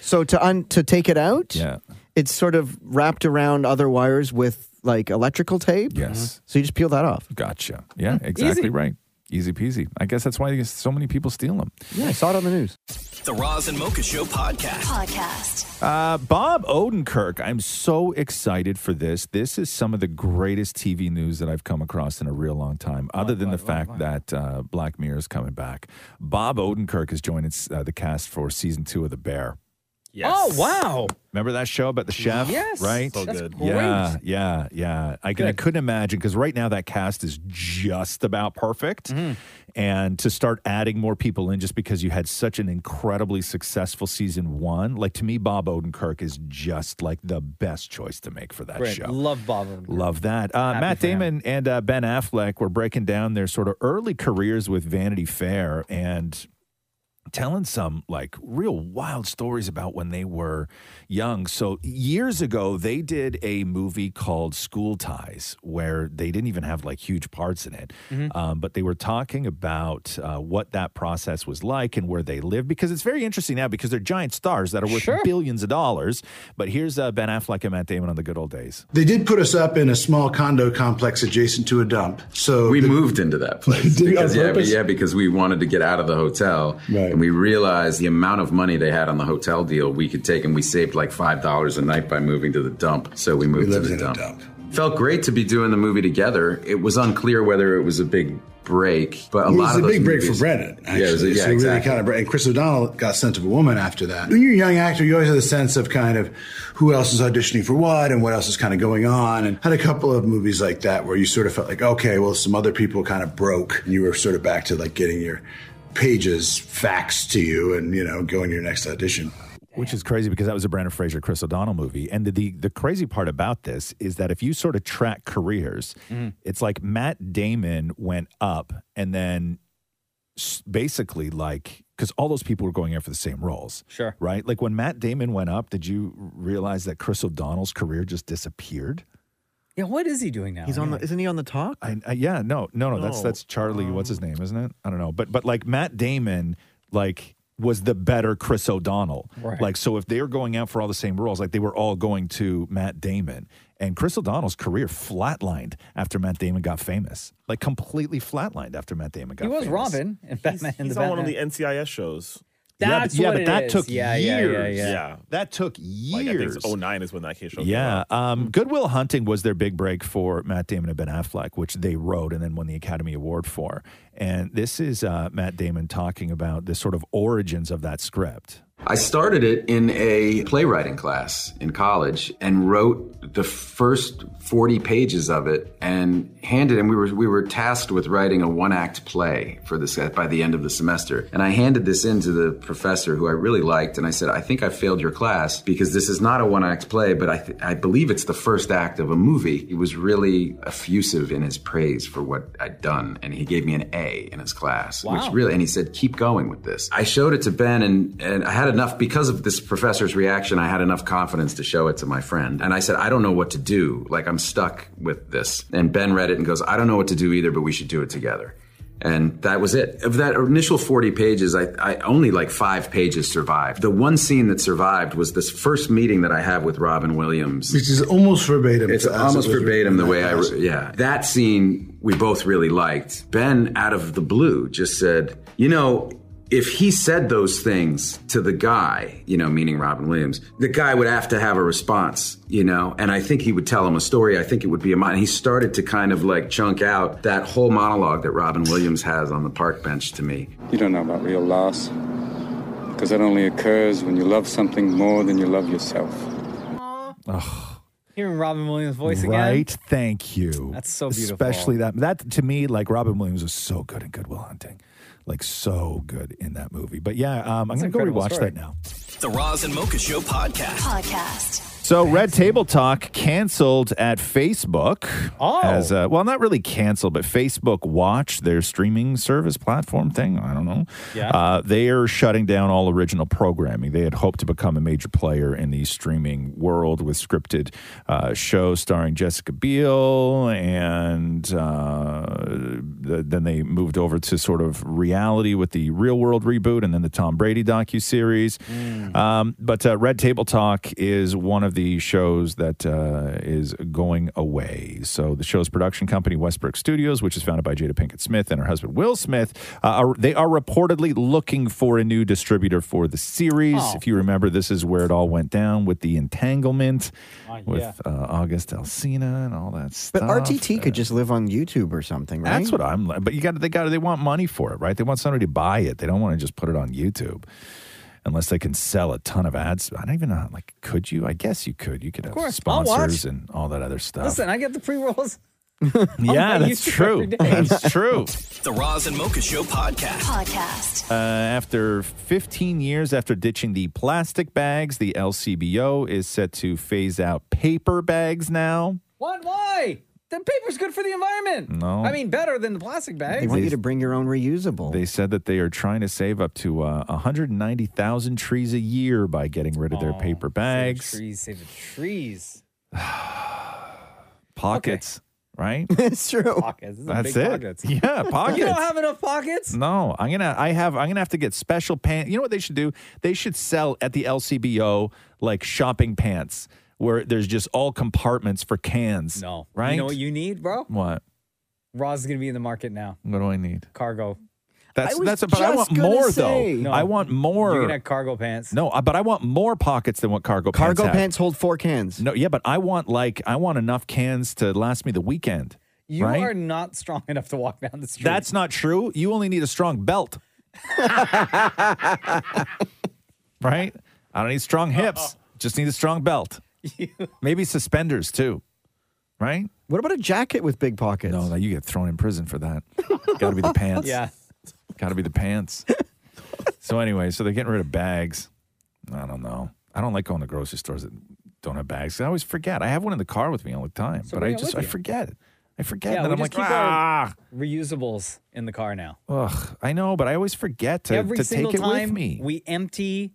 [SPEAKER 6] So to un- to take it out,
[SPEAKER 4] Yeah.
[SPEAKER 6] it's sort of wrapped around other wires with like electrical tape.
[SPEAKER 4] Yes.
[SPEAKER 6] So you just peel that off.
[SPEAKER 4] Gotcha. Yeah, exactly right. Easy peasy. I guess that's why so many people steal them.
[SPEAKER 6] Yeah, I saw it on the news.
[SPEAKER 2] The Roz and Mocha Show podcast. Podcast.
[SPEAKER 4] Uh, Bob Odenkirk, I'm so excited for this. This is some of the greatest TV news that I've come across in a real long time, other than the fact that uh, Black Mirror is coming back. Bob Odenkirk is joining uh, the cast for season two of The Bear.
[SPEAKER 5] Yes. Oh, wow.
[SPEAKER 4] Remember that show about the chef?
[SPEAKER 5] Yes.
[SPEAKER 4] Right?
[SPEAKER 5] So That's good. great.
[SPEAKER 4] Yeah, yeah, yeah. I, can, I
[SPEAKER 5] Good.
[SPEAKER 4] couldn't imagine because right now that cast is just about perfect.
[SPEAKER 5] Mm-hmm.
[SPEAKER 4] And to start adding more people in just because you had such an incredibly successful season one, like to me, Bob Odenkirk is just like the best choice to make for that
[SPEAKER 5] Great.
[SPEAKER 4] show.
[SPEAKER 5] Love Bob. Odenkirk.
[SPEAKER 4] Love that. Uh,
[SPEAKER 5] Happy
[SPEAKER 4] Matt
[SPEAKER 5] for him.
[SPEAKER 4] Damon and uh, Ben Affleck were breaking down their sort of early careers with Vanity Fair and telling some like real wild stories about when they were young. So years ago, they did a movie called School Ties where they didn't even have like huge parts in it,
[SPEAKER 5] Mm-hmm.
[SPEAKER 12] Mhm.
[SPEAKER 4] um, but they were talking about uh, what that process was like and where they lived because it's very interesting now because they're giant stars that are worth billions of dollars. But here's uh, Ben Affleck and Matt Damon on the good old days.
[SPEAKER 3] They did put us up in a small condo complex adjacent to a dump. So
[SPEAKER 9] we moved into that place
[SPEAKER 3] Did you
[SPEAKER 9] because
[SPEAKER 3] on
[SPEAKER 9] yeah, but
[SPEAKER 3] purpose?
[SPEAKER 9] yeah, because we wanted to get out of the hotel,
[SPEAKER 3] Right.
[SPEAKER 9] and we realized the amount of money they had on the hotel deal we could take, and we saved like five dollars a night by moving to the dump. So we moved to
[SPEAKER 3] lived
[SPEAKER 9] the
[SPEAKER 3] in a
[SPEAKER 9] dump. Felt great to be doing the movie together. It was unclear whether it was a big break, but a
[SPEAKER 3] it
[SPEAKER 9] lot
[SPEAKER 3] was
[SPEAKER 9] of
[SPEAKER 3] a
[SPEAKER 9] those
[SPEAKER 3] big break for
[SPEAKER 9] movies-
[SPEAKER 3] Brennan. Actually,
[SPEAKER 9] Yeah, it was a- yeah,
[SPEAKER 3] so he really
[SPEAKER 9] exactly.
[SPEAKER 3] kind of and Chris O'Donnell got sent of a woman after that. When you're a young actor, you always have the sense of kind of who else is auditioning for what and what else is kind of going on. And had a couple of movies like that where you sort of felt like, okay, well, some other people kind of broke, and you were sort of back to like getting your pages faxed to you and you know going to your next audition.
[SPEAKER 4] Which is crazy because that was a Brandon Fraser, Chris O'Donnell movie. And the, the, the crazy part about this is that if you sort of track careers,
[SPEAKER 5] Mm-hmm.
[SPEAKER 4] it's like Matt Damon went up and then s- basically like, because all those people were going in for the same roles.
[SPEAKER 5] Sure.
[SPEAKER 4] Right? Like when Matt Damon went up, did you realize that Chris O'Donnell's career just disappeared?
[SPEAKER 5] Yeah, what is he doing now?
[SPEAKER 6] He's on the, isn't he on the talk?
[SPEAKER 4] I, I, yeah, no, no, no, That's
[SPEAKER 6] No,
[SPEAKER 4] that's Charlie. what's
[SPEAKER 5] Um.
[SPEAKER 4] his name? Isn't it? I don't know. But but like Matt Damon, like was the better Chris O'Donnell.
[SPEAKER 12] Right.
[SPEAKER 4] Like so, if they were going out for all the same roles, like they were all going to Matt Damon, and Chris O'Donnell's career flatlined after Matt Damon got famous. Like completely flatlined after Matt Damon got.
[SPEAKER 5] He was
[SPEAKER 4] famous.
[SPEAKER 5] Robin in Batman.
[SPEAKER 4] he's
[SPEAKER 5] the
[SPEAKER 4] on one of
[SPEAKER 5] Batman.
[SPEAKER 9] the NCIS shows.
[SPEAKER 5] That's
[SPEAKER 4] yeah, but, yeah,
[SPEAKER 5] what
[SPEAKER 4] but
[SPEAKER 5] it
[SPEAKER 4] that
[SPEAKER 5] is.
[SPEAKER 4] took
[SPEAKER 5] Yeah, yeah, yeah,
[SPEAKER 4] years.
[SPEAKER 5] yeah.
[SPEAKER 4] that took
[SPEAKER 9] Like, I think
[SPEAKER 4] years.
[SPEAKER 9] it's 09 is when that case show. came out.
[SPEAKER 4] Yeah.
[SPEAKER 5] Hmm.
[SPEAKER 4] Um, Goodwill Hunting was their big break for Matt Damon and Ben Affleck, which they wrote and then won the Academy Award for. And this is uh, Matt Damon talking about the sort of origins of that script.
[SPEAKER 9] I started it in a playwriting class in college and wrote the first 40 pages of it and handed and we were we were tasked with writing a one-act play for this by the end of the semester. And I handed this in to the professor who I really liked and I said, "I think I failed your class because this is not a one-act play, but I th- I believe it's the first act of a movie." He was really effusive in his praise for what I'd done and he gave me an A in his class,
[SPEAKER 1] Wow.
[SPEAKER 9] which really and he said, "Keep going with this." I showed it to Ben and and I had enough because of this professor's reaction, I had enough confidence to show it to my friend. And I said, I don't know what to do. Like, I'm stuck with this. And Ben read it and goes, I don't know what to do either, but we should do it together. And that was it. Of that initial 40 pages, I, I only like five pages survived. The one scene that survived was this first meeting that I have with Robin Williams.
[SPEAKER 3] Which is almost verbatim.
[SPEAKER 9] It's
[SPEAKER 3] to us.
[SPEAKER 9] almost
[SPEAKER 3] It was
[SPEAKER 9] verbatim the way I,
[SPEAKER 3] written.
[SPEAKER 9] re- yeah. That scene we both really liked. Ben, out of the blue, just said, you know, if he said those things to the guy, you know, meaning Robin Williams, the guy would have to have a response, you know, and I think he would tell him a story. I think it would be a mon- He started to kind of like chunk out that whole monologue that Robin Williams has on the park bench to me.
[SPEAKER 12] You don't know about real loss, because that only occurs when you love something more than you love yourself.
[SPEAKER 5] Hearing Robin Williams' voice again.
[SPEAKER 4] right? Thank you.
[SPEAKER 5] That's so beautiful.
[SPEAKER 4] Especially that that to me, like Robin Williams was so good in Goodwill Hunting, like so good in that movie. But yeah, um, I'm
[SPEAKER 2] That's
[SPEAKER 4] gonna
[SPEAKER 2] an
[SPEAKER 4] go
[SPEAKER 2] incredible
[SPEAKER 4] rewatch
[SPEAKER 2] story.
[SPEAKER 4] that now.
[SPEAKER 2] The Roz and Mocha Show podcast. Podcast.
[SPEAKER 4] So Red Table Talk canceled at Facebook.
[SPEAKER 2] Oh.
[SPEAKER 4] as uh, well, not really canceled, but Facebook Watch, their streaming service platform thing. I don't know.
[SPEAKER 2] Yeah.
[SPEAKER 4] uh, they are shutting down all original programming. They had hoped to become a major player in the streaming world with scripted uh, shows starring Jessica Biel, and uh, th- then they moved over to sort of reality with the Real World reboot, and then the Tom Brady docu series. Um, but uh, Red Table Talk is one of the shows that uh, is going away. So the show's production company, Westbrook Studios, which is founded by Jada Pinkett Smith and her husband Will Smith, uh, are, they are reportedly looking for a new distributor for the series.
[SPEAKER 2] Oh.
[SPEAKER 4] If you remember, this is where it all went down with the entanglement
[SPEAKER 5] Ah, yeah.
[SPEAKER 4] with uh, August Alsina and all that stuff.
[SPEAKER 6] But RTT could just live on YouTube or something, right?
[SPEAKER 4] That's what I'm. li- But you got to. They got to. They want money for it, right? They want somebody to buy it. They don't want to just put it on YouTube, unless they can sell a ton of ads. I don't even know. Like, could you? I guess you could. You could have
[SPEAKER 5] course, I'll watch.
[SPEAKER 4] sponsors and all that other stuff.
[SPEAKER 5] Listen, I get the pre rolls.
[SPEAKER 4] yeah,
[SPEAKER 5] on my
[SPEAKER 4] that's
[SPEAKER 5] YouTube
[SPEAKER 4] true.
[SPEAKER 5] every day.
[SPEAKER 4] That's true.
[SPEAKER 2] The Roz and Mocha Show podcast. Podcast.
[SPEAKER 4] Uh, after 15 years after ditching the plastic bags, the LCBO is set to phase out paper bags now.
[SPEAKER 5] What? Why? Then paper's good for the environment.
[SPEAKER 4] No.
[SPEAKER 5] I mean, better than the plastic bags.
[SPEAKER 4] bring your own reusable. They said that they are trying to save up to uh, 190,000 trees a year by getting rid of their paper bags,
[SPEAKER 5] trees, save the trees.
[SPEAKER 4] pockets, right?
[SPEAKER 6] That's true.
[SPEAKER 5] Pockets. This is a
[SPEAKER 4] That's
[SPEAKER 5] big
[SPEAKER 4] it.
[SPEAKER 5] Pockets.
[SPEAKER 4] Yeah,
[SPEAKER 5] You
[SPEAKER 4] pockets.
[SPEAKER 5] don't have enough pockets?
[SPEAKER 4] No, I'm gonna. I have. I'm gonna have to get special pants. You know what they should do? They should sell at the LCBO like shopping pants, where there's just all compartments for cans.
[SPEAKER 5] No.
[SPEAKER 4] right?
[SPEAKER 5] You know what you need, bro?
[SPEAKER 4] what?
[SPEAKER 5] Roz is going to be in the market now.
[SPEAKER 4] What do I need?
[SPEAKER 5] Cargo.
[SPEAKER 4] That's that's. But I want more though.
[SPEAKER 5] No.
[SPEAKER 4] I want more.
[SPEAKER 5] You can have cargo pants.
[SPEAKER 4] No, I- but I want more pockets than what cargo pants
[SPEAKER 6] Cargo
[SPEAKER 4] have.
[SPEAKER 6] pants hold four cans.
[SPEAKER 4] No, yeah, but I want like I want enough cans to last me the weekend.
[SPEAKER 5] You
[SPEAKER 4] right?
[SPEAKER 5] are not strong enough to walk down the street.
[SPEAKER 4] That's not true. You only need a strong belt. right? I don't need strong hips. Just need a strong belt. Maybe suspenders too. Right?
[SPEAKER 6] What about a jacket with big pockets?
[SPEAKER 4] No, no, you get thrown in prison for that. Got to be the pants.
[SPEAKER 5] Yeah.
[SPEAKER 4] Got to be the pants. so anyway, so they're getting rid of bags. I don't know. I don't like going to grocery stores that don't have bags. I always forget. I have one in the car with me all the time,
[SPEAKER 5] So
[SPEAKER 4] but
[SPEAKER 5] bring
[SPEAKER 4] I
[SPEAKER 5] it
[SPEAKER 4] just
[SPEAKER 5] with
[SPEAKER 4] I
[SPEAKER 5] you.
[SPEAKER 4] forget. I forget.
[SPEAKER 5] yeah,
[SPEAKER 4] and
[SPEAKER 5] we
[SPEAKER 4] then I'm
[SPEAKER 5] just
[SPEAKER 4] like,
[SPEAKER 5] keep
[SPEAKER 4] ah,
[SPEAKER 5] our reusables in the car now.
[SPEAKER 4] ugh. I know, but I always forget to,
[SPEAKER 5] Every
[SPEAKER 4] to
[SPEAKER 5] single
[SPEAKER 4] take it
[SPEAKER 5] time
[SPEAKER 4] with me.
[SPEAKER 5] we empty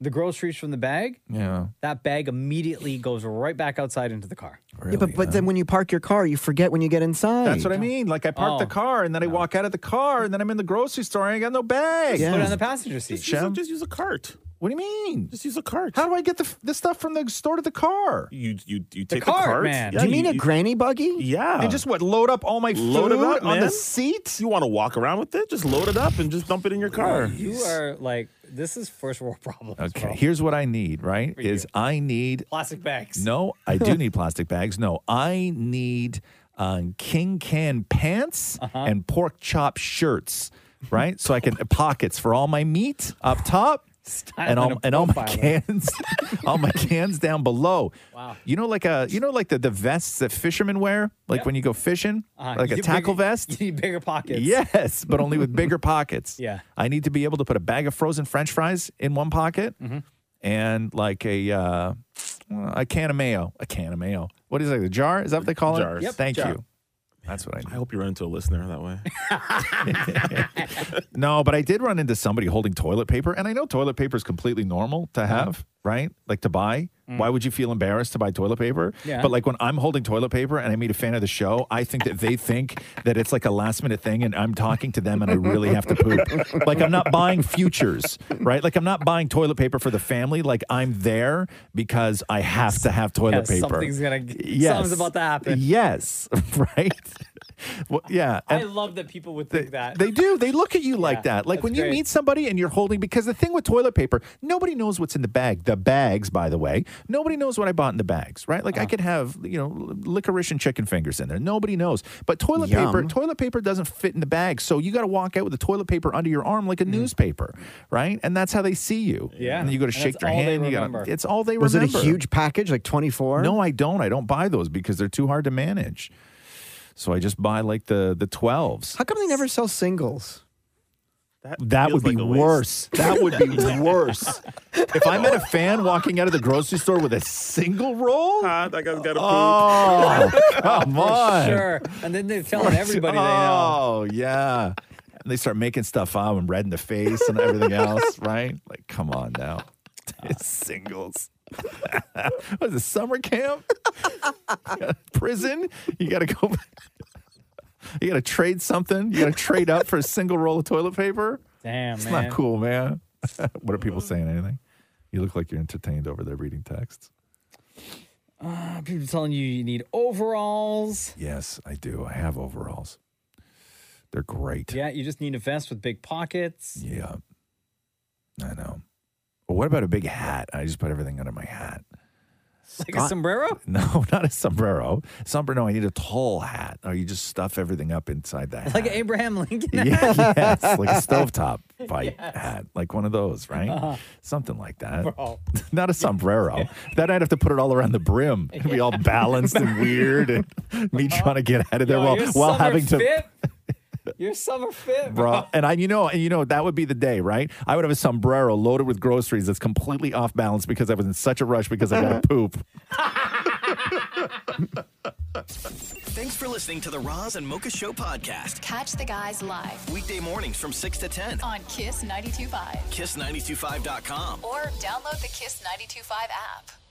[SPEAKER 5] the groceries from the bag,
[SPEAKER 4] Yeah.
[SPEAKER 5] that bag immediately goes right back outside into the car.
[SPEAKER 6] yeah, but, but then when you park your car, you forget when you get inside.
[SPEAKER 4] That's what I mean. Like I park the
[SPEAKER 6] Oh.
[SPEAKER 4] car and then I walk out of the car and then I'm in the grocery store and I got no bag.
[SPEAKER 6] Just put it on
[SPEAKER 20] the
[SPEAKER 5] passenger
[SPEAKER 20] Just use, a, just use a cart.
[SPEAKER 4] What do you mean?
[SPEAKER 20] Just use a cart.
[SPEAKER 4] How do I get the, the stuff from the store to the car?
[SPEAKER 20] You you you take
[SPEAKER 4] cart,
[SPEAKER 20] the cart.
[SPEAKER 4] man.
[SPEAKER 20] Yeah,
[SPEAKER 4] Do you mean a
[SPEAKER 6] granny buggy?
[SPEAKER 20] Yeah.
[SPEAKER 4] And just what? Load up all my
[SPEAKER 20] load it
[SPEAKER 4] food
[SPEAKER 20] up
[SPEAKER 4] on the
[SPEAKER 20] man.
[SPEAKER 4] seat.
[SPEAKER 20] You want to walk around with it? Just load it up and just dump it in your car.
[SPEAKER 5] You are like, this is first world problem.
[SPEAKER 4] Okay, here's what I need, right? Is I need
[SPEAKER 5] Plastic bags.
[SPEAKER 4] No, I do need plastic bags. No, I need um, king can pants
[SPEAKER 5] Uh-huh.
[SPEAKER 4] uh, and pork chop shirts, right? So I can pockets for all my meat up top.
[SPEAKER 5] Style
[SPEAKER 4] and all
[SPEAKER 5] a
[SPEAKER 4] and all my
[SPEAKER 5] profiler.
[SPEAKER 4] cans, all my cans down below.
[SPEAKER 5] Wow.
[SPEAKER 4] You know, like a you know, like the, the vests that fishermen wear, like
[SPEAKER 5] Yeah.
[SPEAKER 4] when you go fishing,
[SPEAKER 5] Uh-huh.
[SPEAKER 4] like
[SPEAKER 5] You
[SPEAKER 4] a
[SPEAKER 5] need
[SPEAKER 4] tackle
[SPEAKER 5] bigger-
[SPEAKER 4] vest.
[SPEAKER 5] You need bigger pockets.
[SPEAKER 4] Yes, but only with bigger pockets.
[SPEAKER 5] Yeah.
[SPEAKER 4] I need to be able to put a bag of frozen French fries in one pocket,
[SPEAKER 20] Mm-hmm.
[SPEAKER 5] Mhm.
[SPEAKER 4] and like a uh, a can of mayo, a can of mayo. What is it? A jar? Is that what they call
[SPEAKER 20] Jars.
[SPEAKER 4] it?
[SPEAKER 20] Yep,
[SPEAKER 4] Thank
[SPEAKER 20] jar.
[SPEAKER 4] you. That's what I.
[SPEAKER 20] I hope you run into a listener that way.
[SPEAKER 4] No, but I did run into somebody holding toilet paper, and I know toilet paper is completely normal to
[SPEAKER 5] Uh-huh.
[SPEAKER 4] have, right? Like to buy.
[SPEAKER 5] Mm.
[SPEAKER 4] Why would you feel embarrassed to buy toilet paper?
[SPEAKER 1] Yeah.
[SPEAKER 4] But like when I'm holding toilet paper and I meet a fan of the show, I think that they think that it's like a last minute thing, and I'm talking to them, and I really have to poop. like I'm not buying futures, right? Like I'm not buying toilet paper for the family. Like I'm there because I have to have toilet
[SPEAKER 5] Yes,
[SPEAKER 4] paper.
[SPEAKER 5] Something's gonna.
[SPEAKER 4] Yes.
[SPEAKER 5] Something's about to happen.
[SPEAKER 4] Yes, right. well, yeah,
[SPEAKER 5] I
[SPEAKER 4] and-
[SPEAKER 5] love that people would think that.
[SPEAKER 4] they do. They look at you like that. Like
[SPEAKER 5] that's
[SPEAKER 4] when you
[SPEAKER 5] great.
[SPEAKER 4] meet somebody and you're holding, because the thing with toilet paper, nobody knows what's in the bag. The bags, by the way, nobody knows what I bought in the bags, right? Like I could have, you know, licorice and chicken fingers in there. Nobody knows. But toilet paper,
[SPEAKER 1] Yum.
[SPEAKER 4] toilet paper doesn't fit in the bag. So you got to walk out with the toilet paper under your arm like
[SPEAKER 6] Mm.
[SPEAKER 4] a newspaper, right? And that's how they see you.
[SPEAKER 6] Yeah.
[SPEAKER 4] And then you go to
[SPEAKER 6] And
[SPEAKER 4] shake
[SPEAKER 6] that's
[SPEAKER 4] their
[SPEAKER 6] all they
[SPEAKER 4] hand. You
[SPEAKER 6] remember.
[SPEAKER 4] got It's all they
[SPEAKER 6] Was it a
[SPEAKER 4] remember.
[SPEAKER 6] huge
[SPEAKER 4] package, like 24? No, I don't. I don't buy those because they're too hard to manage. So I just buy like the the 12s.
[SPEAKER 6] How come they never sell singles?
[SPEAKER 4] That would
[SPEAKER 6] Feels
[SPEAKER 4] be
[SPEAKER 6] like a
[SPEAKER 4] worse.
[SPEAKER 6] waste.
[SPEAKER 4] That would be worse. If I met a fan walking out of the grocery store with a single roll, Ah, that guy's got a Oh, come
[SPEAKER 5] For
[SPEAKER 4] on.
[SPEAKER 5] Sure. And then they're telling everybody they know.
[SPEAKER 4] Oh, yeah. And they start making stuff up and red in the face and everything else, right? Like, come on now. It's singles. Was it summer camp? Prison? You got to go. You got to trade something. You got to trade up for a single roll of toilet paper.
[SPEAKER 5] Damn,
[SPEAKER 4] It's
[SPEAKER 5] man.
[SPEAKER 4] not cool, man. what are people
[SPEAKER 5] Mm.
[SPEAKER 4] saying? Anything? You look like you're entertained over there reading texts.
[SPEAKER 5] Uh, people telling you you need overalls.
[SPEAKER 4] Yes, I do. I have overalls. They're great.
[SPEAKER 5] Yeah, you just need a vest with big pockets.
[SPEAKER 4] Yeah. I know. But what about a big hat? I just put everything under my hat.
[SPEAKER 5] Like a
[SPEAKER 4] Scott-
[SPEAKER 5] sombrero?
[SPEAKER 4] No, not a sombrero. Sombrero, I need a tall hat. Or you just stuff everything up inside that hat.
[SPEAKER 5] Like an Abraham Lincoln?
[SPEAKER 4] yeah,
[SPEAKER 5] hat?
[SPEAKER 4] yes, like a stovetop fight
[SPEAKER 5] Yes.
[SPEAKER 4] hat, like one of those, right?
[SPEAKER 5] Uh-huh.
[SPEAKER 4] Something like that.
[SPEAKER 5] Bro.
[SPEAKER 4] Not a sombrero. Then I'd have to put it all around the brim. It'd be all balanced and weird, and me trying to get out of there
[SPEAKER 5] Uh-huh. Yo,
[SPEAKER 4] while,
[SPEAKER 5] you're
[SPEAKER 4] while
[SPEAKER 5] summer
[SPEAKER 4] having to
[SPEAKER 5] fit? You're summer fit, bro.
[SPEAKER 4] bro. And I, you know, and you know, that would be the day, right? I would have a sombrero loaded with groceries that's completely off balance because I was in such a rush because I got to poop.
[SPEAKER 2] Thanks for listening to the Roz and Mocha Show podcast.
[SPEAKER 10] Catch the guys live
[SPEAKER 2] Weekday mornings from 6 to 10.
[SPEAKER 10] on Kiss 92.5
[SPEAKER 2] Kiss925.com.
[SPEAKER 10] or download the Kiss 92.5 app.